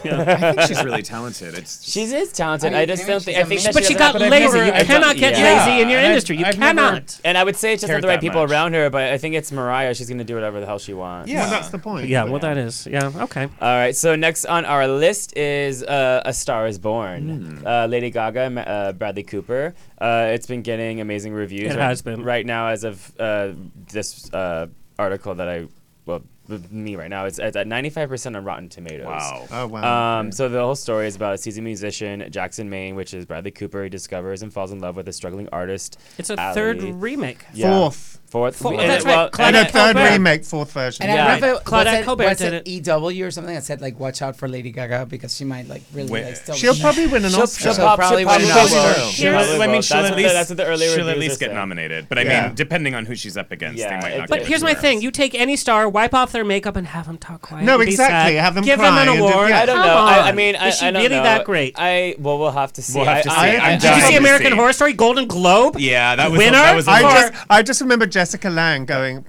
A: I think she's
F: really talented. It's
E: she is talented.
A: I
E: I,
A: mean,
E: just
A: I mean,
E: don't think.
A: she's
E: I think
A: amazing.
E: that
A: But she
E: doesn't-
A: got lazy. You
E: I've
A: cannot
E: done-
A: get lazy in your
E: I've-
A: industry. You
E: I've never
A: cannot.
E: And I would say it's just
A: cared
E: not the right
A: that
E: people
A: much.
E: around her, but I think it's Mariah. She's gonna do whatever the hell she wants.
A: Well, that's the point. Yeah, well, that is. Yeah. Okay.
E: All right. So next on our list is uh, A Star Is Born.
F: Hmm.
E: Uh, Lady Gaga, and, uh, Bradley Cooper. Uh, it's been getting amazing reviews.
A: It
E: right,
A: has been.
E: right now as of uh, this uh, article that I well with me right now. It's, it's at ninety five percent on Rotten Tomatoes.
F: Wow. Oh,
A: wow.
E: Um, so the whole story is about a seasoned musician, Jackson Maine, which is Bradley Cooper. He discovers and falls in love with a struggling artist.
A: It's a
E: Ally.
A: third remake.
E: Yeah.
I: Fourth.
E: Fourth.
A: Four-
E: we-
A: that's
E: and-
A: right,
E: well,
A: Claudette
E: and-
I: No, third remake, fourth version.
G: And I remember
A: Claudette
G: was it,
A: Colbert
G: was
A: did
G: it, EW or something that said like, watch out for Lady Gaga because she might like really
F: Wait.
G: like still.
I: She'll probably win an
G: She'll-
I: Oscar.
G: She'll, probably win an Oscar.
F: She'll- I mean, she'll
E: That's what
F: at
E: the-
F: least,
E: that's what the early
F: she'll at
E: reviews
F: least
E: are
F: get
E: saying.
F: nominated. But I
E: Yeah.
F: mean, depending on who she's up against, they might not
A: But
F: get
A: here's my
F: anywhere.
A: thing: you take any star, wipe off their makeup, and have them talk quiet.
F: No,
A: and be
F: exactly.
A: sad.
F: Have them
A: give
F: cry
A: them
F: and
A: an
F: do-
A: award.
F: yeah.
E: I don't
A: Come
E: know.
A: On.
E: I, I mean, I,
A: is she
E: I don't
A: really
E: know.
A: that great?
E: I well, we'll have to see.
F: We'll have to
E: I, I,
F: see. I'm
E: I,
A: Did you
F: dying
A: see
F: to
A: American
F: see.
A: Horror Story? Golden Globe.
F: Yeah, that was the-
A: winner.
F: that was the-
A: for-
F: I
I: I just, I just remember Jessica Lange going.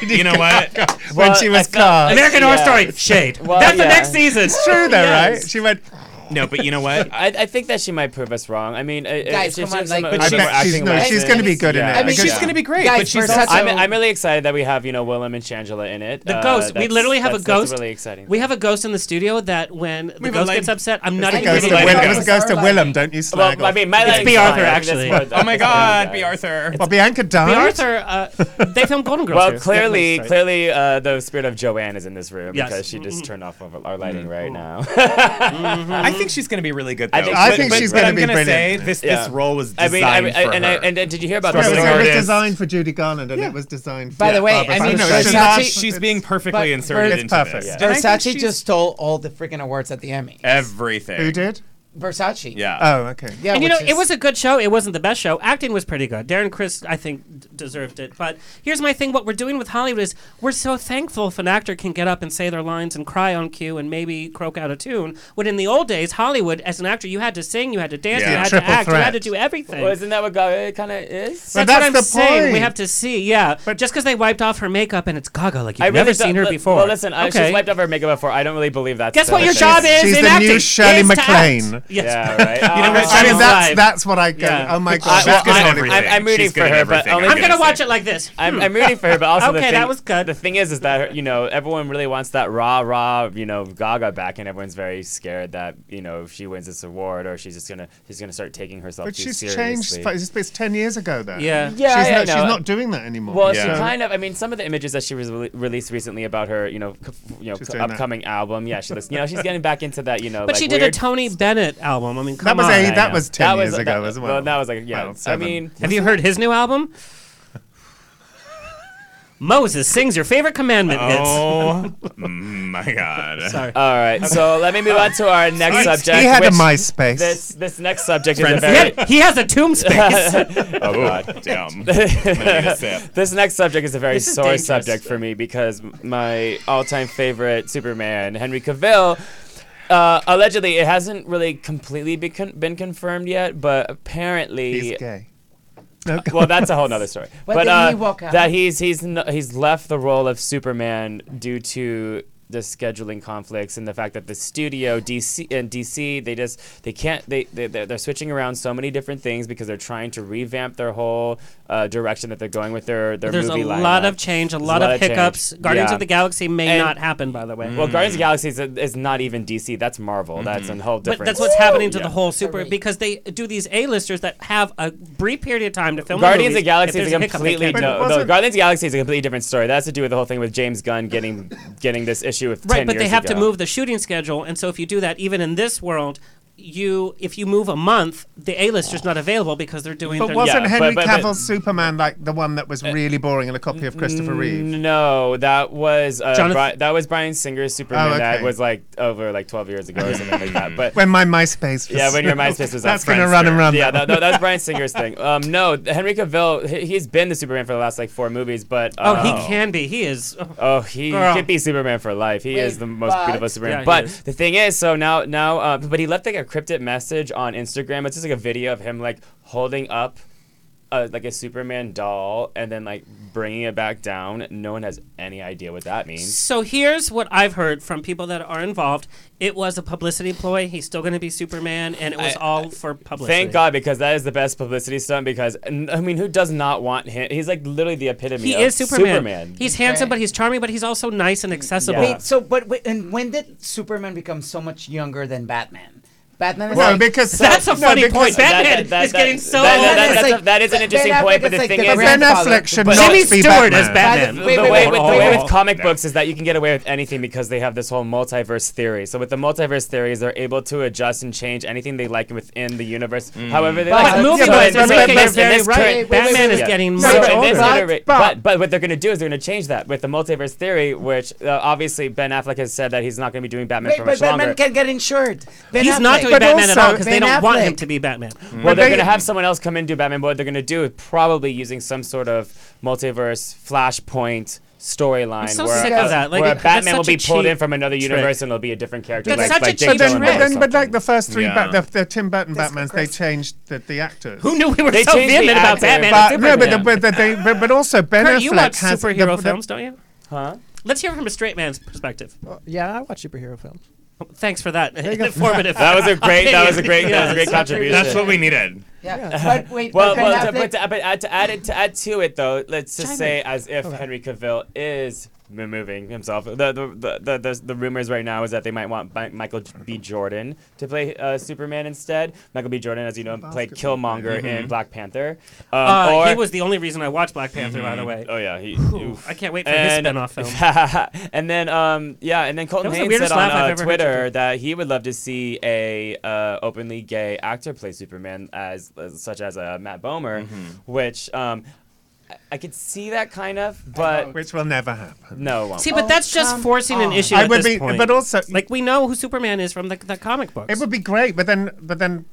F: You know what?
I: when she was cast.
A: American Horror Story. Shade. That's the next season.
I: It's true though, right? She went.
F: No, but you know what?
E: I, I think that she might prove us wrong. I mean, I- I-
G: Guys,
E: she-
G: come
E: she-
G: on,
E: some- some
G: like, but
E: of her
G: she's-
E: acting
G: no,
E: was
G: she's
E: good.
G: gonna be good in it. I mean, she's gonna be great, Guys, but she's also-
E: I'm, I'm really excited that we have you know Willem and Shangela in it.
A: The
E: Uh,
A: ghost. we
E: that's-
A: literally have a
E: that's- that's
A: ghost.
E: really exciting.
A: We have a ghost in the studio that when the
E: have a
A: ghost
E: lady-
A: gets upset, I'm
E: It's
A: not
E: the
A: even
E: ghost
A: kidding.
E: of Willem.
I: It was Ghost of Willem, don't you slag
E: Well, I
I: off.
E: mean, my
A: It's
E: lady
A: B.
E: is
A: Arthur,
E: fine. I think that's
A: actually.
E: more-
A: Oh my
E: that's
A: God,
E: more-
A: B.
F: Arthur.
I: Well, Bianca died.
A: The Arthur. Uh, they filmed Golden Girls.
E: Well,
A: here.
E: clearly,
A: Sorry.
E: clearly, uh, the spirit of Joanne is in this room
A: Yes.
E: because she just turned off of our lighting right now.
F: I think she's going to be really good. Though.
E: I think- I think she's
F: but
E: gonna
F: I'm
E: be
F: gonna
E: brilliant.
F: Say this,
E: Yeah.
F: this role was
E: I
F: designed
E: mean, I mean, I-
F: for
E: and
F: her.
E: I- and- and did you hear about
I: No,
E: this
I: it was- it
E: artist?
I: was designed for Judy Garland, and it was designed. for
G: By the way,
I: Barbara
G: I mean,
I: Streisand.
G: Versace-
I: it's not-
G: she's
F: She's being perfectly
G: But-
F: inserted
G: It's
F: into
G: perfect.
F: this. And I think
G: Versace
F: she's
G: just stole all the freaking awards at the Emmy.
F: everything.
I: Who did? Oh,
G: Versace.
F: Yeah.
G: Yeah,
A: and you know,
G: which
A: it
G: is-
A: was a good show. It wasn't the best show. Acting was pretty good. Darren Chris, I think, d- deserved it. But here's my thing: what we're doing with Hollywood is we're so thankful if an actor can get up and say their lines and cry on cue and maybe croak out a tune. When in the old days, Hollywood, as an actor, you had to sing, you had to dance,
E: Yeah.
A: you had
E: Triple
A: to act, you had to
E: threat.
A: do everything.
E: Well, isn't that what Gaga kind of is?
A: that's, what I'm saying. We have to see, yeah. But just because they wiped off her makeup and it's Gaga, like you've
E: I
A: never
E: really
A: seen her
E: don't- li-
A: before.
E: Well, listen, I,
A: okay.
E: she's wiped off her makeup before. I don't really believe that.
A: Guess what your job is
I: She's
A: in
I: the
A: acting
I: new Shirley
A: is to act.
I: MacLaine.
A: Yes.
E: Yeah, right. Oh,
I: You know what? I mean, that's, that's what I go.
E: Yeah.
I: Oh my
E: I-
I: god,
E: well,
I: she's good
E: I-
I: at
E: I'm-
I: everything.
E: I'm rooting
I: She's good
E: for
I: at
E: her, but
I: everything.
E: only
A: I'm gonna
E: gonna
A: watch
E: say-
A: it like this.
E: I'm,
A: Hmm.
E: I'm rooting for her, but also
A: okay,
E: the thing,
A: that was good.
E: The thing is, is that her, you know everyone really wants that rah rah, you know Gaga back, and everyone's very scared that you know if she wins this award or she's just gonna she's gonna start taking herself
I: But
E: too
I: she's
E: seriously.
I: changed. It's, it's ten years ago then.
E: Yeah.
I: she's,
E: Yeah, yeah,
I: not,
E: no.
I: she's not doing that anymore.
E: Well,
I: So-
E: she kind of. I mean, some of the images that she was rele released recently about her, you know, c- you know,
I: She's
E: c-
I: doing that.
E: upcoming album. Yeah, she looks. You know, she's getting back into that. You know,
A: But
E: like
A: she did
E: weird-
A: a Tony Bennett album. I mean,
E: That
A: come
E: was
A: on.
E: a- Yeah, I that know. was 10 That was- years that- ago as well. well, that was like- yeah, I
A: seven.
E: mean-
A: have you heard his new album? Moses sings your favorite commandment hits.
F: Oh my god.
A: Sorry.
E: All right, so let me move on to our next
A: Sorry.
E: subject.
I: He had a
E: which-
I: MySpace.
E: This this next subject is a
A: Friends.
E: very.
A: He had- he has a tomb space.
E: oh god,
F: damn.
E: this next subject is a very
A: This is
E: sore
A: dangerous.
E: subject for me because my all-time favorite Superman, Henry Cavill. Uh, allegedly, it hasn't really completely be con- been confirmed yet, but apparently
I: He's gay.
E: well, that's a whole nother story.
G: But
E: but
G: didn't
E: uh,
G: he walk out?
E: that he's he's n- he's left the role of Superman due to the scheduling conflicts and the fact that the studio DC and DC they just they can't they, they they're, they're switching around so many different things because they're trying to revamp their whole uh, direction that they're going with their their
A: There's a
E: movie
A: lot
E: lineup.
A: of change, a
E: There's
A: lot of
E: change.
A: hiccups. Guardians
E: Yeah.
A: of the Galaxy may
E: And- Mm-hmm.
A: not happen, by the way.
E: Well, Guardians of the Galaxy is, is not even DC. That's Marvel. That's a whole different.
A: Mm-hmm. But that's what's happening to
E: Yeah.
A: the whole super because they do these A-listers that have a brief period of time to film. the
E: Guardians of
A: movies.
E: the Galaxy
A: If
E: is a
A: there's hiccup, they
E: completely
A: can't do it.
E: no, no. Guardians of the Galaxy is a completely different story. That has to do with the whole thing with James Gunn getting getting this issue with
A: Right,
E: 10
A: but they
E: years
A: have to
E: ago.
A: move the shooting schedule, and so if you do that, even in this world, you if you move a month, the A-lister's not available because they're doing.
I: But
A: their-
I: wasn't Henry Cavill's Superman like the one that was
E: Uh,
I: really boring and a copy of Christopher
E: mm,
I: Reeve?
E: No, that was uh,
I: Jonathan-
E: Bri- that was Brian Singer's Superman.
I: Oh,
E: That
I: okay.
E: was like over like 12 years ago or something like that. But
I: When my MySpace was
E: yeah, when your MySpace was
I: That's
E: up.
I: gonna run and run.
E: Yeah, that,
I: that
E: that, that was Brian Singer's thing. Um, no, Henry Cavill, he, he's been the Superman for the last like four movies, but
A: Oh, he
E: um,
A: can be. He is.
E: Oh, he
A: Girl.
E: could be Superman for life. He is the most
A: but-
E: beautiful Superman.
A: Yeah, he
E: but
A: is.
E: the thing is, so now, now, uh, but he left like a cryptic message on Instagram. It's just like a video of him like holding up, a, like a Superman doll, and then like bringing it back down. No one has any idea what that means.
A: So here's what I've heard from people that are involved. It was a publicity ploy. He's still going to be Superman, and it was
E: I-
A: all for publicity.
E: Thank God, because that is the best publicity stunt. Because n- I mean, who does not want him? He's like literally the epitome.
A: He
E: of
A: is Superman.
E: Superman.
A: He's handsome, but he's charming, but he's also nice and accessible.
G: Wait, so but wait, and when did Superman become so much younger than Batman? Batman is
A: Well,
G: like,
A: because- That's a no, funny because point. Batman that- that- is that- getting so that- that- old. that's a- that is an interesting point, but the thing is- Ben Affleck should not Jimmy be Stewart Batman. is Batman.
E: the
A: wait,
E: way,
A: wait,
E: with,
A: wait,
E: the way
A: wait.
E: with comic books is that you can get away with anything because they have this whole multiverse theory. So with the multiverse theories, they're able to adjust and change anything they like within the universe. However, they
A: But
E: like.
A: movie
E: So
A: books
E: in
A: are
E: this
A: making
E: current-
A: it very
E: in this
A: right.
E: current-
A: Wait, wait, Batman wait, is wait. getting
E: So
A: much
E: in this
A: older.
E: itera-
A: But-
E: but but what they're going to do is they're going to change that with the multiverse theory, which uh, obviously Ben Affleck has said that he's not going to be doing Batman
G: Wait,
E: for
G: but
E: much
G: Batman
E: longer.
G: can get insured. Ben
A: he's not doing
G: Affleck.
A: Batman at all because they
G: Ben
A: don't want
G: Affleck.
A: him to be Batman.
E: Well, they're going
A: to
E: to have someone else come in and do Batman. But what they're going to do is probably using some sort of multiverse flashpoint
A: I'm
E: storyline
A: so
E: where,
A: sick
E: a,
A: of that. Like,
E: where a
A: it- that's
E: Batman will
A: such a
E: be pulled in
A: cheap
E: from another
A: trick.
E: universe and it'll be a different character.
A: That's
E: like,
A: such a
E: like
A: cheap
E: Jake
A: trick.
E: Gyllenhaal
A: But
E: or
A: then-
E: something.
I: But like the first three,
E: Yeah.
I: Bat the, the Tim Burton Batmans, they changed the, the actors.
A: Who knew we were They so changed the vehement about actors. Batman
I: But,
A: and
I: no, but, the,
A: Superman?
I: but, the, they, but, but also Ben
A: Kurt,
I: Affleck
A: you watch
I: has the-
A: superhero
I: the-
A: films, don't you?
E: Huh?
A: Let's hear it from a straight man's perspective.
H: Uh, Yeah, I watch superhero films.
A: Thanks for that informative.
E: That was a great. That was a great. That was
A: Yes.
E: a great contribution.
F: That's what we needed.
G: But Uh, wait,
E: well,
G: but Ben
E: well, to,
G: Affleck-
E: but uh, to, but add- to add it to add to it though, let's just
G: Chime
E: say
G: in.
E: as if
G: Okay.
E: Henry Cavill is removing himself. The the, the, the, the the rumors right now is that they might want Mi- Michael B. Jordan to play uh, Superman instead. Michael B. Jordan, as you know, played Killmonger in
A: Mhm.
E: Black Panther. Um,
A: Uh,
E: or-
A: he was the only reason I watched Black Panther, by the
E: Mhm.
A: way.
E: Oh yeah, he.
A: Whew,
E: oof.
A: I can't wait for his
E: And-
A: spin-off film.
E: and then, um, yeah, and then Colton
A: That was the
E: Haynes said
A: weirdest
E: on
A: laugh I've
E: uh,
A: ever heard you
E: Twitter
A: do.
E: that he would love to see a uh, openly gay actor play Superman, as, as such as uh, Matt Bomer,
I: Mm-hmm.
E: which um, I, I could see that kind of,
A: Oh,
E: but
I: which will never happen.
E: No, it won't.
A: See, but that's just forcing
E: oh.
A: an issue
I: I
A: at
I: would
A: this
I: be-
A: point.
I: but also-
A: like we know who Superman is from the, the comic books.
I: It would be great, but then but then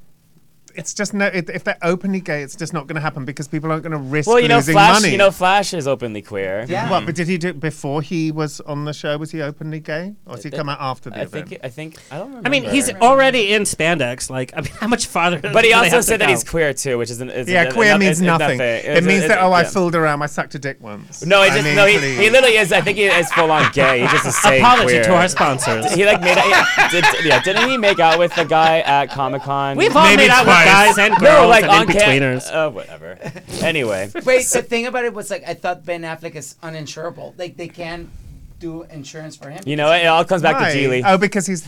I: it's just no. It, if they're openly gay, it's just not going to happen because people aren't going to risk
E: Well, you know,
I: losing
E: Flash.
I: money.
E: You know, Flash is openly queer.
I: What, but did he do it before he was on the show? Was he openly gay, or did he come out after the
E: I
I: event?
E: think. I think. I don't remember.
A: I mean, he's already in spandex. Like, I mean, how much farther?
E: But
A: do
E: he
A: they
E: also
A: have to
E: said that
A: go?
E: he's queer too, which is an, is
I: yeah,
E: an-
I: queer
E: ano-
I: means
E: is- is
I: nothing. It,
E: It's-
I: means that oh, I
E: yeah.
I: fooled around. I sucked a dick once.
E: No, he
I: I
E: just
I: mean,
E: no. He,
I: please.
E: he literally is. I think he is full on gay. He just is saying
A: Apology
E: queer.
A: to our sponsors.
E: He like made out. Did, yeah, didn't he make out with the guy at Comic Con?
A: We've all Maybe made out with twice. guys and
E: no,
A: girls
E: like
A: and
E: on ca-
A: in-betweeners.
E: uh, whatever. Anyway,
G: Wait, the thing about it was like I thought Ben Affleck is uninsurable. Like they can do insurance for him.
E: you know it all comes back to Geely.
I: Oh, because he's.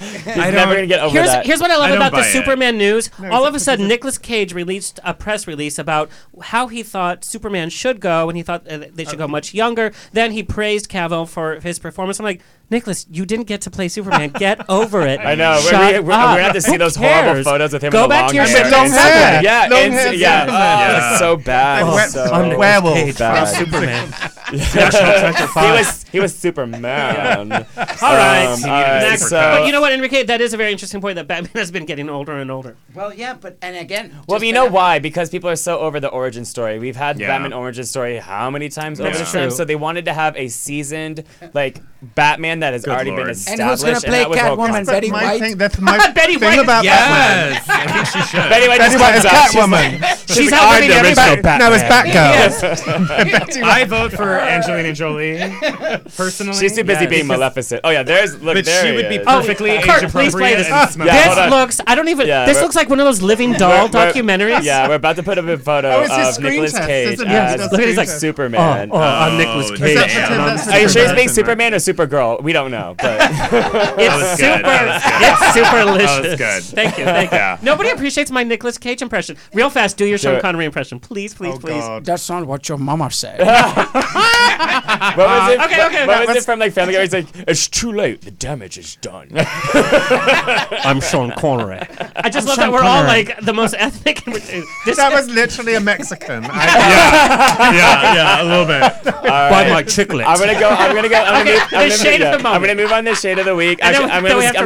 E: He's never gonna get over
A: here's,
E: that.
A: Here's what I love about the Superman news.
E: No,
A: All
E: it's-
A: of a sudden, Nicolas Cage released a press release about how he thought Superman should go, and he thought uh, they should go much younger. Then he praised Cavill for his performance. I'm like, Nicholas, you didn't get to play Superman. Get over it.
E: I know. We're,
A: Shut
E: we're, we're, we're gonna have
A: up.
E: to see
A: Who
E: those horrible
A: cares?
E: photos with him.
A: Go
E: in the
A: back
E: long
A: to your
E: hair.
A: long hair.
E: Yeah,
A: Long
E: ins-
A: hair
E: yeah.
A: Superman.
E: Oh, it's so bad.
A: And we-
E: so
A: I'm werewolf from
E: bad.
A: Superman.
E: he was he was Superman. Um, all
A: All right.
E: all right so,
A: but you know what, Enrique? That is a very interesting point that Batman has been getting older and older.
G: Well, yeah, but and again,
E: Well,
G: just
E: you know
G: Ben Affleck-
E: why? Because people are so over the origin story. We've had
A: Yeah.
E: Batman origin story how many times
A: That's
E: over?
A: true.
E: Time? So they wanted to have a seasoned like Batman that has already been
G: lord. And who's
E: established.
G: gonna play
E: that was what
G: Catwoman,
E: counts.
G: Betty White?
I: Thing, that's my
G: Betty
I: thing
G: White is-
I: about
G: Yes.
I: Batman.
N: I think she should.
E: Betty White
I: Betty
E: just
I: White
E: comes
I: is
E: out. She's
I: Catwoman.
E: like-
I: She's I'm the original Batman. No, it's
E: Yes.
I: Batgirl.
N: I vote for Angelina Jolie personally.
E: She's too busy
N: Yeah,
E: being
N: because-
E: Maleficent. Oh yeah, there's look.
N: But
E: there
N: she
E: he
N: would be
E: is.
N: perfectly Oh,
A: Kurt, please play this. this looks. I don't even.
E: Yeah,
A: this
E: we're-
A: looks like one of those living doll
E: We're- we're-
A: documentaries.
E: Yeah, we're about to put up a photo
A: Oh, it's his
E: of
A: screen
E: Nicolas
A: test,
E: Cage
A: isn't it? Yeah,
E: as
A: it's
E: look at
A: screen
E: he's like
A: test.
E: Superman. Um,
A: Oh, oh, I'm Nicolas Oh, Cage. damn.
E: Are
A: That's
E: you sure he's
A: Superman.
E: being Superman or Supergirl? We don't know, but
A: It's super. It's super delicious. Thank you. Thank you.
E: Yeah.
A: Nobody appreciates my Nicolas Cage impression. Real fast, do your
E: Do
A: Sean
E: it.
A: Connery impression, please, please, please.
G: Uh, That's not what your mama said.
E: What was
A: Okay,
E: it? what-
A: okay,
E: What
A: okay,
E: was it
A: let's-
E: from like Family Guy? He's like, it's too late. The damage is done.
A: I'm Sean Connery. I just love
I: I'm Sean
A: that we're all
I: Connery.
A: like the most ethnic. and ridiculous- This
I: that was literally a Mexican. I-
N: yeah, yeah, a little bit.
A: Buy my chiclets.
E: I'm gonna go. I'm gonna go. I'm
A: Okay,
E: gonna, move,
A: the
E: I'm, gonna
A: shade
E: move,
A: of the
E: yeah, I'm
A: moment.
E: gonna move on to shade of the week.
A: And
E: Actually,
A: then-
E: I'm
A: then
E: gonna,
A: we have
E: sk-
A: to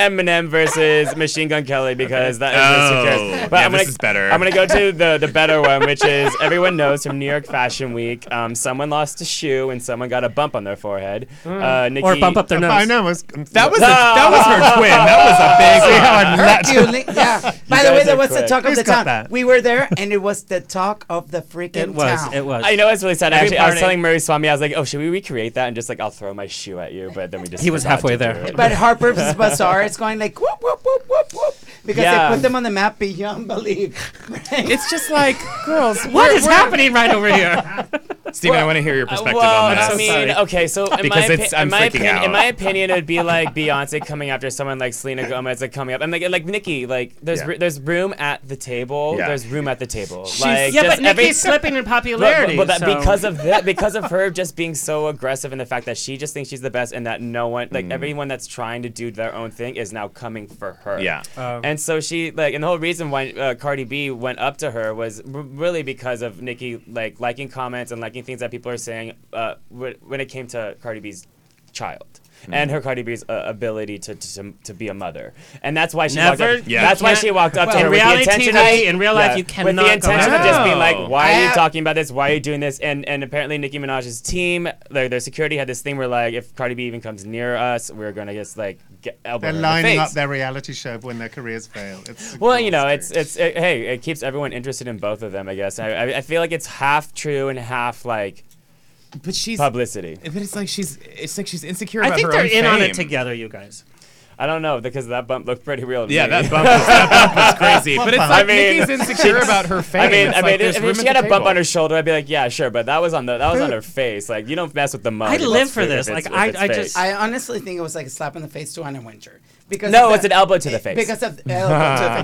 E: I'm gonna
A: wrap.
E: skip Eminem versus Machine Gun Kelly because that is just who
N: Oh,
E: cares.
N: yeah,
E: I'm
N: this
E: gonna,
N: is better.
E: I'm gonna go to the the better one, which is everyone knows from New York Fashion Week. Um, someone lost a shoe and someone got a bump on their forehead.
A: Hmm.
E: Uh, Nikki,
I: I know. it Was,
F: That was
E: a- that was her twin. That was a big-
I: See how I'm
E: Hurt you,
G: Link- yeah. By
E: You
G: the way,
E: guys
G: that
E: are
G: was the
E: quick.
G: talk of
E: Who's
G: the
E: got
G: town.
E: that?
G: We were there, and it was the talk of the freaking town.
E: I know it's really sad.
G: Every
E: Actually, I was
G: party.
E: telling Murray Swami, I was like, "Oh, should we recreate that?" And just like, I'll throw my shoe at you, but then we just
A: He was
E: forgot to
A: halfway
E: do
A: there.
E: it.
G: But Harper's Bazaar is going like whoop whoop whoop whoop whoop because
E: Yeah.
G: they put them on the map beyond belief.
E: it's just like girls.
A: What is happening right over here?
F: Steven, I want to hear your perspective on this.
E: I mean, okay, so in
F: Because
E: my,
F: it's-
E: opi- in,
F: I'm
E: my
F: freaking
E: opinion, in
F: out.
E: my opinion, it'd be like Beyonce coming after someone like Selena Gomez like coming up. I'm like, like Nikki, like there's
F: Yeah.
E: ru- there's room at the table.
F: Yeah.
E: There's room at the table.
A: She's-
E: like,
A: yeah,
E: just
A: but
E: every-
A: Nicki's slipping in popularity.
E: But, but that,
A: so-
E: because of that, because of her just being so aggressive and the fact that she just thinks she's the best, and that no one,
A: Hmm.
E: like everyone that's trying to do their own thing, is now coming for her.
F: Yeah.
A: Oh.
E: and so she like, and the whole reason why uh, Cardi B went up to her was r- really because of Nicki like liking comments and liking things that people are saying uh, wh- when it came to Cardi B's child.
A: Hmm.
E: And her Cardi B's uh, ability to, to to be a mother, and that's why she
A: Never-
E: walked up.
A: Yeah.
E: That's why
A: can't-
E: she walked up to
A: Well,
E: her with the
A: reality
E: intention
A: TV
E: of
A: in real life, you
E: with
A: cannot
E: the
A: go
E: intention
A: back.
E: of just being
A: No.
E: like, why are you
A: I-
E: talking about this? Why are you doing this? And and apparently Nicki Minaj's team, like their security had this thing where like if Cardi B even comes near us, we're gonna just like get elbow
I: They're
E: her in
I: lining
E: the
I: up
E: face.
I: their reality show when their careers fail. It's
E: Well, you know, it's it's it, hey, it keeps everyone interested in both of them, I guess. I I, I feel like it's half true and half like
F: but she's
E: publicity.
F: But it's like she's it's like she's insecure
A: I
F: about
A: think
F: her
A: they're
F: own
A: in on
F: fame.
A: it together, you guys.
E: I don't know because that bump looked pretty real. To
F: Yeah,
E: me.
F: that bump was- that bump was crazy. But it's like Nicki's insecure
E: she's-
F: about her
E: I
F: fame.
E: mean,
F: It's
E: I
F: like
E: mean,
F: there's
E: if,
F: room
E: if she
F: at
E: had
F: the
E: a bump
F: table.
E: on her shoulder, I'd be like, yeah, sure, but that was on the that was on
G: Who-
E: her face. Like, you don't mess with the mug.
A: I
E: if it's
A: live for
E: fake- if
A: this.
E: it's-
A: Like,
E: if it's
A: I
E: fake.
A: just-
G: I honestly think it was like a slap in the face to Anna Winter because
E: No,
G: of
E: it's an elbow to the face.
G: Because of the elbow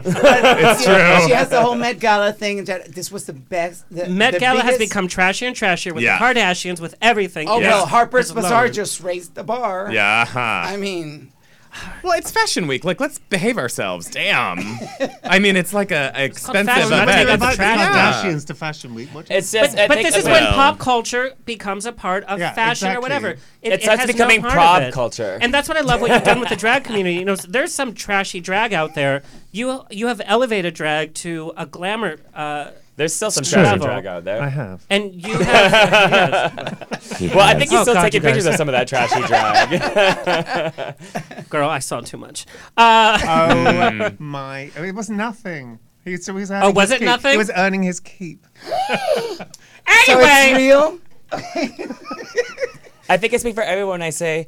G: to the face. But
E: It's
G: she,
E: true.
G: She has the whole Met Gala thing. and that- This was the best. The,
A: Met
G: the
A: Gala has
G: biggest-
A: become trashier and trashier with
G: Yeah.
A: the Kardashians, with everything.
G: Oh
A: It's-
G: well, Harper's
A: it's loaded.
F: uh-huh.
G: Bazaar just raised the bar.
F: Yeah.
G: I mean,
F: Well, it's Fashion Week. Like, let's behave ourselves. Damn. I mean, it's like a, a expensive
I: Fashion
F: event.
I: Week. It's
F: It's
I: about the
F: a tragedy.
I: Kardashians to Fashion Week. What-
E: It's just-
A: but,
E: I
A: but
E: think
A: this is
E: that-
A: when
E: Well.
A: pop culture becomes a part of
I: Yeah,
A: fashion or
I: exactly.
A: whatever.
E: It starts
A: has no
E: becoming
A: part of
E: prog
A: it.
E: culture.
A: And that's what I love what you've done with the drag community. You know, s- there's some trashy drag out there. You you have elevated drag to a glamour. Uh,
E: There's still some
A: Sure.
E: trashy
A: level.
E: drag out there. I have.
A: And you have. yes.
E: Well, I think he's
A: Oh,
E: still
A: God,
E: taking
A: you guys.
E: pictures of some of that trashy drag.
A: Girl, I saw too much. Uh,
I: oh my! oh, It was nothing. He, so he was earning
A: Oh, was
I: his
A: it
I: keep.
A: nothing? Oh,
I: He was earning his keep.
A: So
I: it's real?
E: I think I speak for everyone when I say,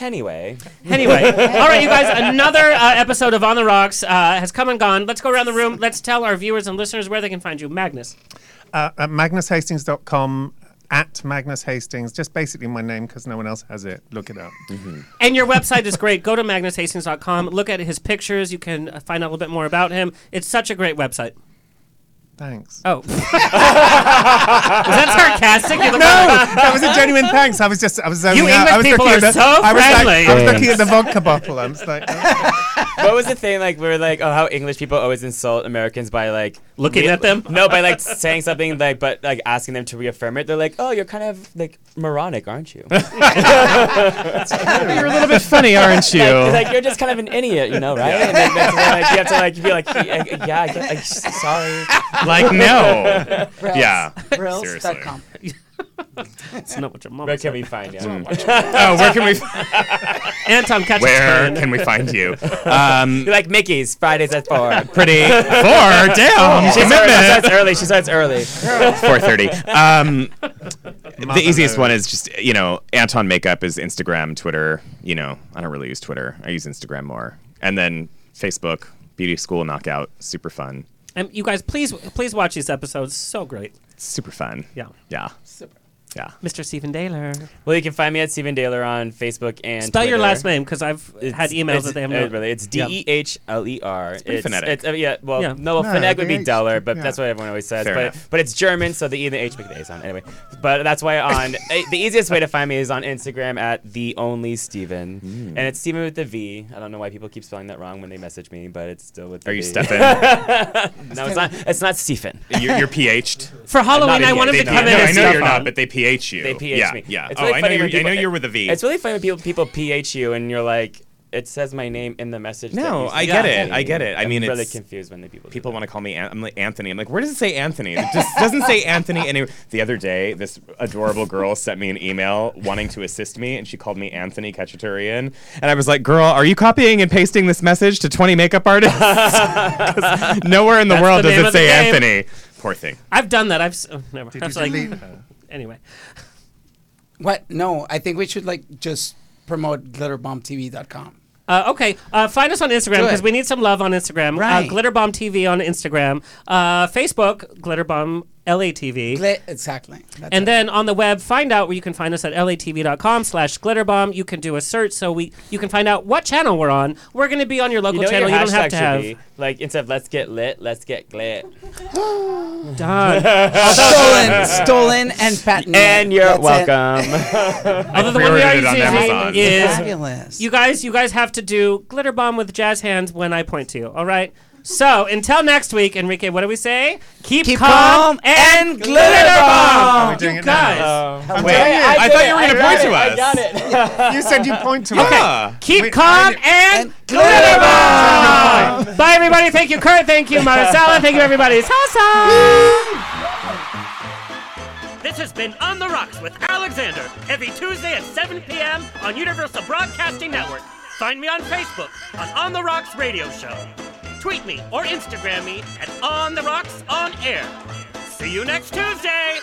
E: anyway.
A: Anyway, all right, you guys. Another uh, episode of On the Rocks uh, has come and gone. Let's go around the room. Let's tell our viewers and listeners where they can find you, Magnus.
I: Uh, at magnushastings.com at Magnus Hastings. Just basically my name because no one else has it. Look it up.
F: Mm-hmm.
A: And your website is great. Go to magnushastings.com. Look at his pictures. You can uh, find out a little bit more about him. It's such a great website.
I: Thanks.
A: Oh. was that sarcastic? You
I: no,
A: look like-
I: that was a genuine thanks. I was just, I was zoning
A: You
I: out. I
A: English
I: was
A: people
I: looking
A: are
I: at the,
A: so
I: I was Like, I was
A: friendly.
I: looking at the vodka bottle. I was like, oh,
E: what was the thing like? We were like, oh, how English people always insult Americans by like
A: Looking at them?
E: No, by like saying something like, but like asking them to reaffirm it. They're like, oh, you're kind of like moronic, aren't you?
N: You're a little bit funny, aren't you?
E: Like, like, you're just kind of an idiot, you know, right? And then that's where, like, you have to like be like, "Yeah, yeah, I get, like, s- sorry.
F: Like, no. Yeah.
A: Brills.com. it's not what your mom
E: Where
A: said.
E: can we find you? Mm.
F: Oh, where can we
A: Anton catches
F: Where
A: Conan.
F: can we find you? Um,
E: You're like Mickey's Fridays at four.
F: Pretty four. Damn.
E: She starts,
F: commitment.
E: she starts early. She starts early.
F: Four thirty. Um, the
E: Mother
F: easiest
E: knows.
F: one is just you know Anton Makeup is Instagram, Twitter. You know I don't really use Twitter. I use Instagram more, and then Facebook, Beauty School Knockout, super fun,
A: Um, you guys, please, please watch these episodes. So great.
F: super fun.
A: Yeah.
F: Yeah.
A: Super.
F: Yeah.
A: Mr. Stephen Daler.
E: Well, you can find me at Stephen Daler on Facebook and
A: Spell your
E: Twitter.
A: last name, 'cause I've had emails
E: it's,
A: that they have
E: uh,
A: not-
E: really, It's D
A: Yeah.
E: E H L E R. It's
A: pretty phonetic.
E: it's, uh, yeah, well,
A: Yeah.
E: no, well,
A: No,
E: phonetic would be
A: the H-
E: Deller, but
A: yeah.
E: that's what everyone always says.
F: Fair
E: but
F: enough.
E: but it's German, so the E and the H make the A sound anyway. But that's why on eh, the easiest way to find me is on Instagram at the only Steven.
F: Hmm.
E: and it's Steven with the V. I don't know why people keep spelling that wrong when they message me, but it's still with. the
F: Are you
E: V.
F: Stefan?
E: no, it's not. It's not Stephen.
F: You're, you're PH'd.
A: For Halloween, I wanted
F: they
A: to come in
F: no,
A: as
F: Oh, I know you're
A: Stefan.
F: not, but they PH you.
E: They PH
F: yeah,
E: me.
F: Yeah.
E: It's
F: oh,
E: really
F: I know,
E: funny when
F: you're, I
E: people-
F: know you're with a V.
E: It's really funny when people people PH you and you're like, it says my name in the message. that
F: No,
E: you
F: I
E: sent
F: get it.
E: me.
F: I get it. I
E: I'm
F: mean,
E: really
F: it's-
E: confused when the people.
F: People want to call me. An- I'm like Anthony. I'm like, where does it say Anthony? It just doesn't say Anthony anywhere. The other day, this adorable girl sent me an email wanting to assist me, and she called me Anthony Kachaturian. And I was like, girl, are you copying and pasting this message to 20 makeup artists? 'Cause nowhere in the
A: That's
F: world
A: the name of
F: does it
A: the
F: say
A: game.
F: Anthony. Poor thing.
A: I've done that. I've s- oh, never.
G: Did
A: I
G: you
A: was like,
G: delete
A: anyway.
G: What? No, I think we should like just promote glitterbombtv.com.
A: Uh, okay, uh, find us on Instagram
G: Good.
A: because we need some love on Instagram. Uh,
G: Right.
A: Glitterbomb TV on Instagram, uh, Facebook Glitterbomb LATV,
G: Glit- exactly. That's
A: and
G: it.
A: then on the web, find out where you can find us at latv.com/slash glitterbomb. You can do a search so we you can find out what channel we're on. We're going to be on your local
E: you know
A: channel.
E: What
A: You
E: your
A: don't have
E: hashtag
A: to
E: should
A: have.
E: Be? Like instead of let's get lit, let's get glit.
A: Done.
G: Stolen, stolen, and patented.
E: And you're
G: That's it.
E: welcome.
A: Although the one we
E: pre-ordered
A: are
E: it on Amazon.
A: using is
G: Fabulous.
A: You guys, you guys have to do glitter bomb with jazz hands when I point to you. All right. So until next week, Enrique, what do we say? Keep,
G: Keep
A: calm,
G: calm
A: and,
G: and
A: glitter
G: glitter
A: bomb.
G: bomb. Are we doing
A: you
G: it now?
A: guys.
G: I'm Wait, doing it. I I thought did you were it. gonna I point got to it. I us. got
A: us.
I: you said you point to
A: okay.
I: us. Yeah.
A: Keep
I: Wait,
A: calm and, glitter bomb. Bye everybody. Thank you, Kurt. Thank you, Marcella. Thank you, everybody. Sasa.
K: This has been On the Rocks with Alexander every Tuesday at 7 p.m. on Universal Broadcasting Network. Find me on Facebook on On the Rocks Radio Show. Tweet me or Instagram me at On the Rocks On Air. See you next Tuesday.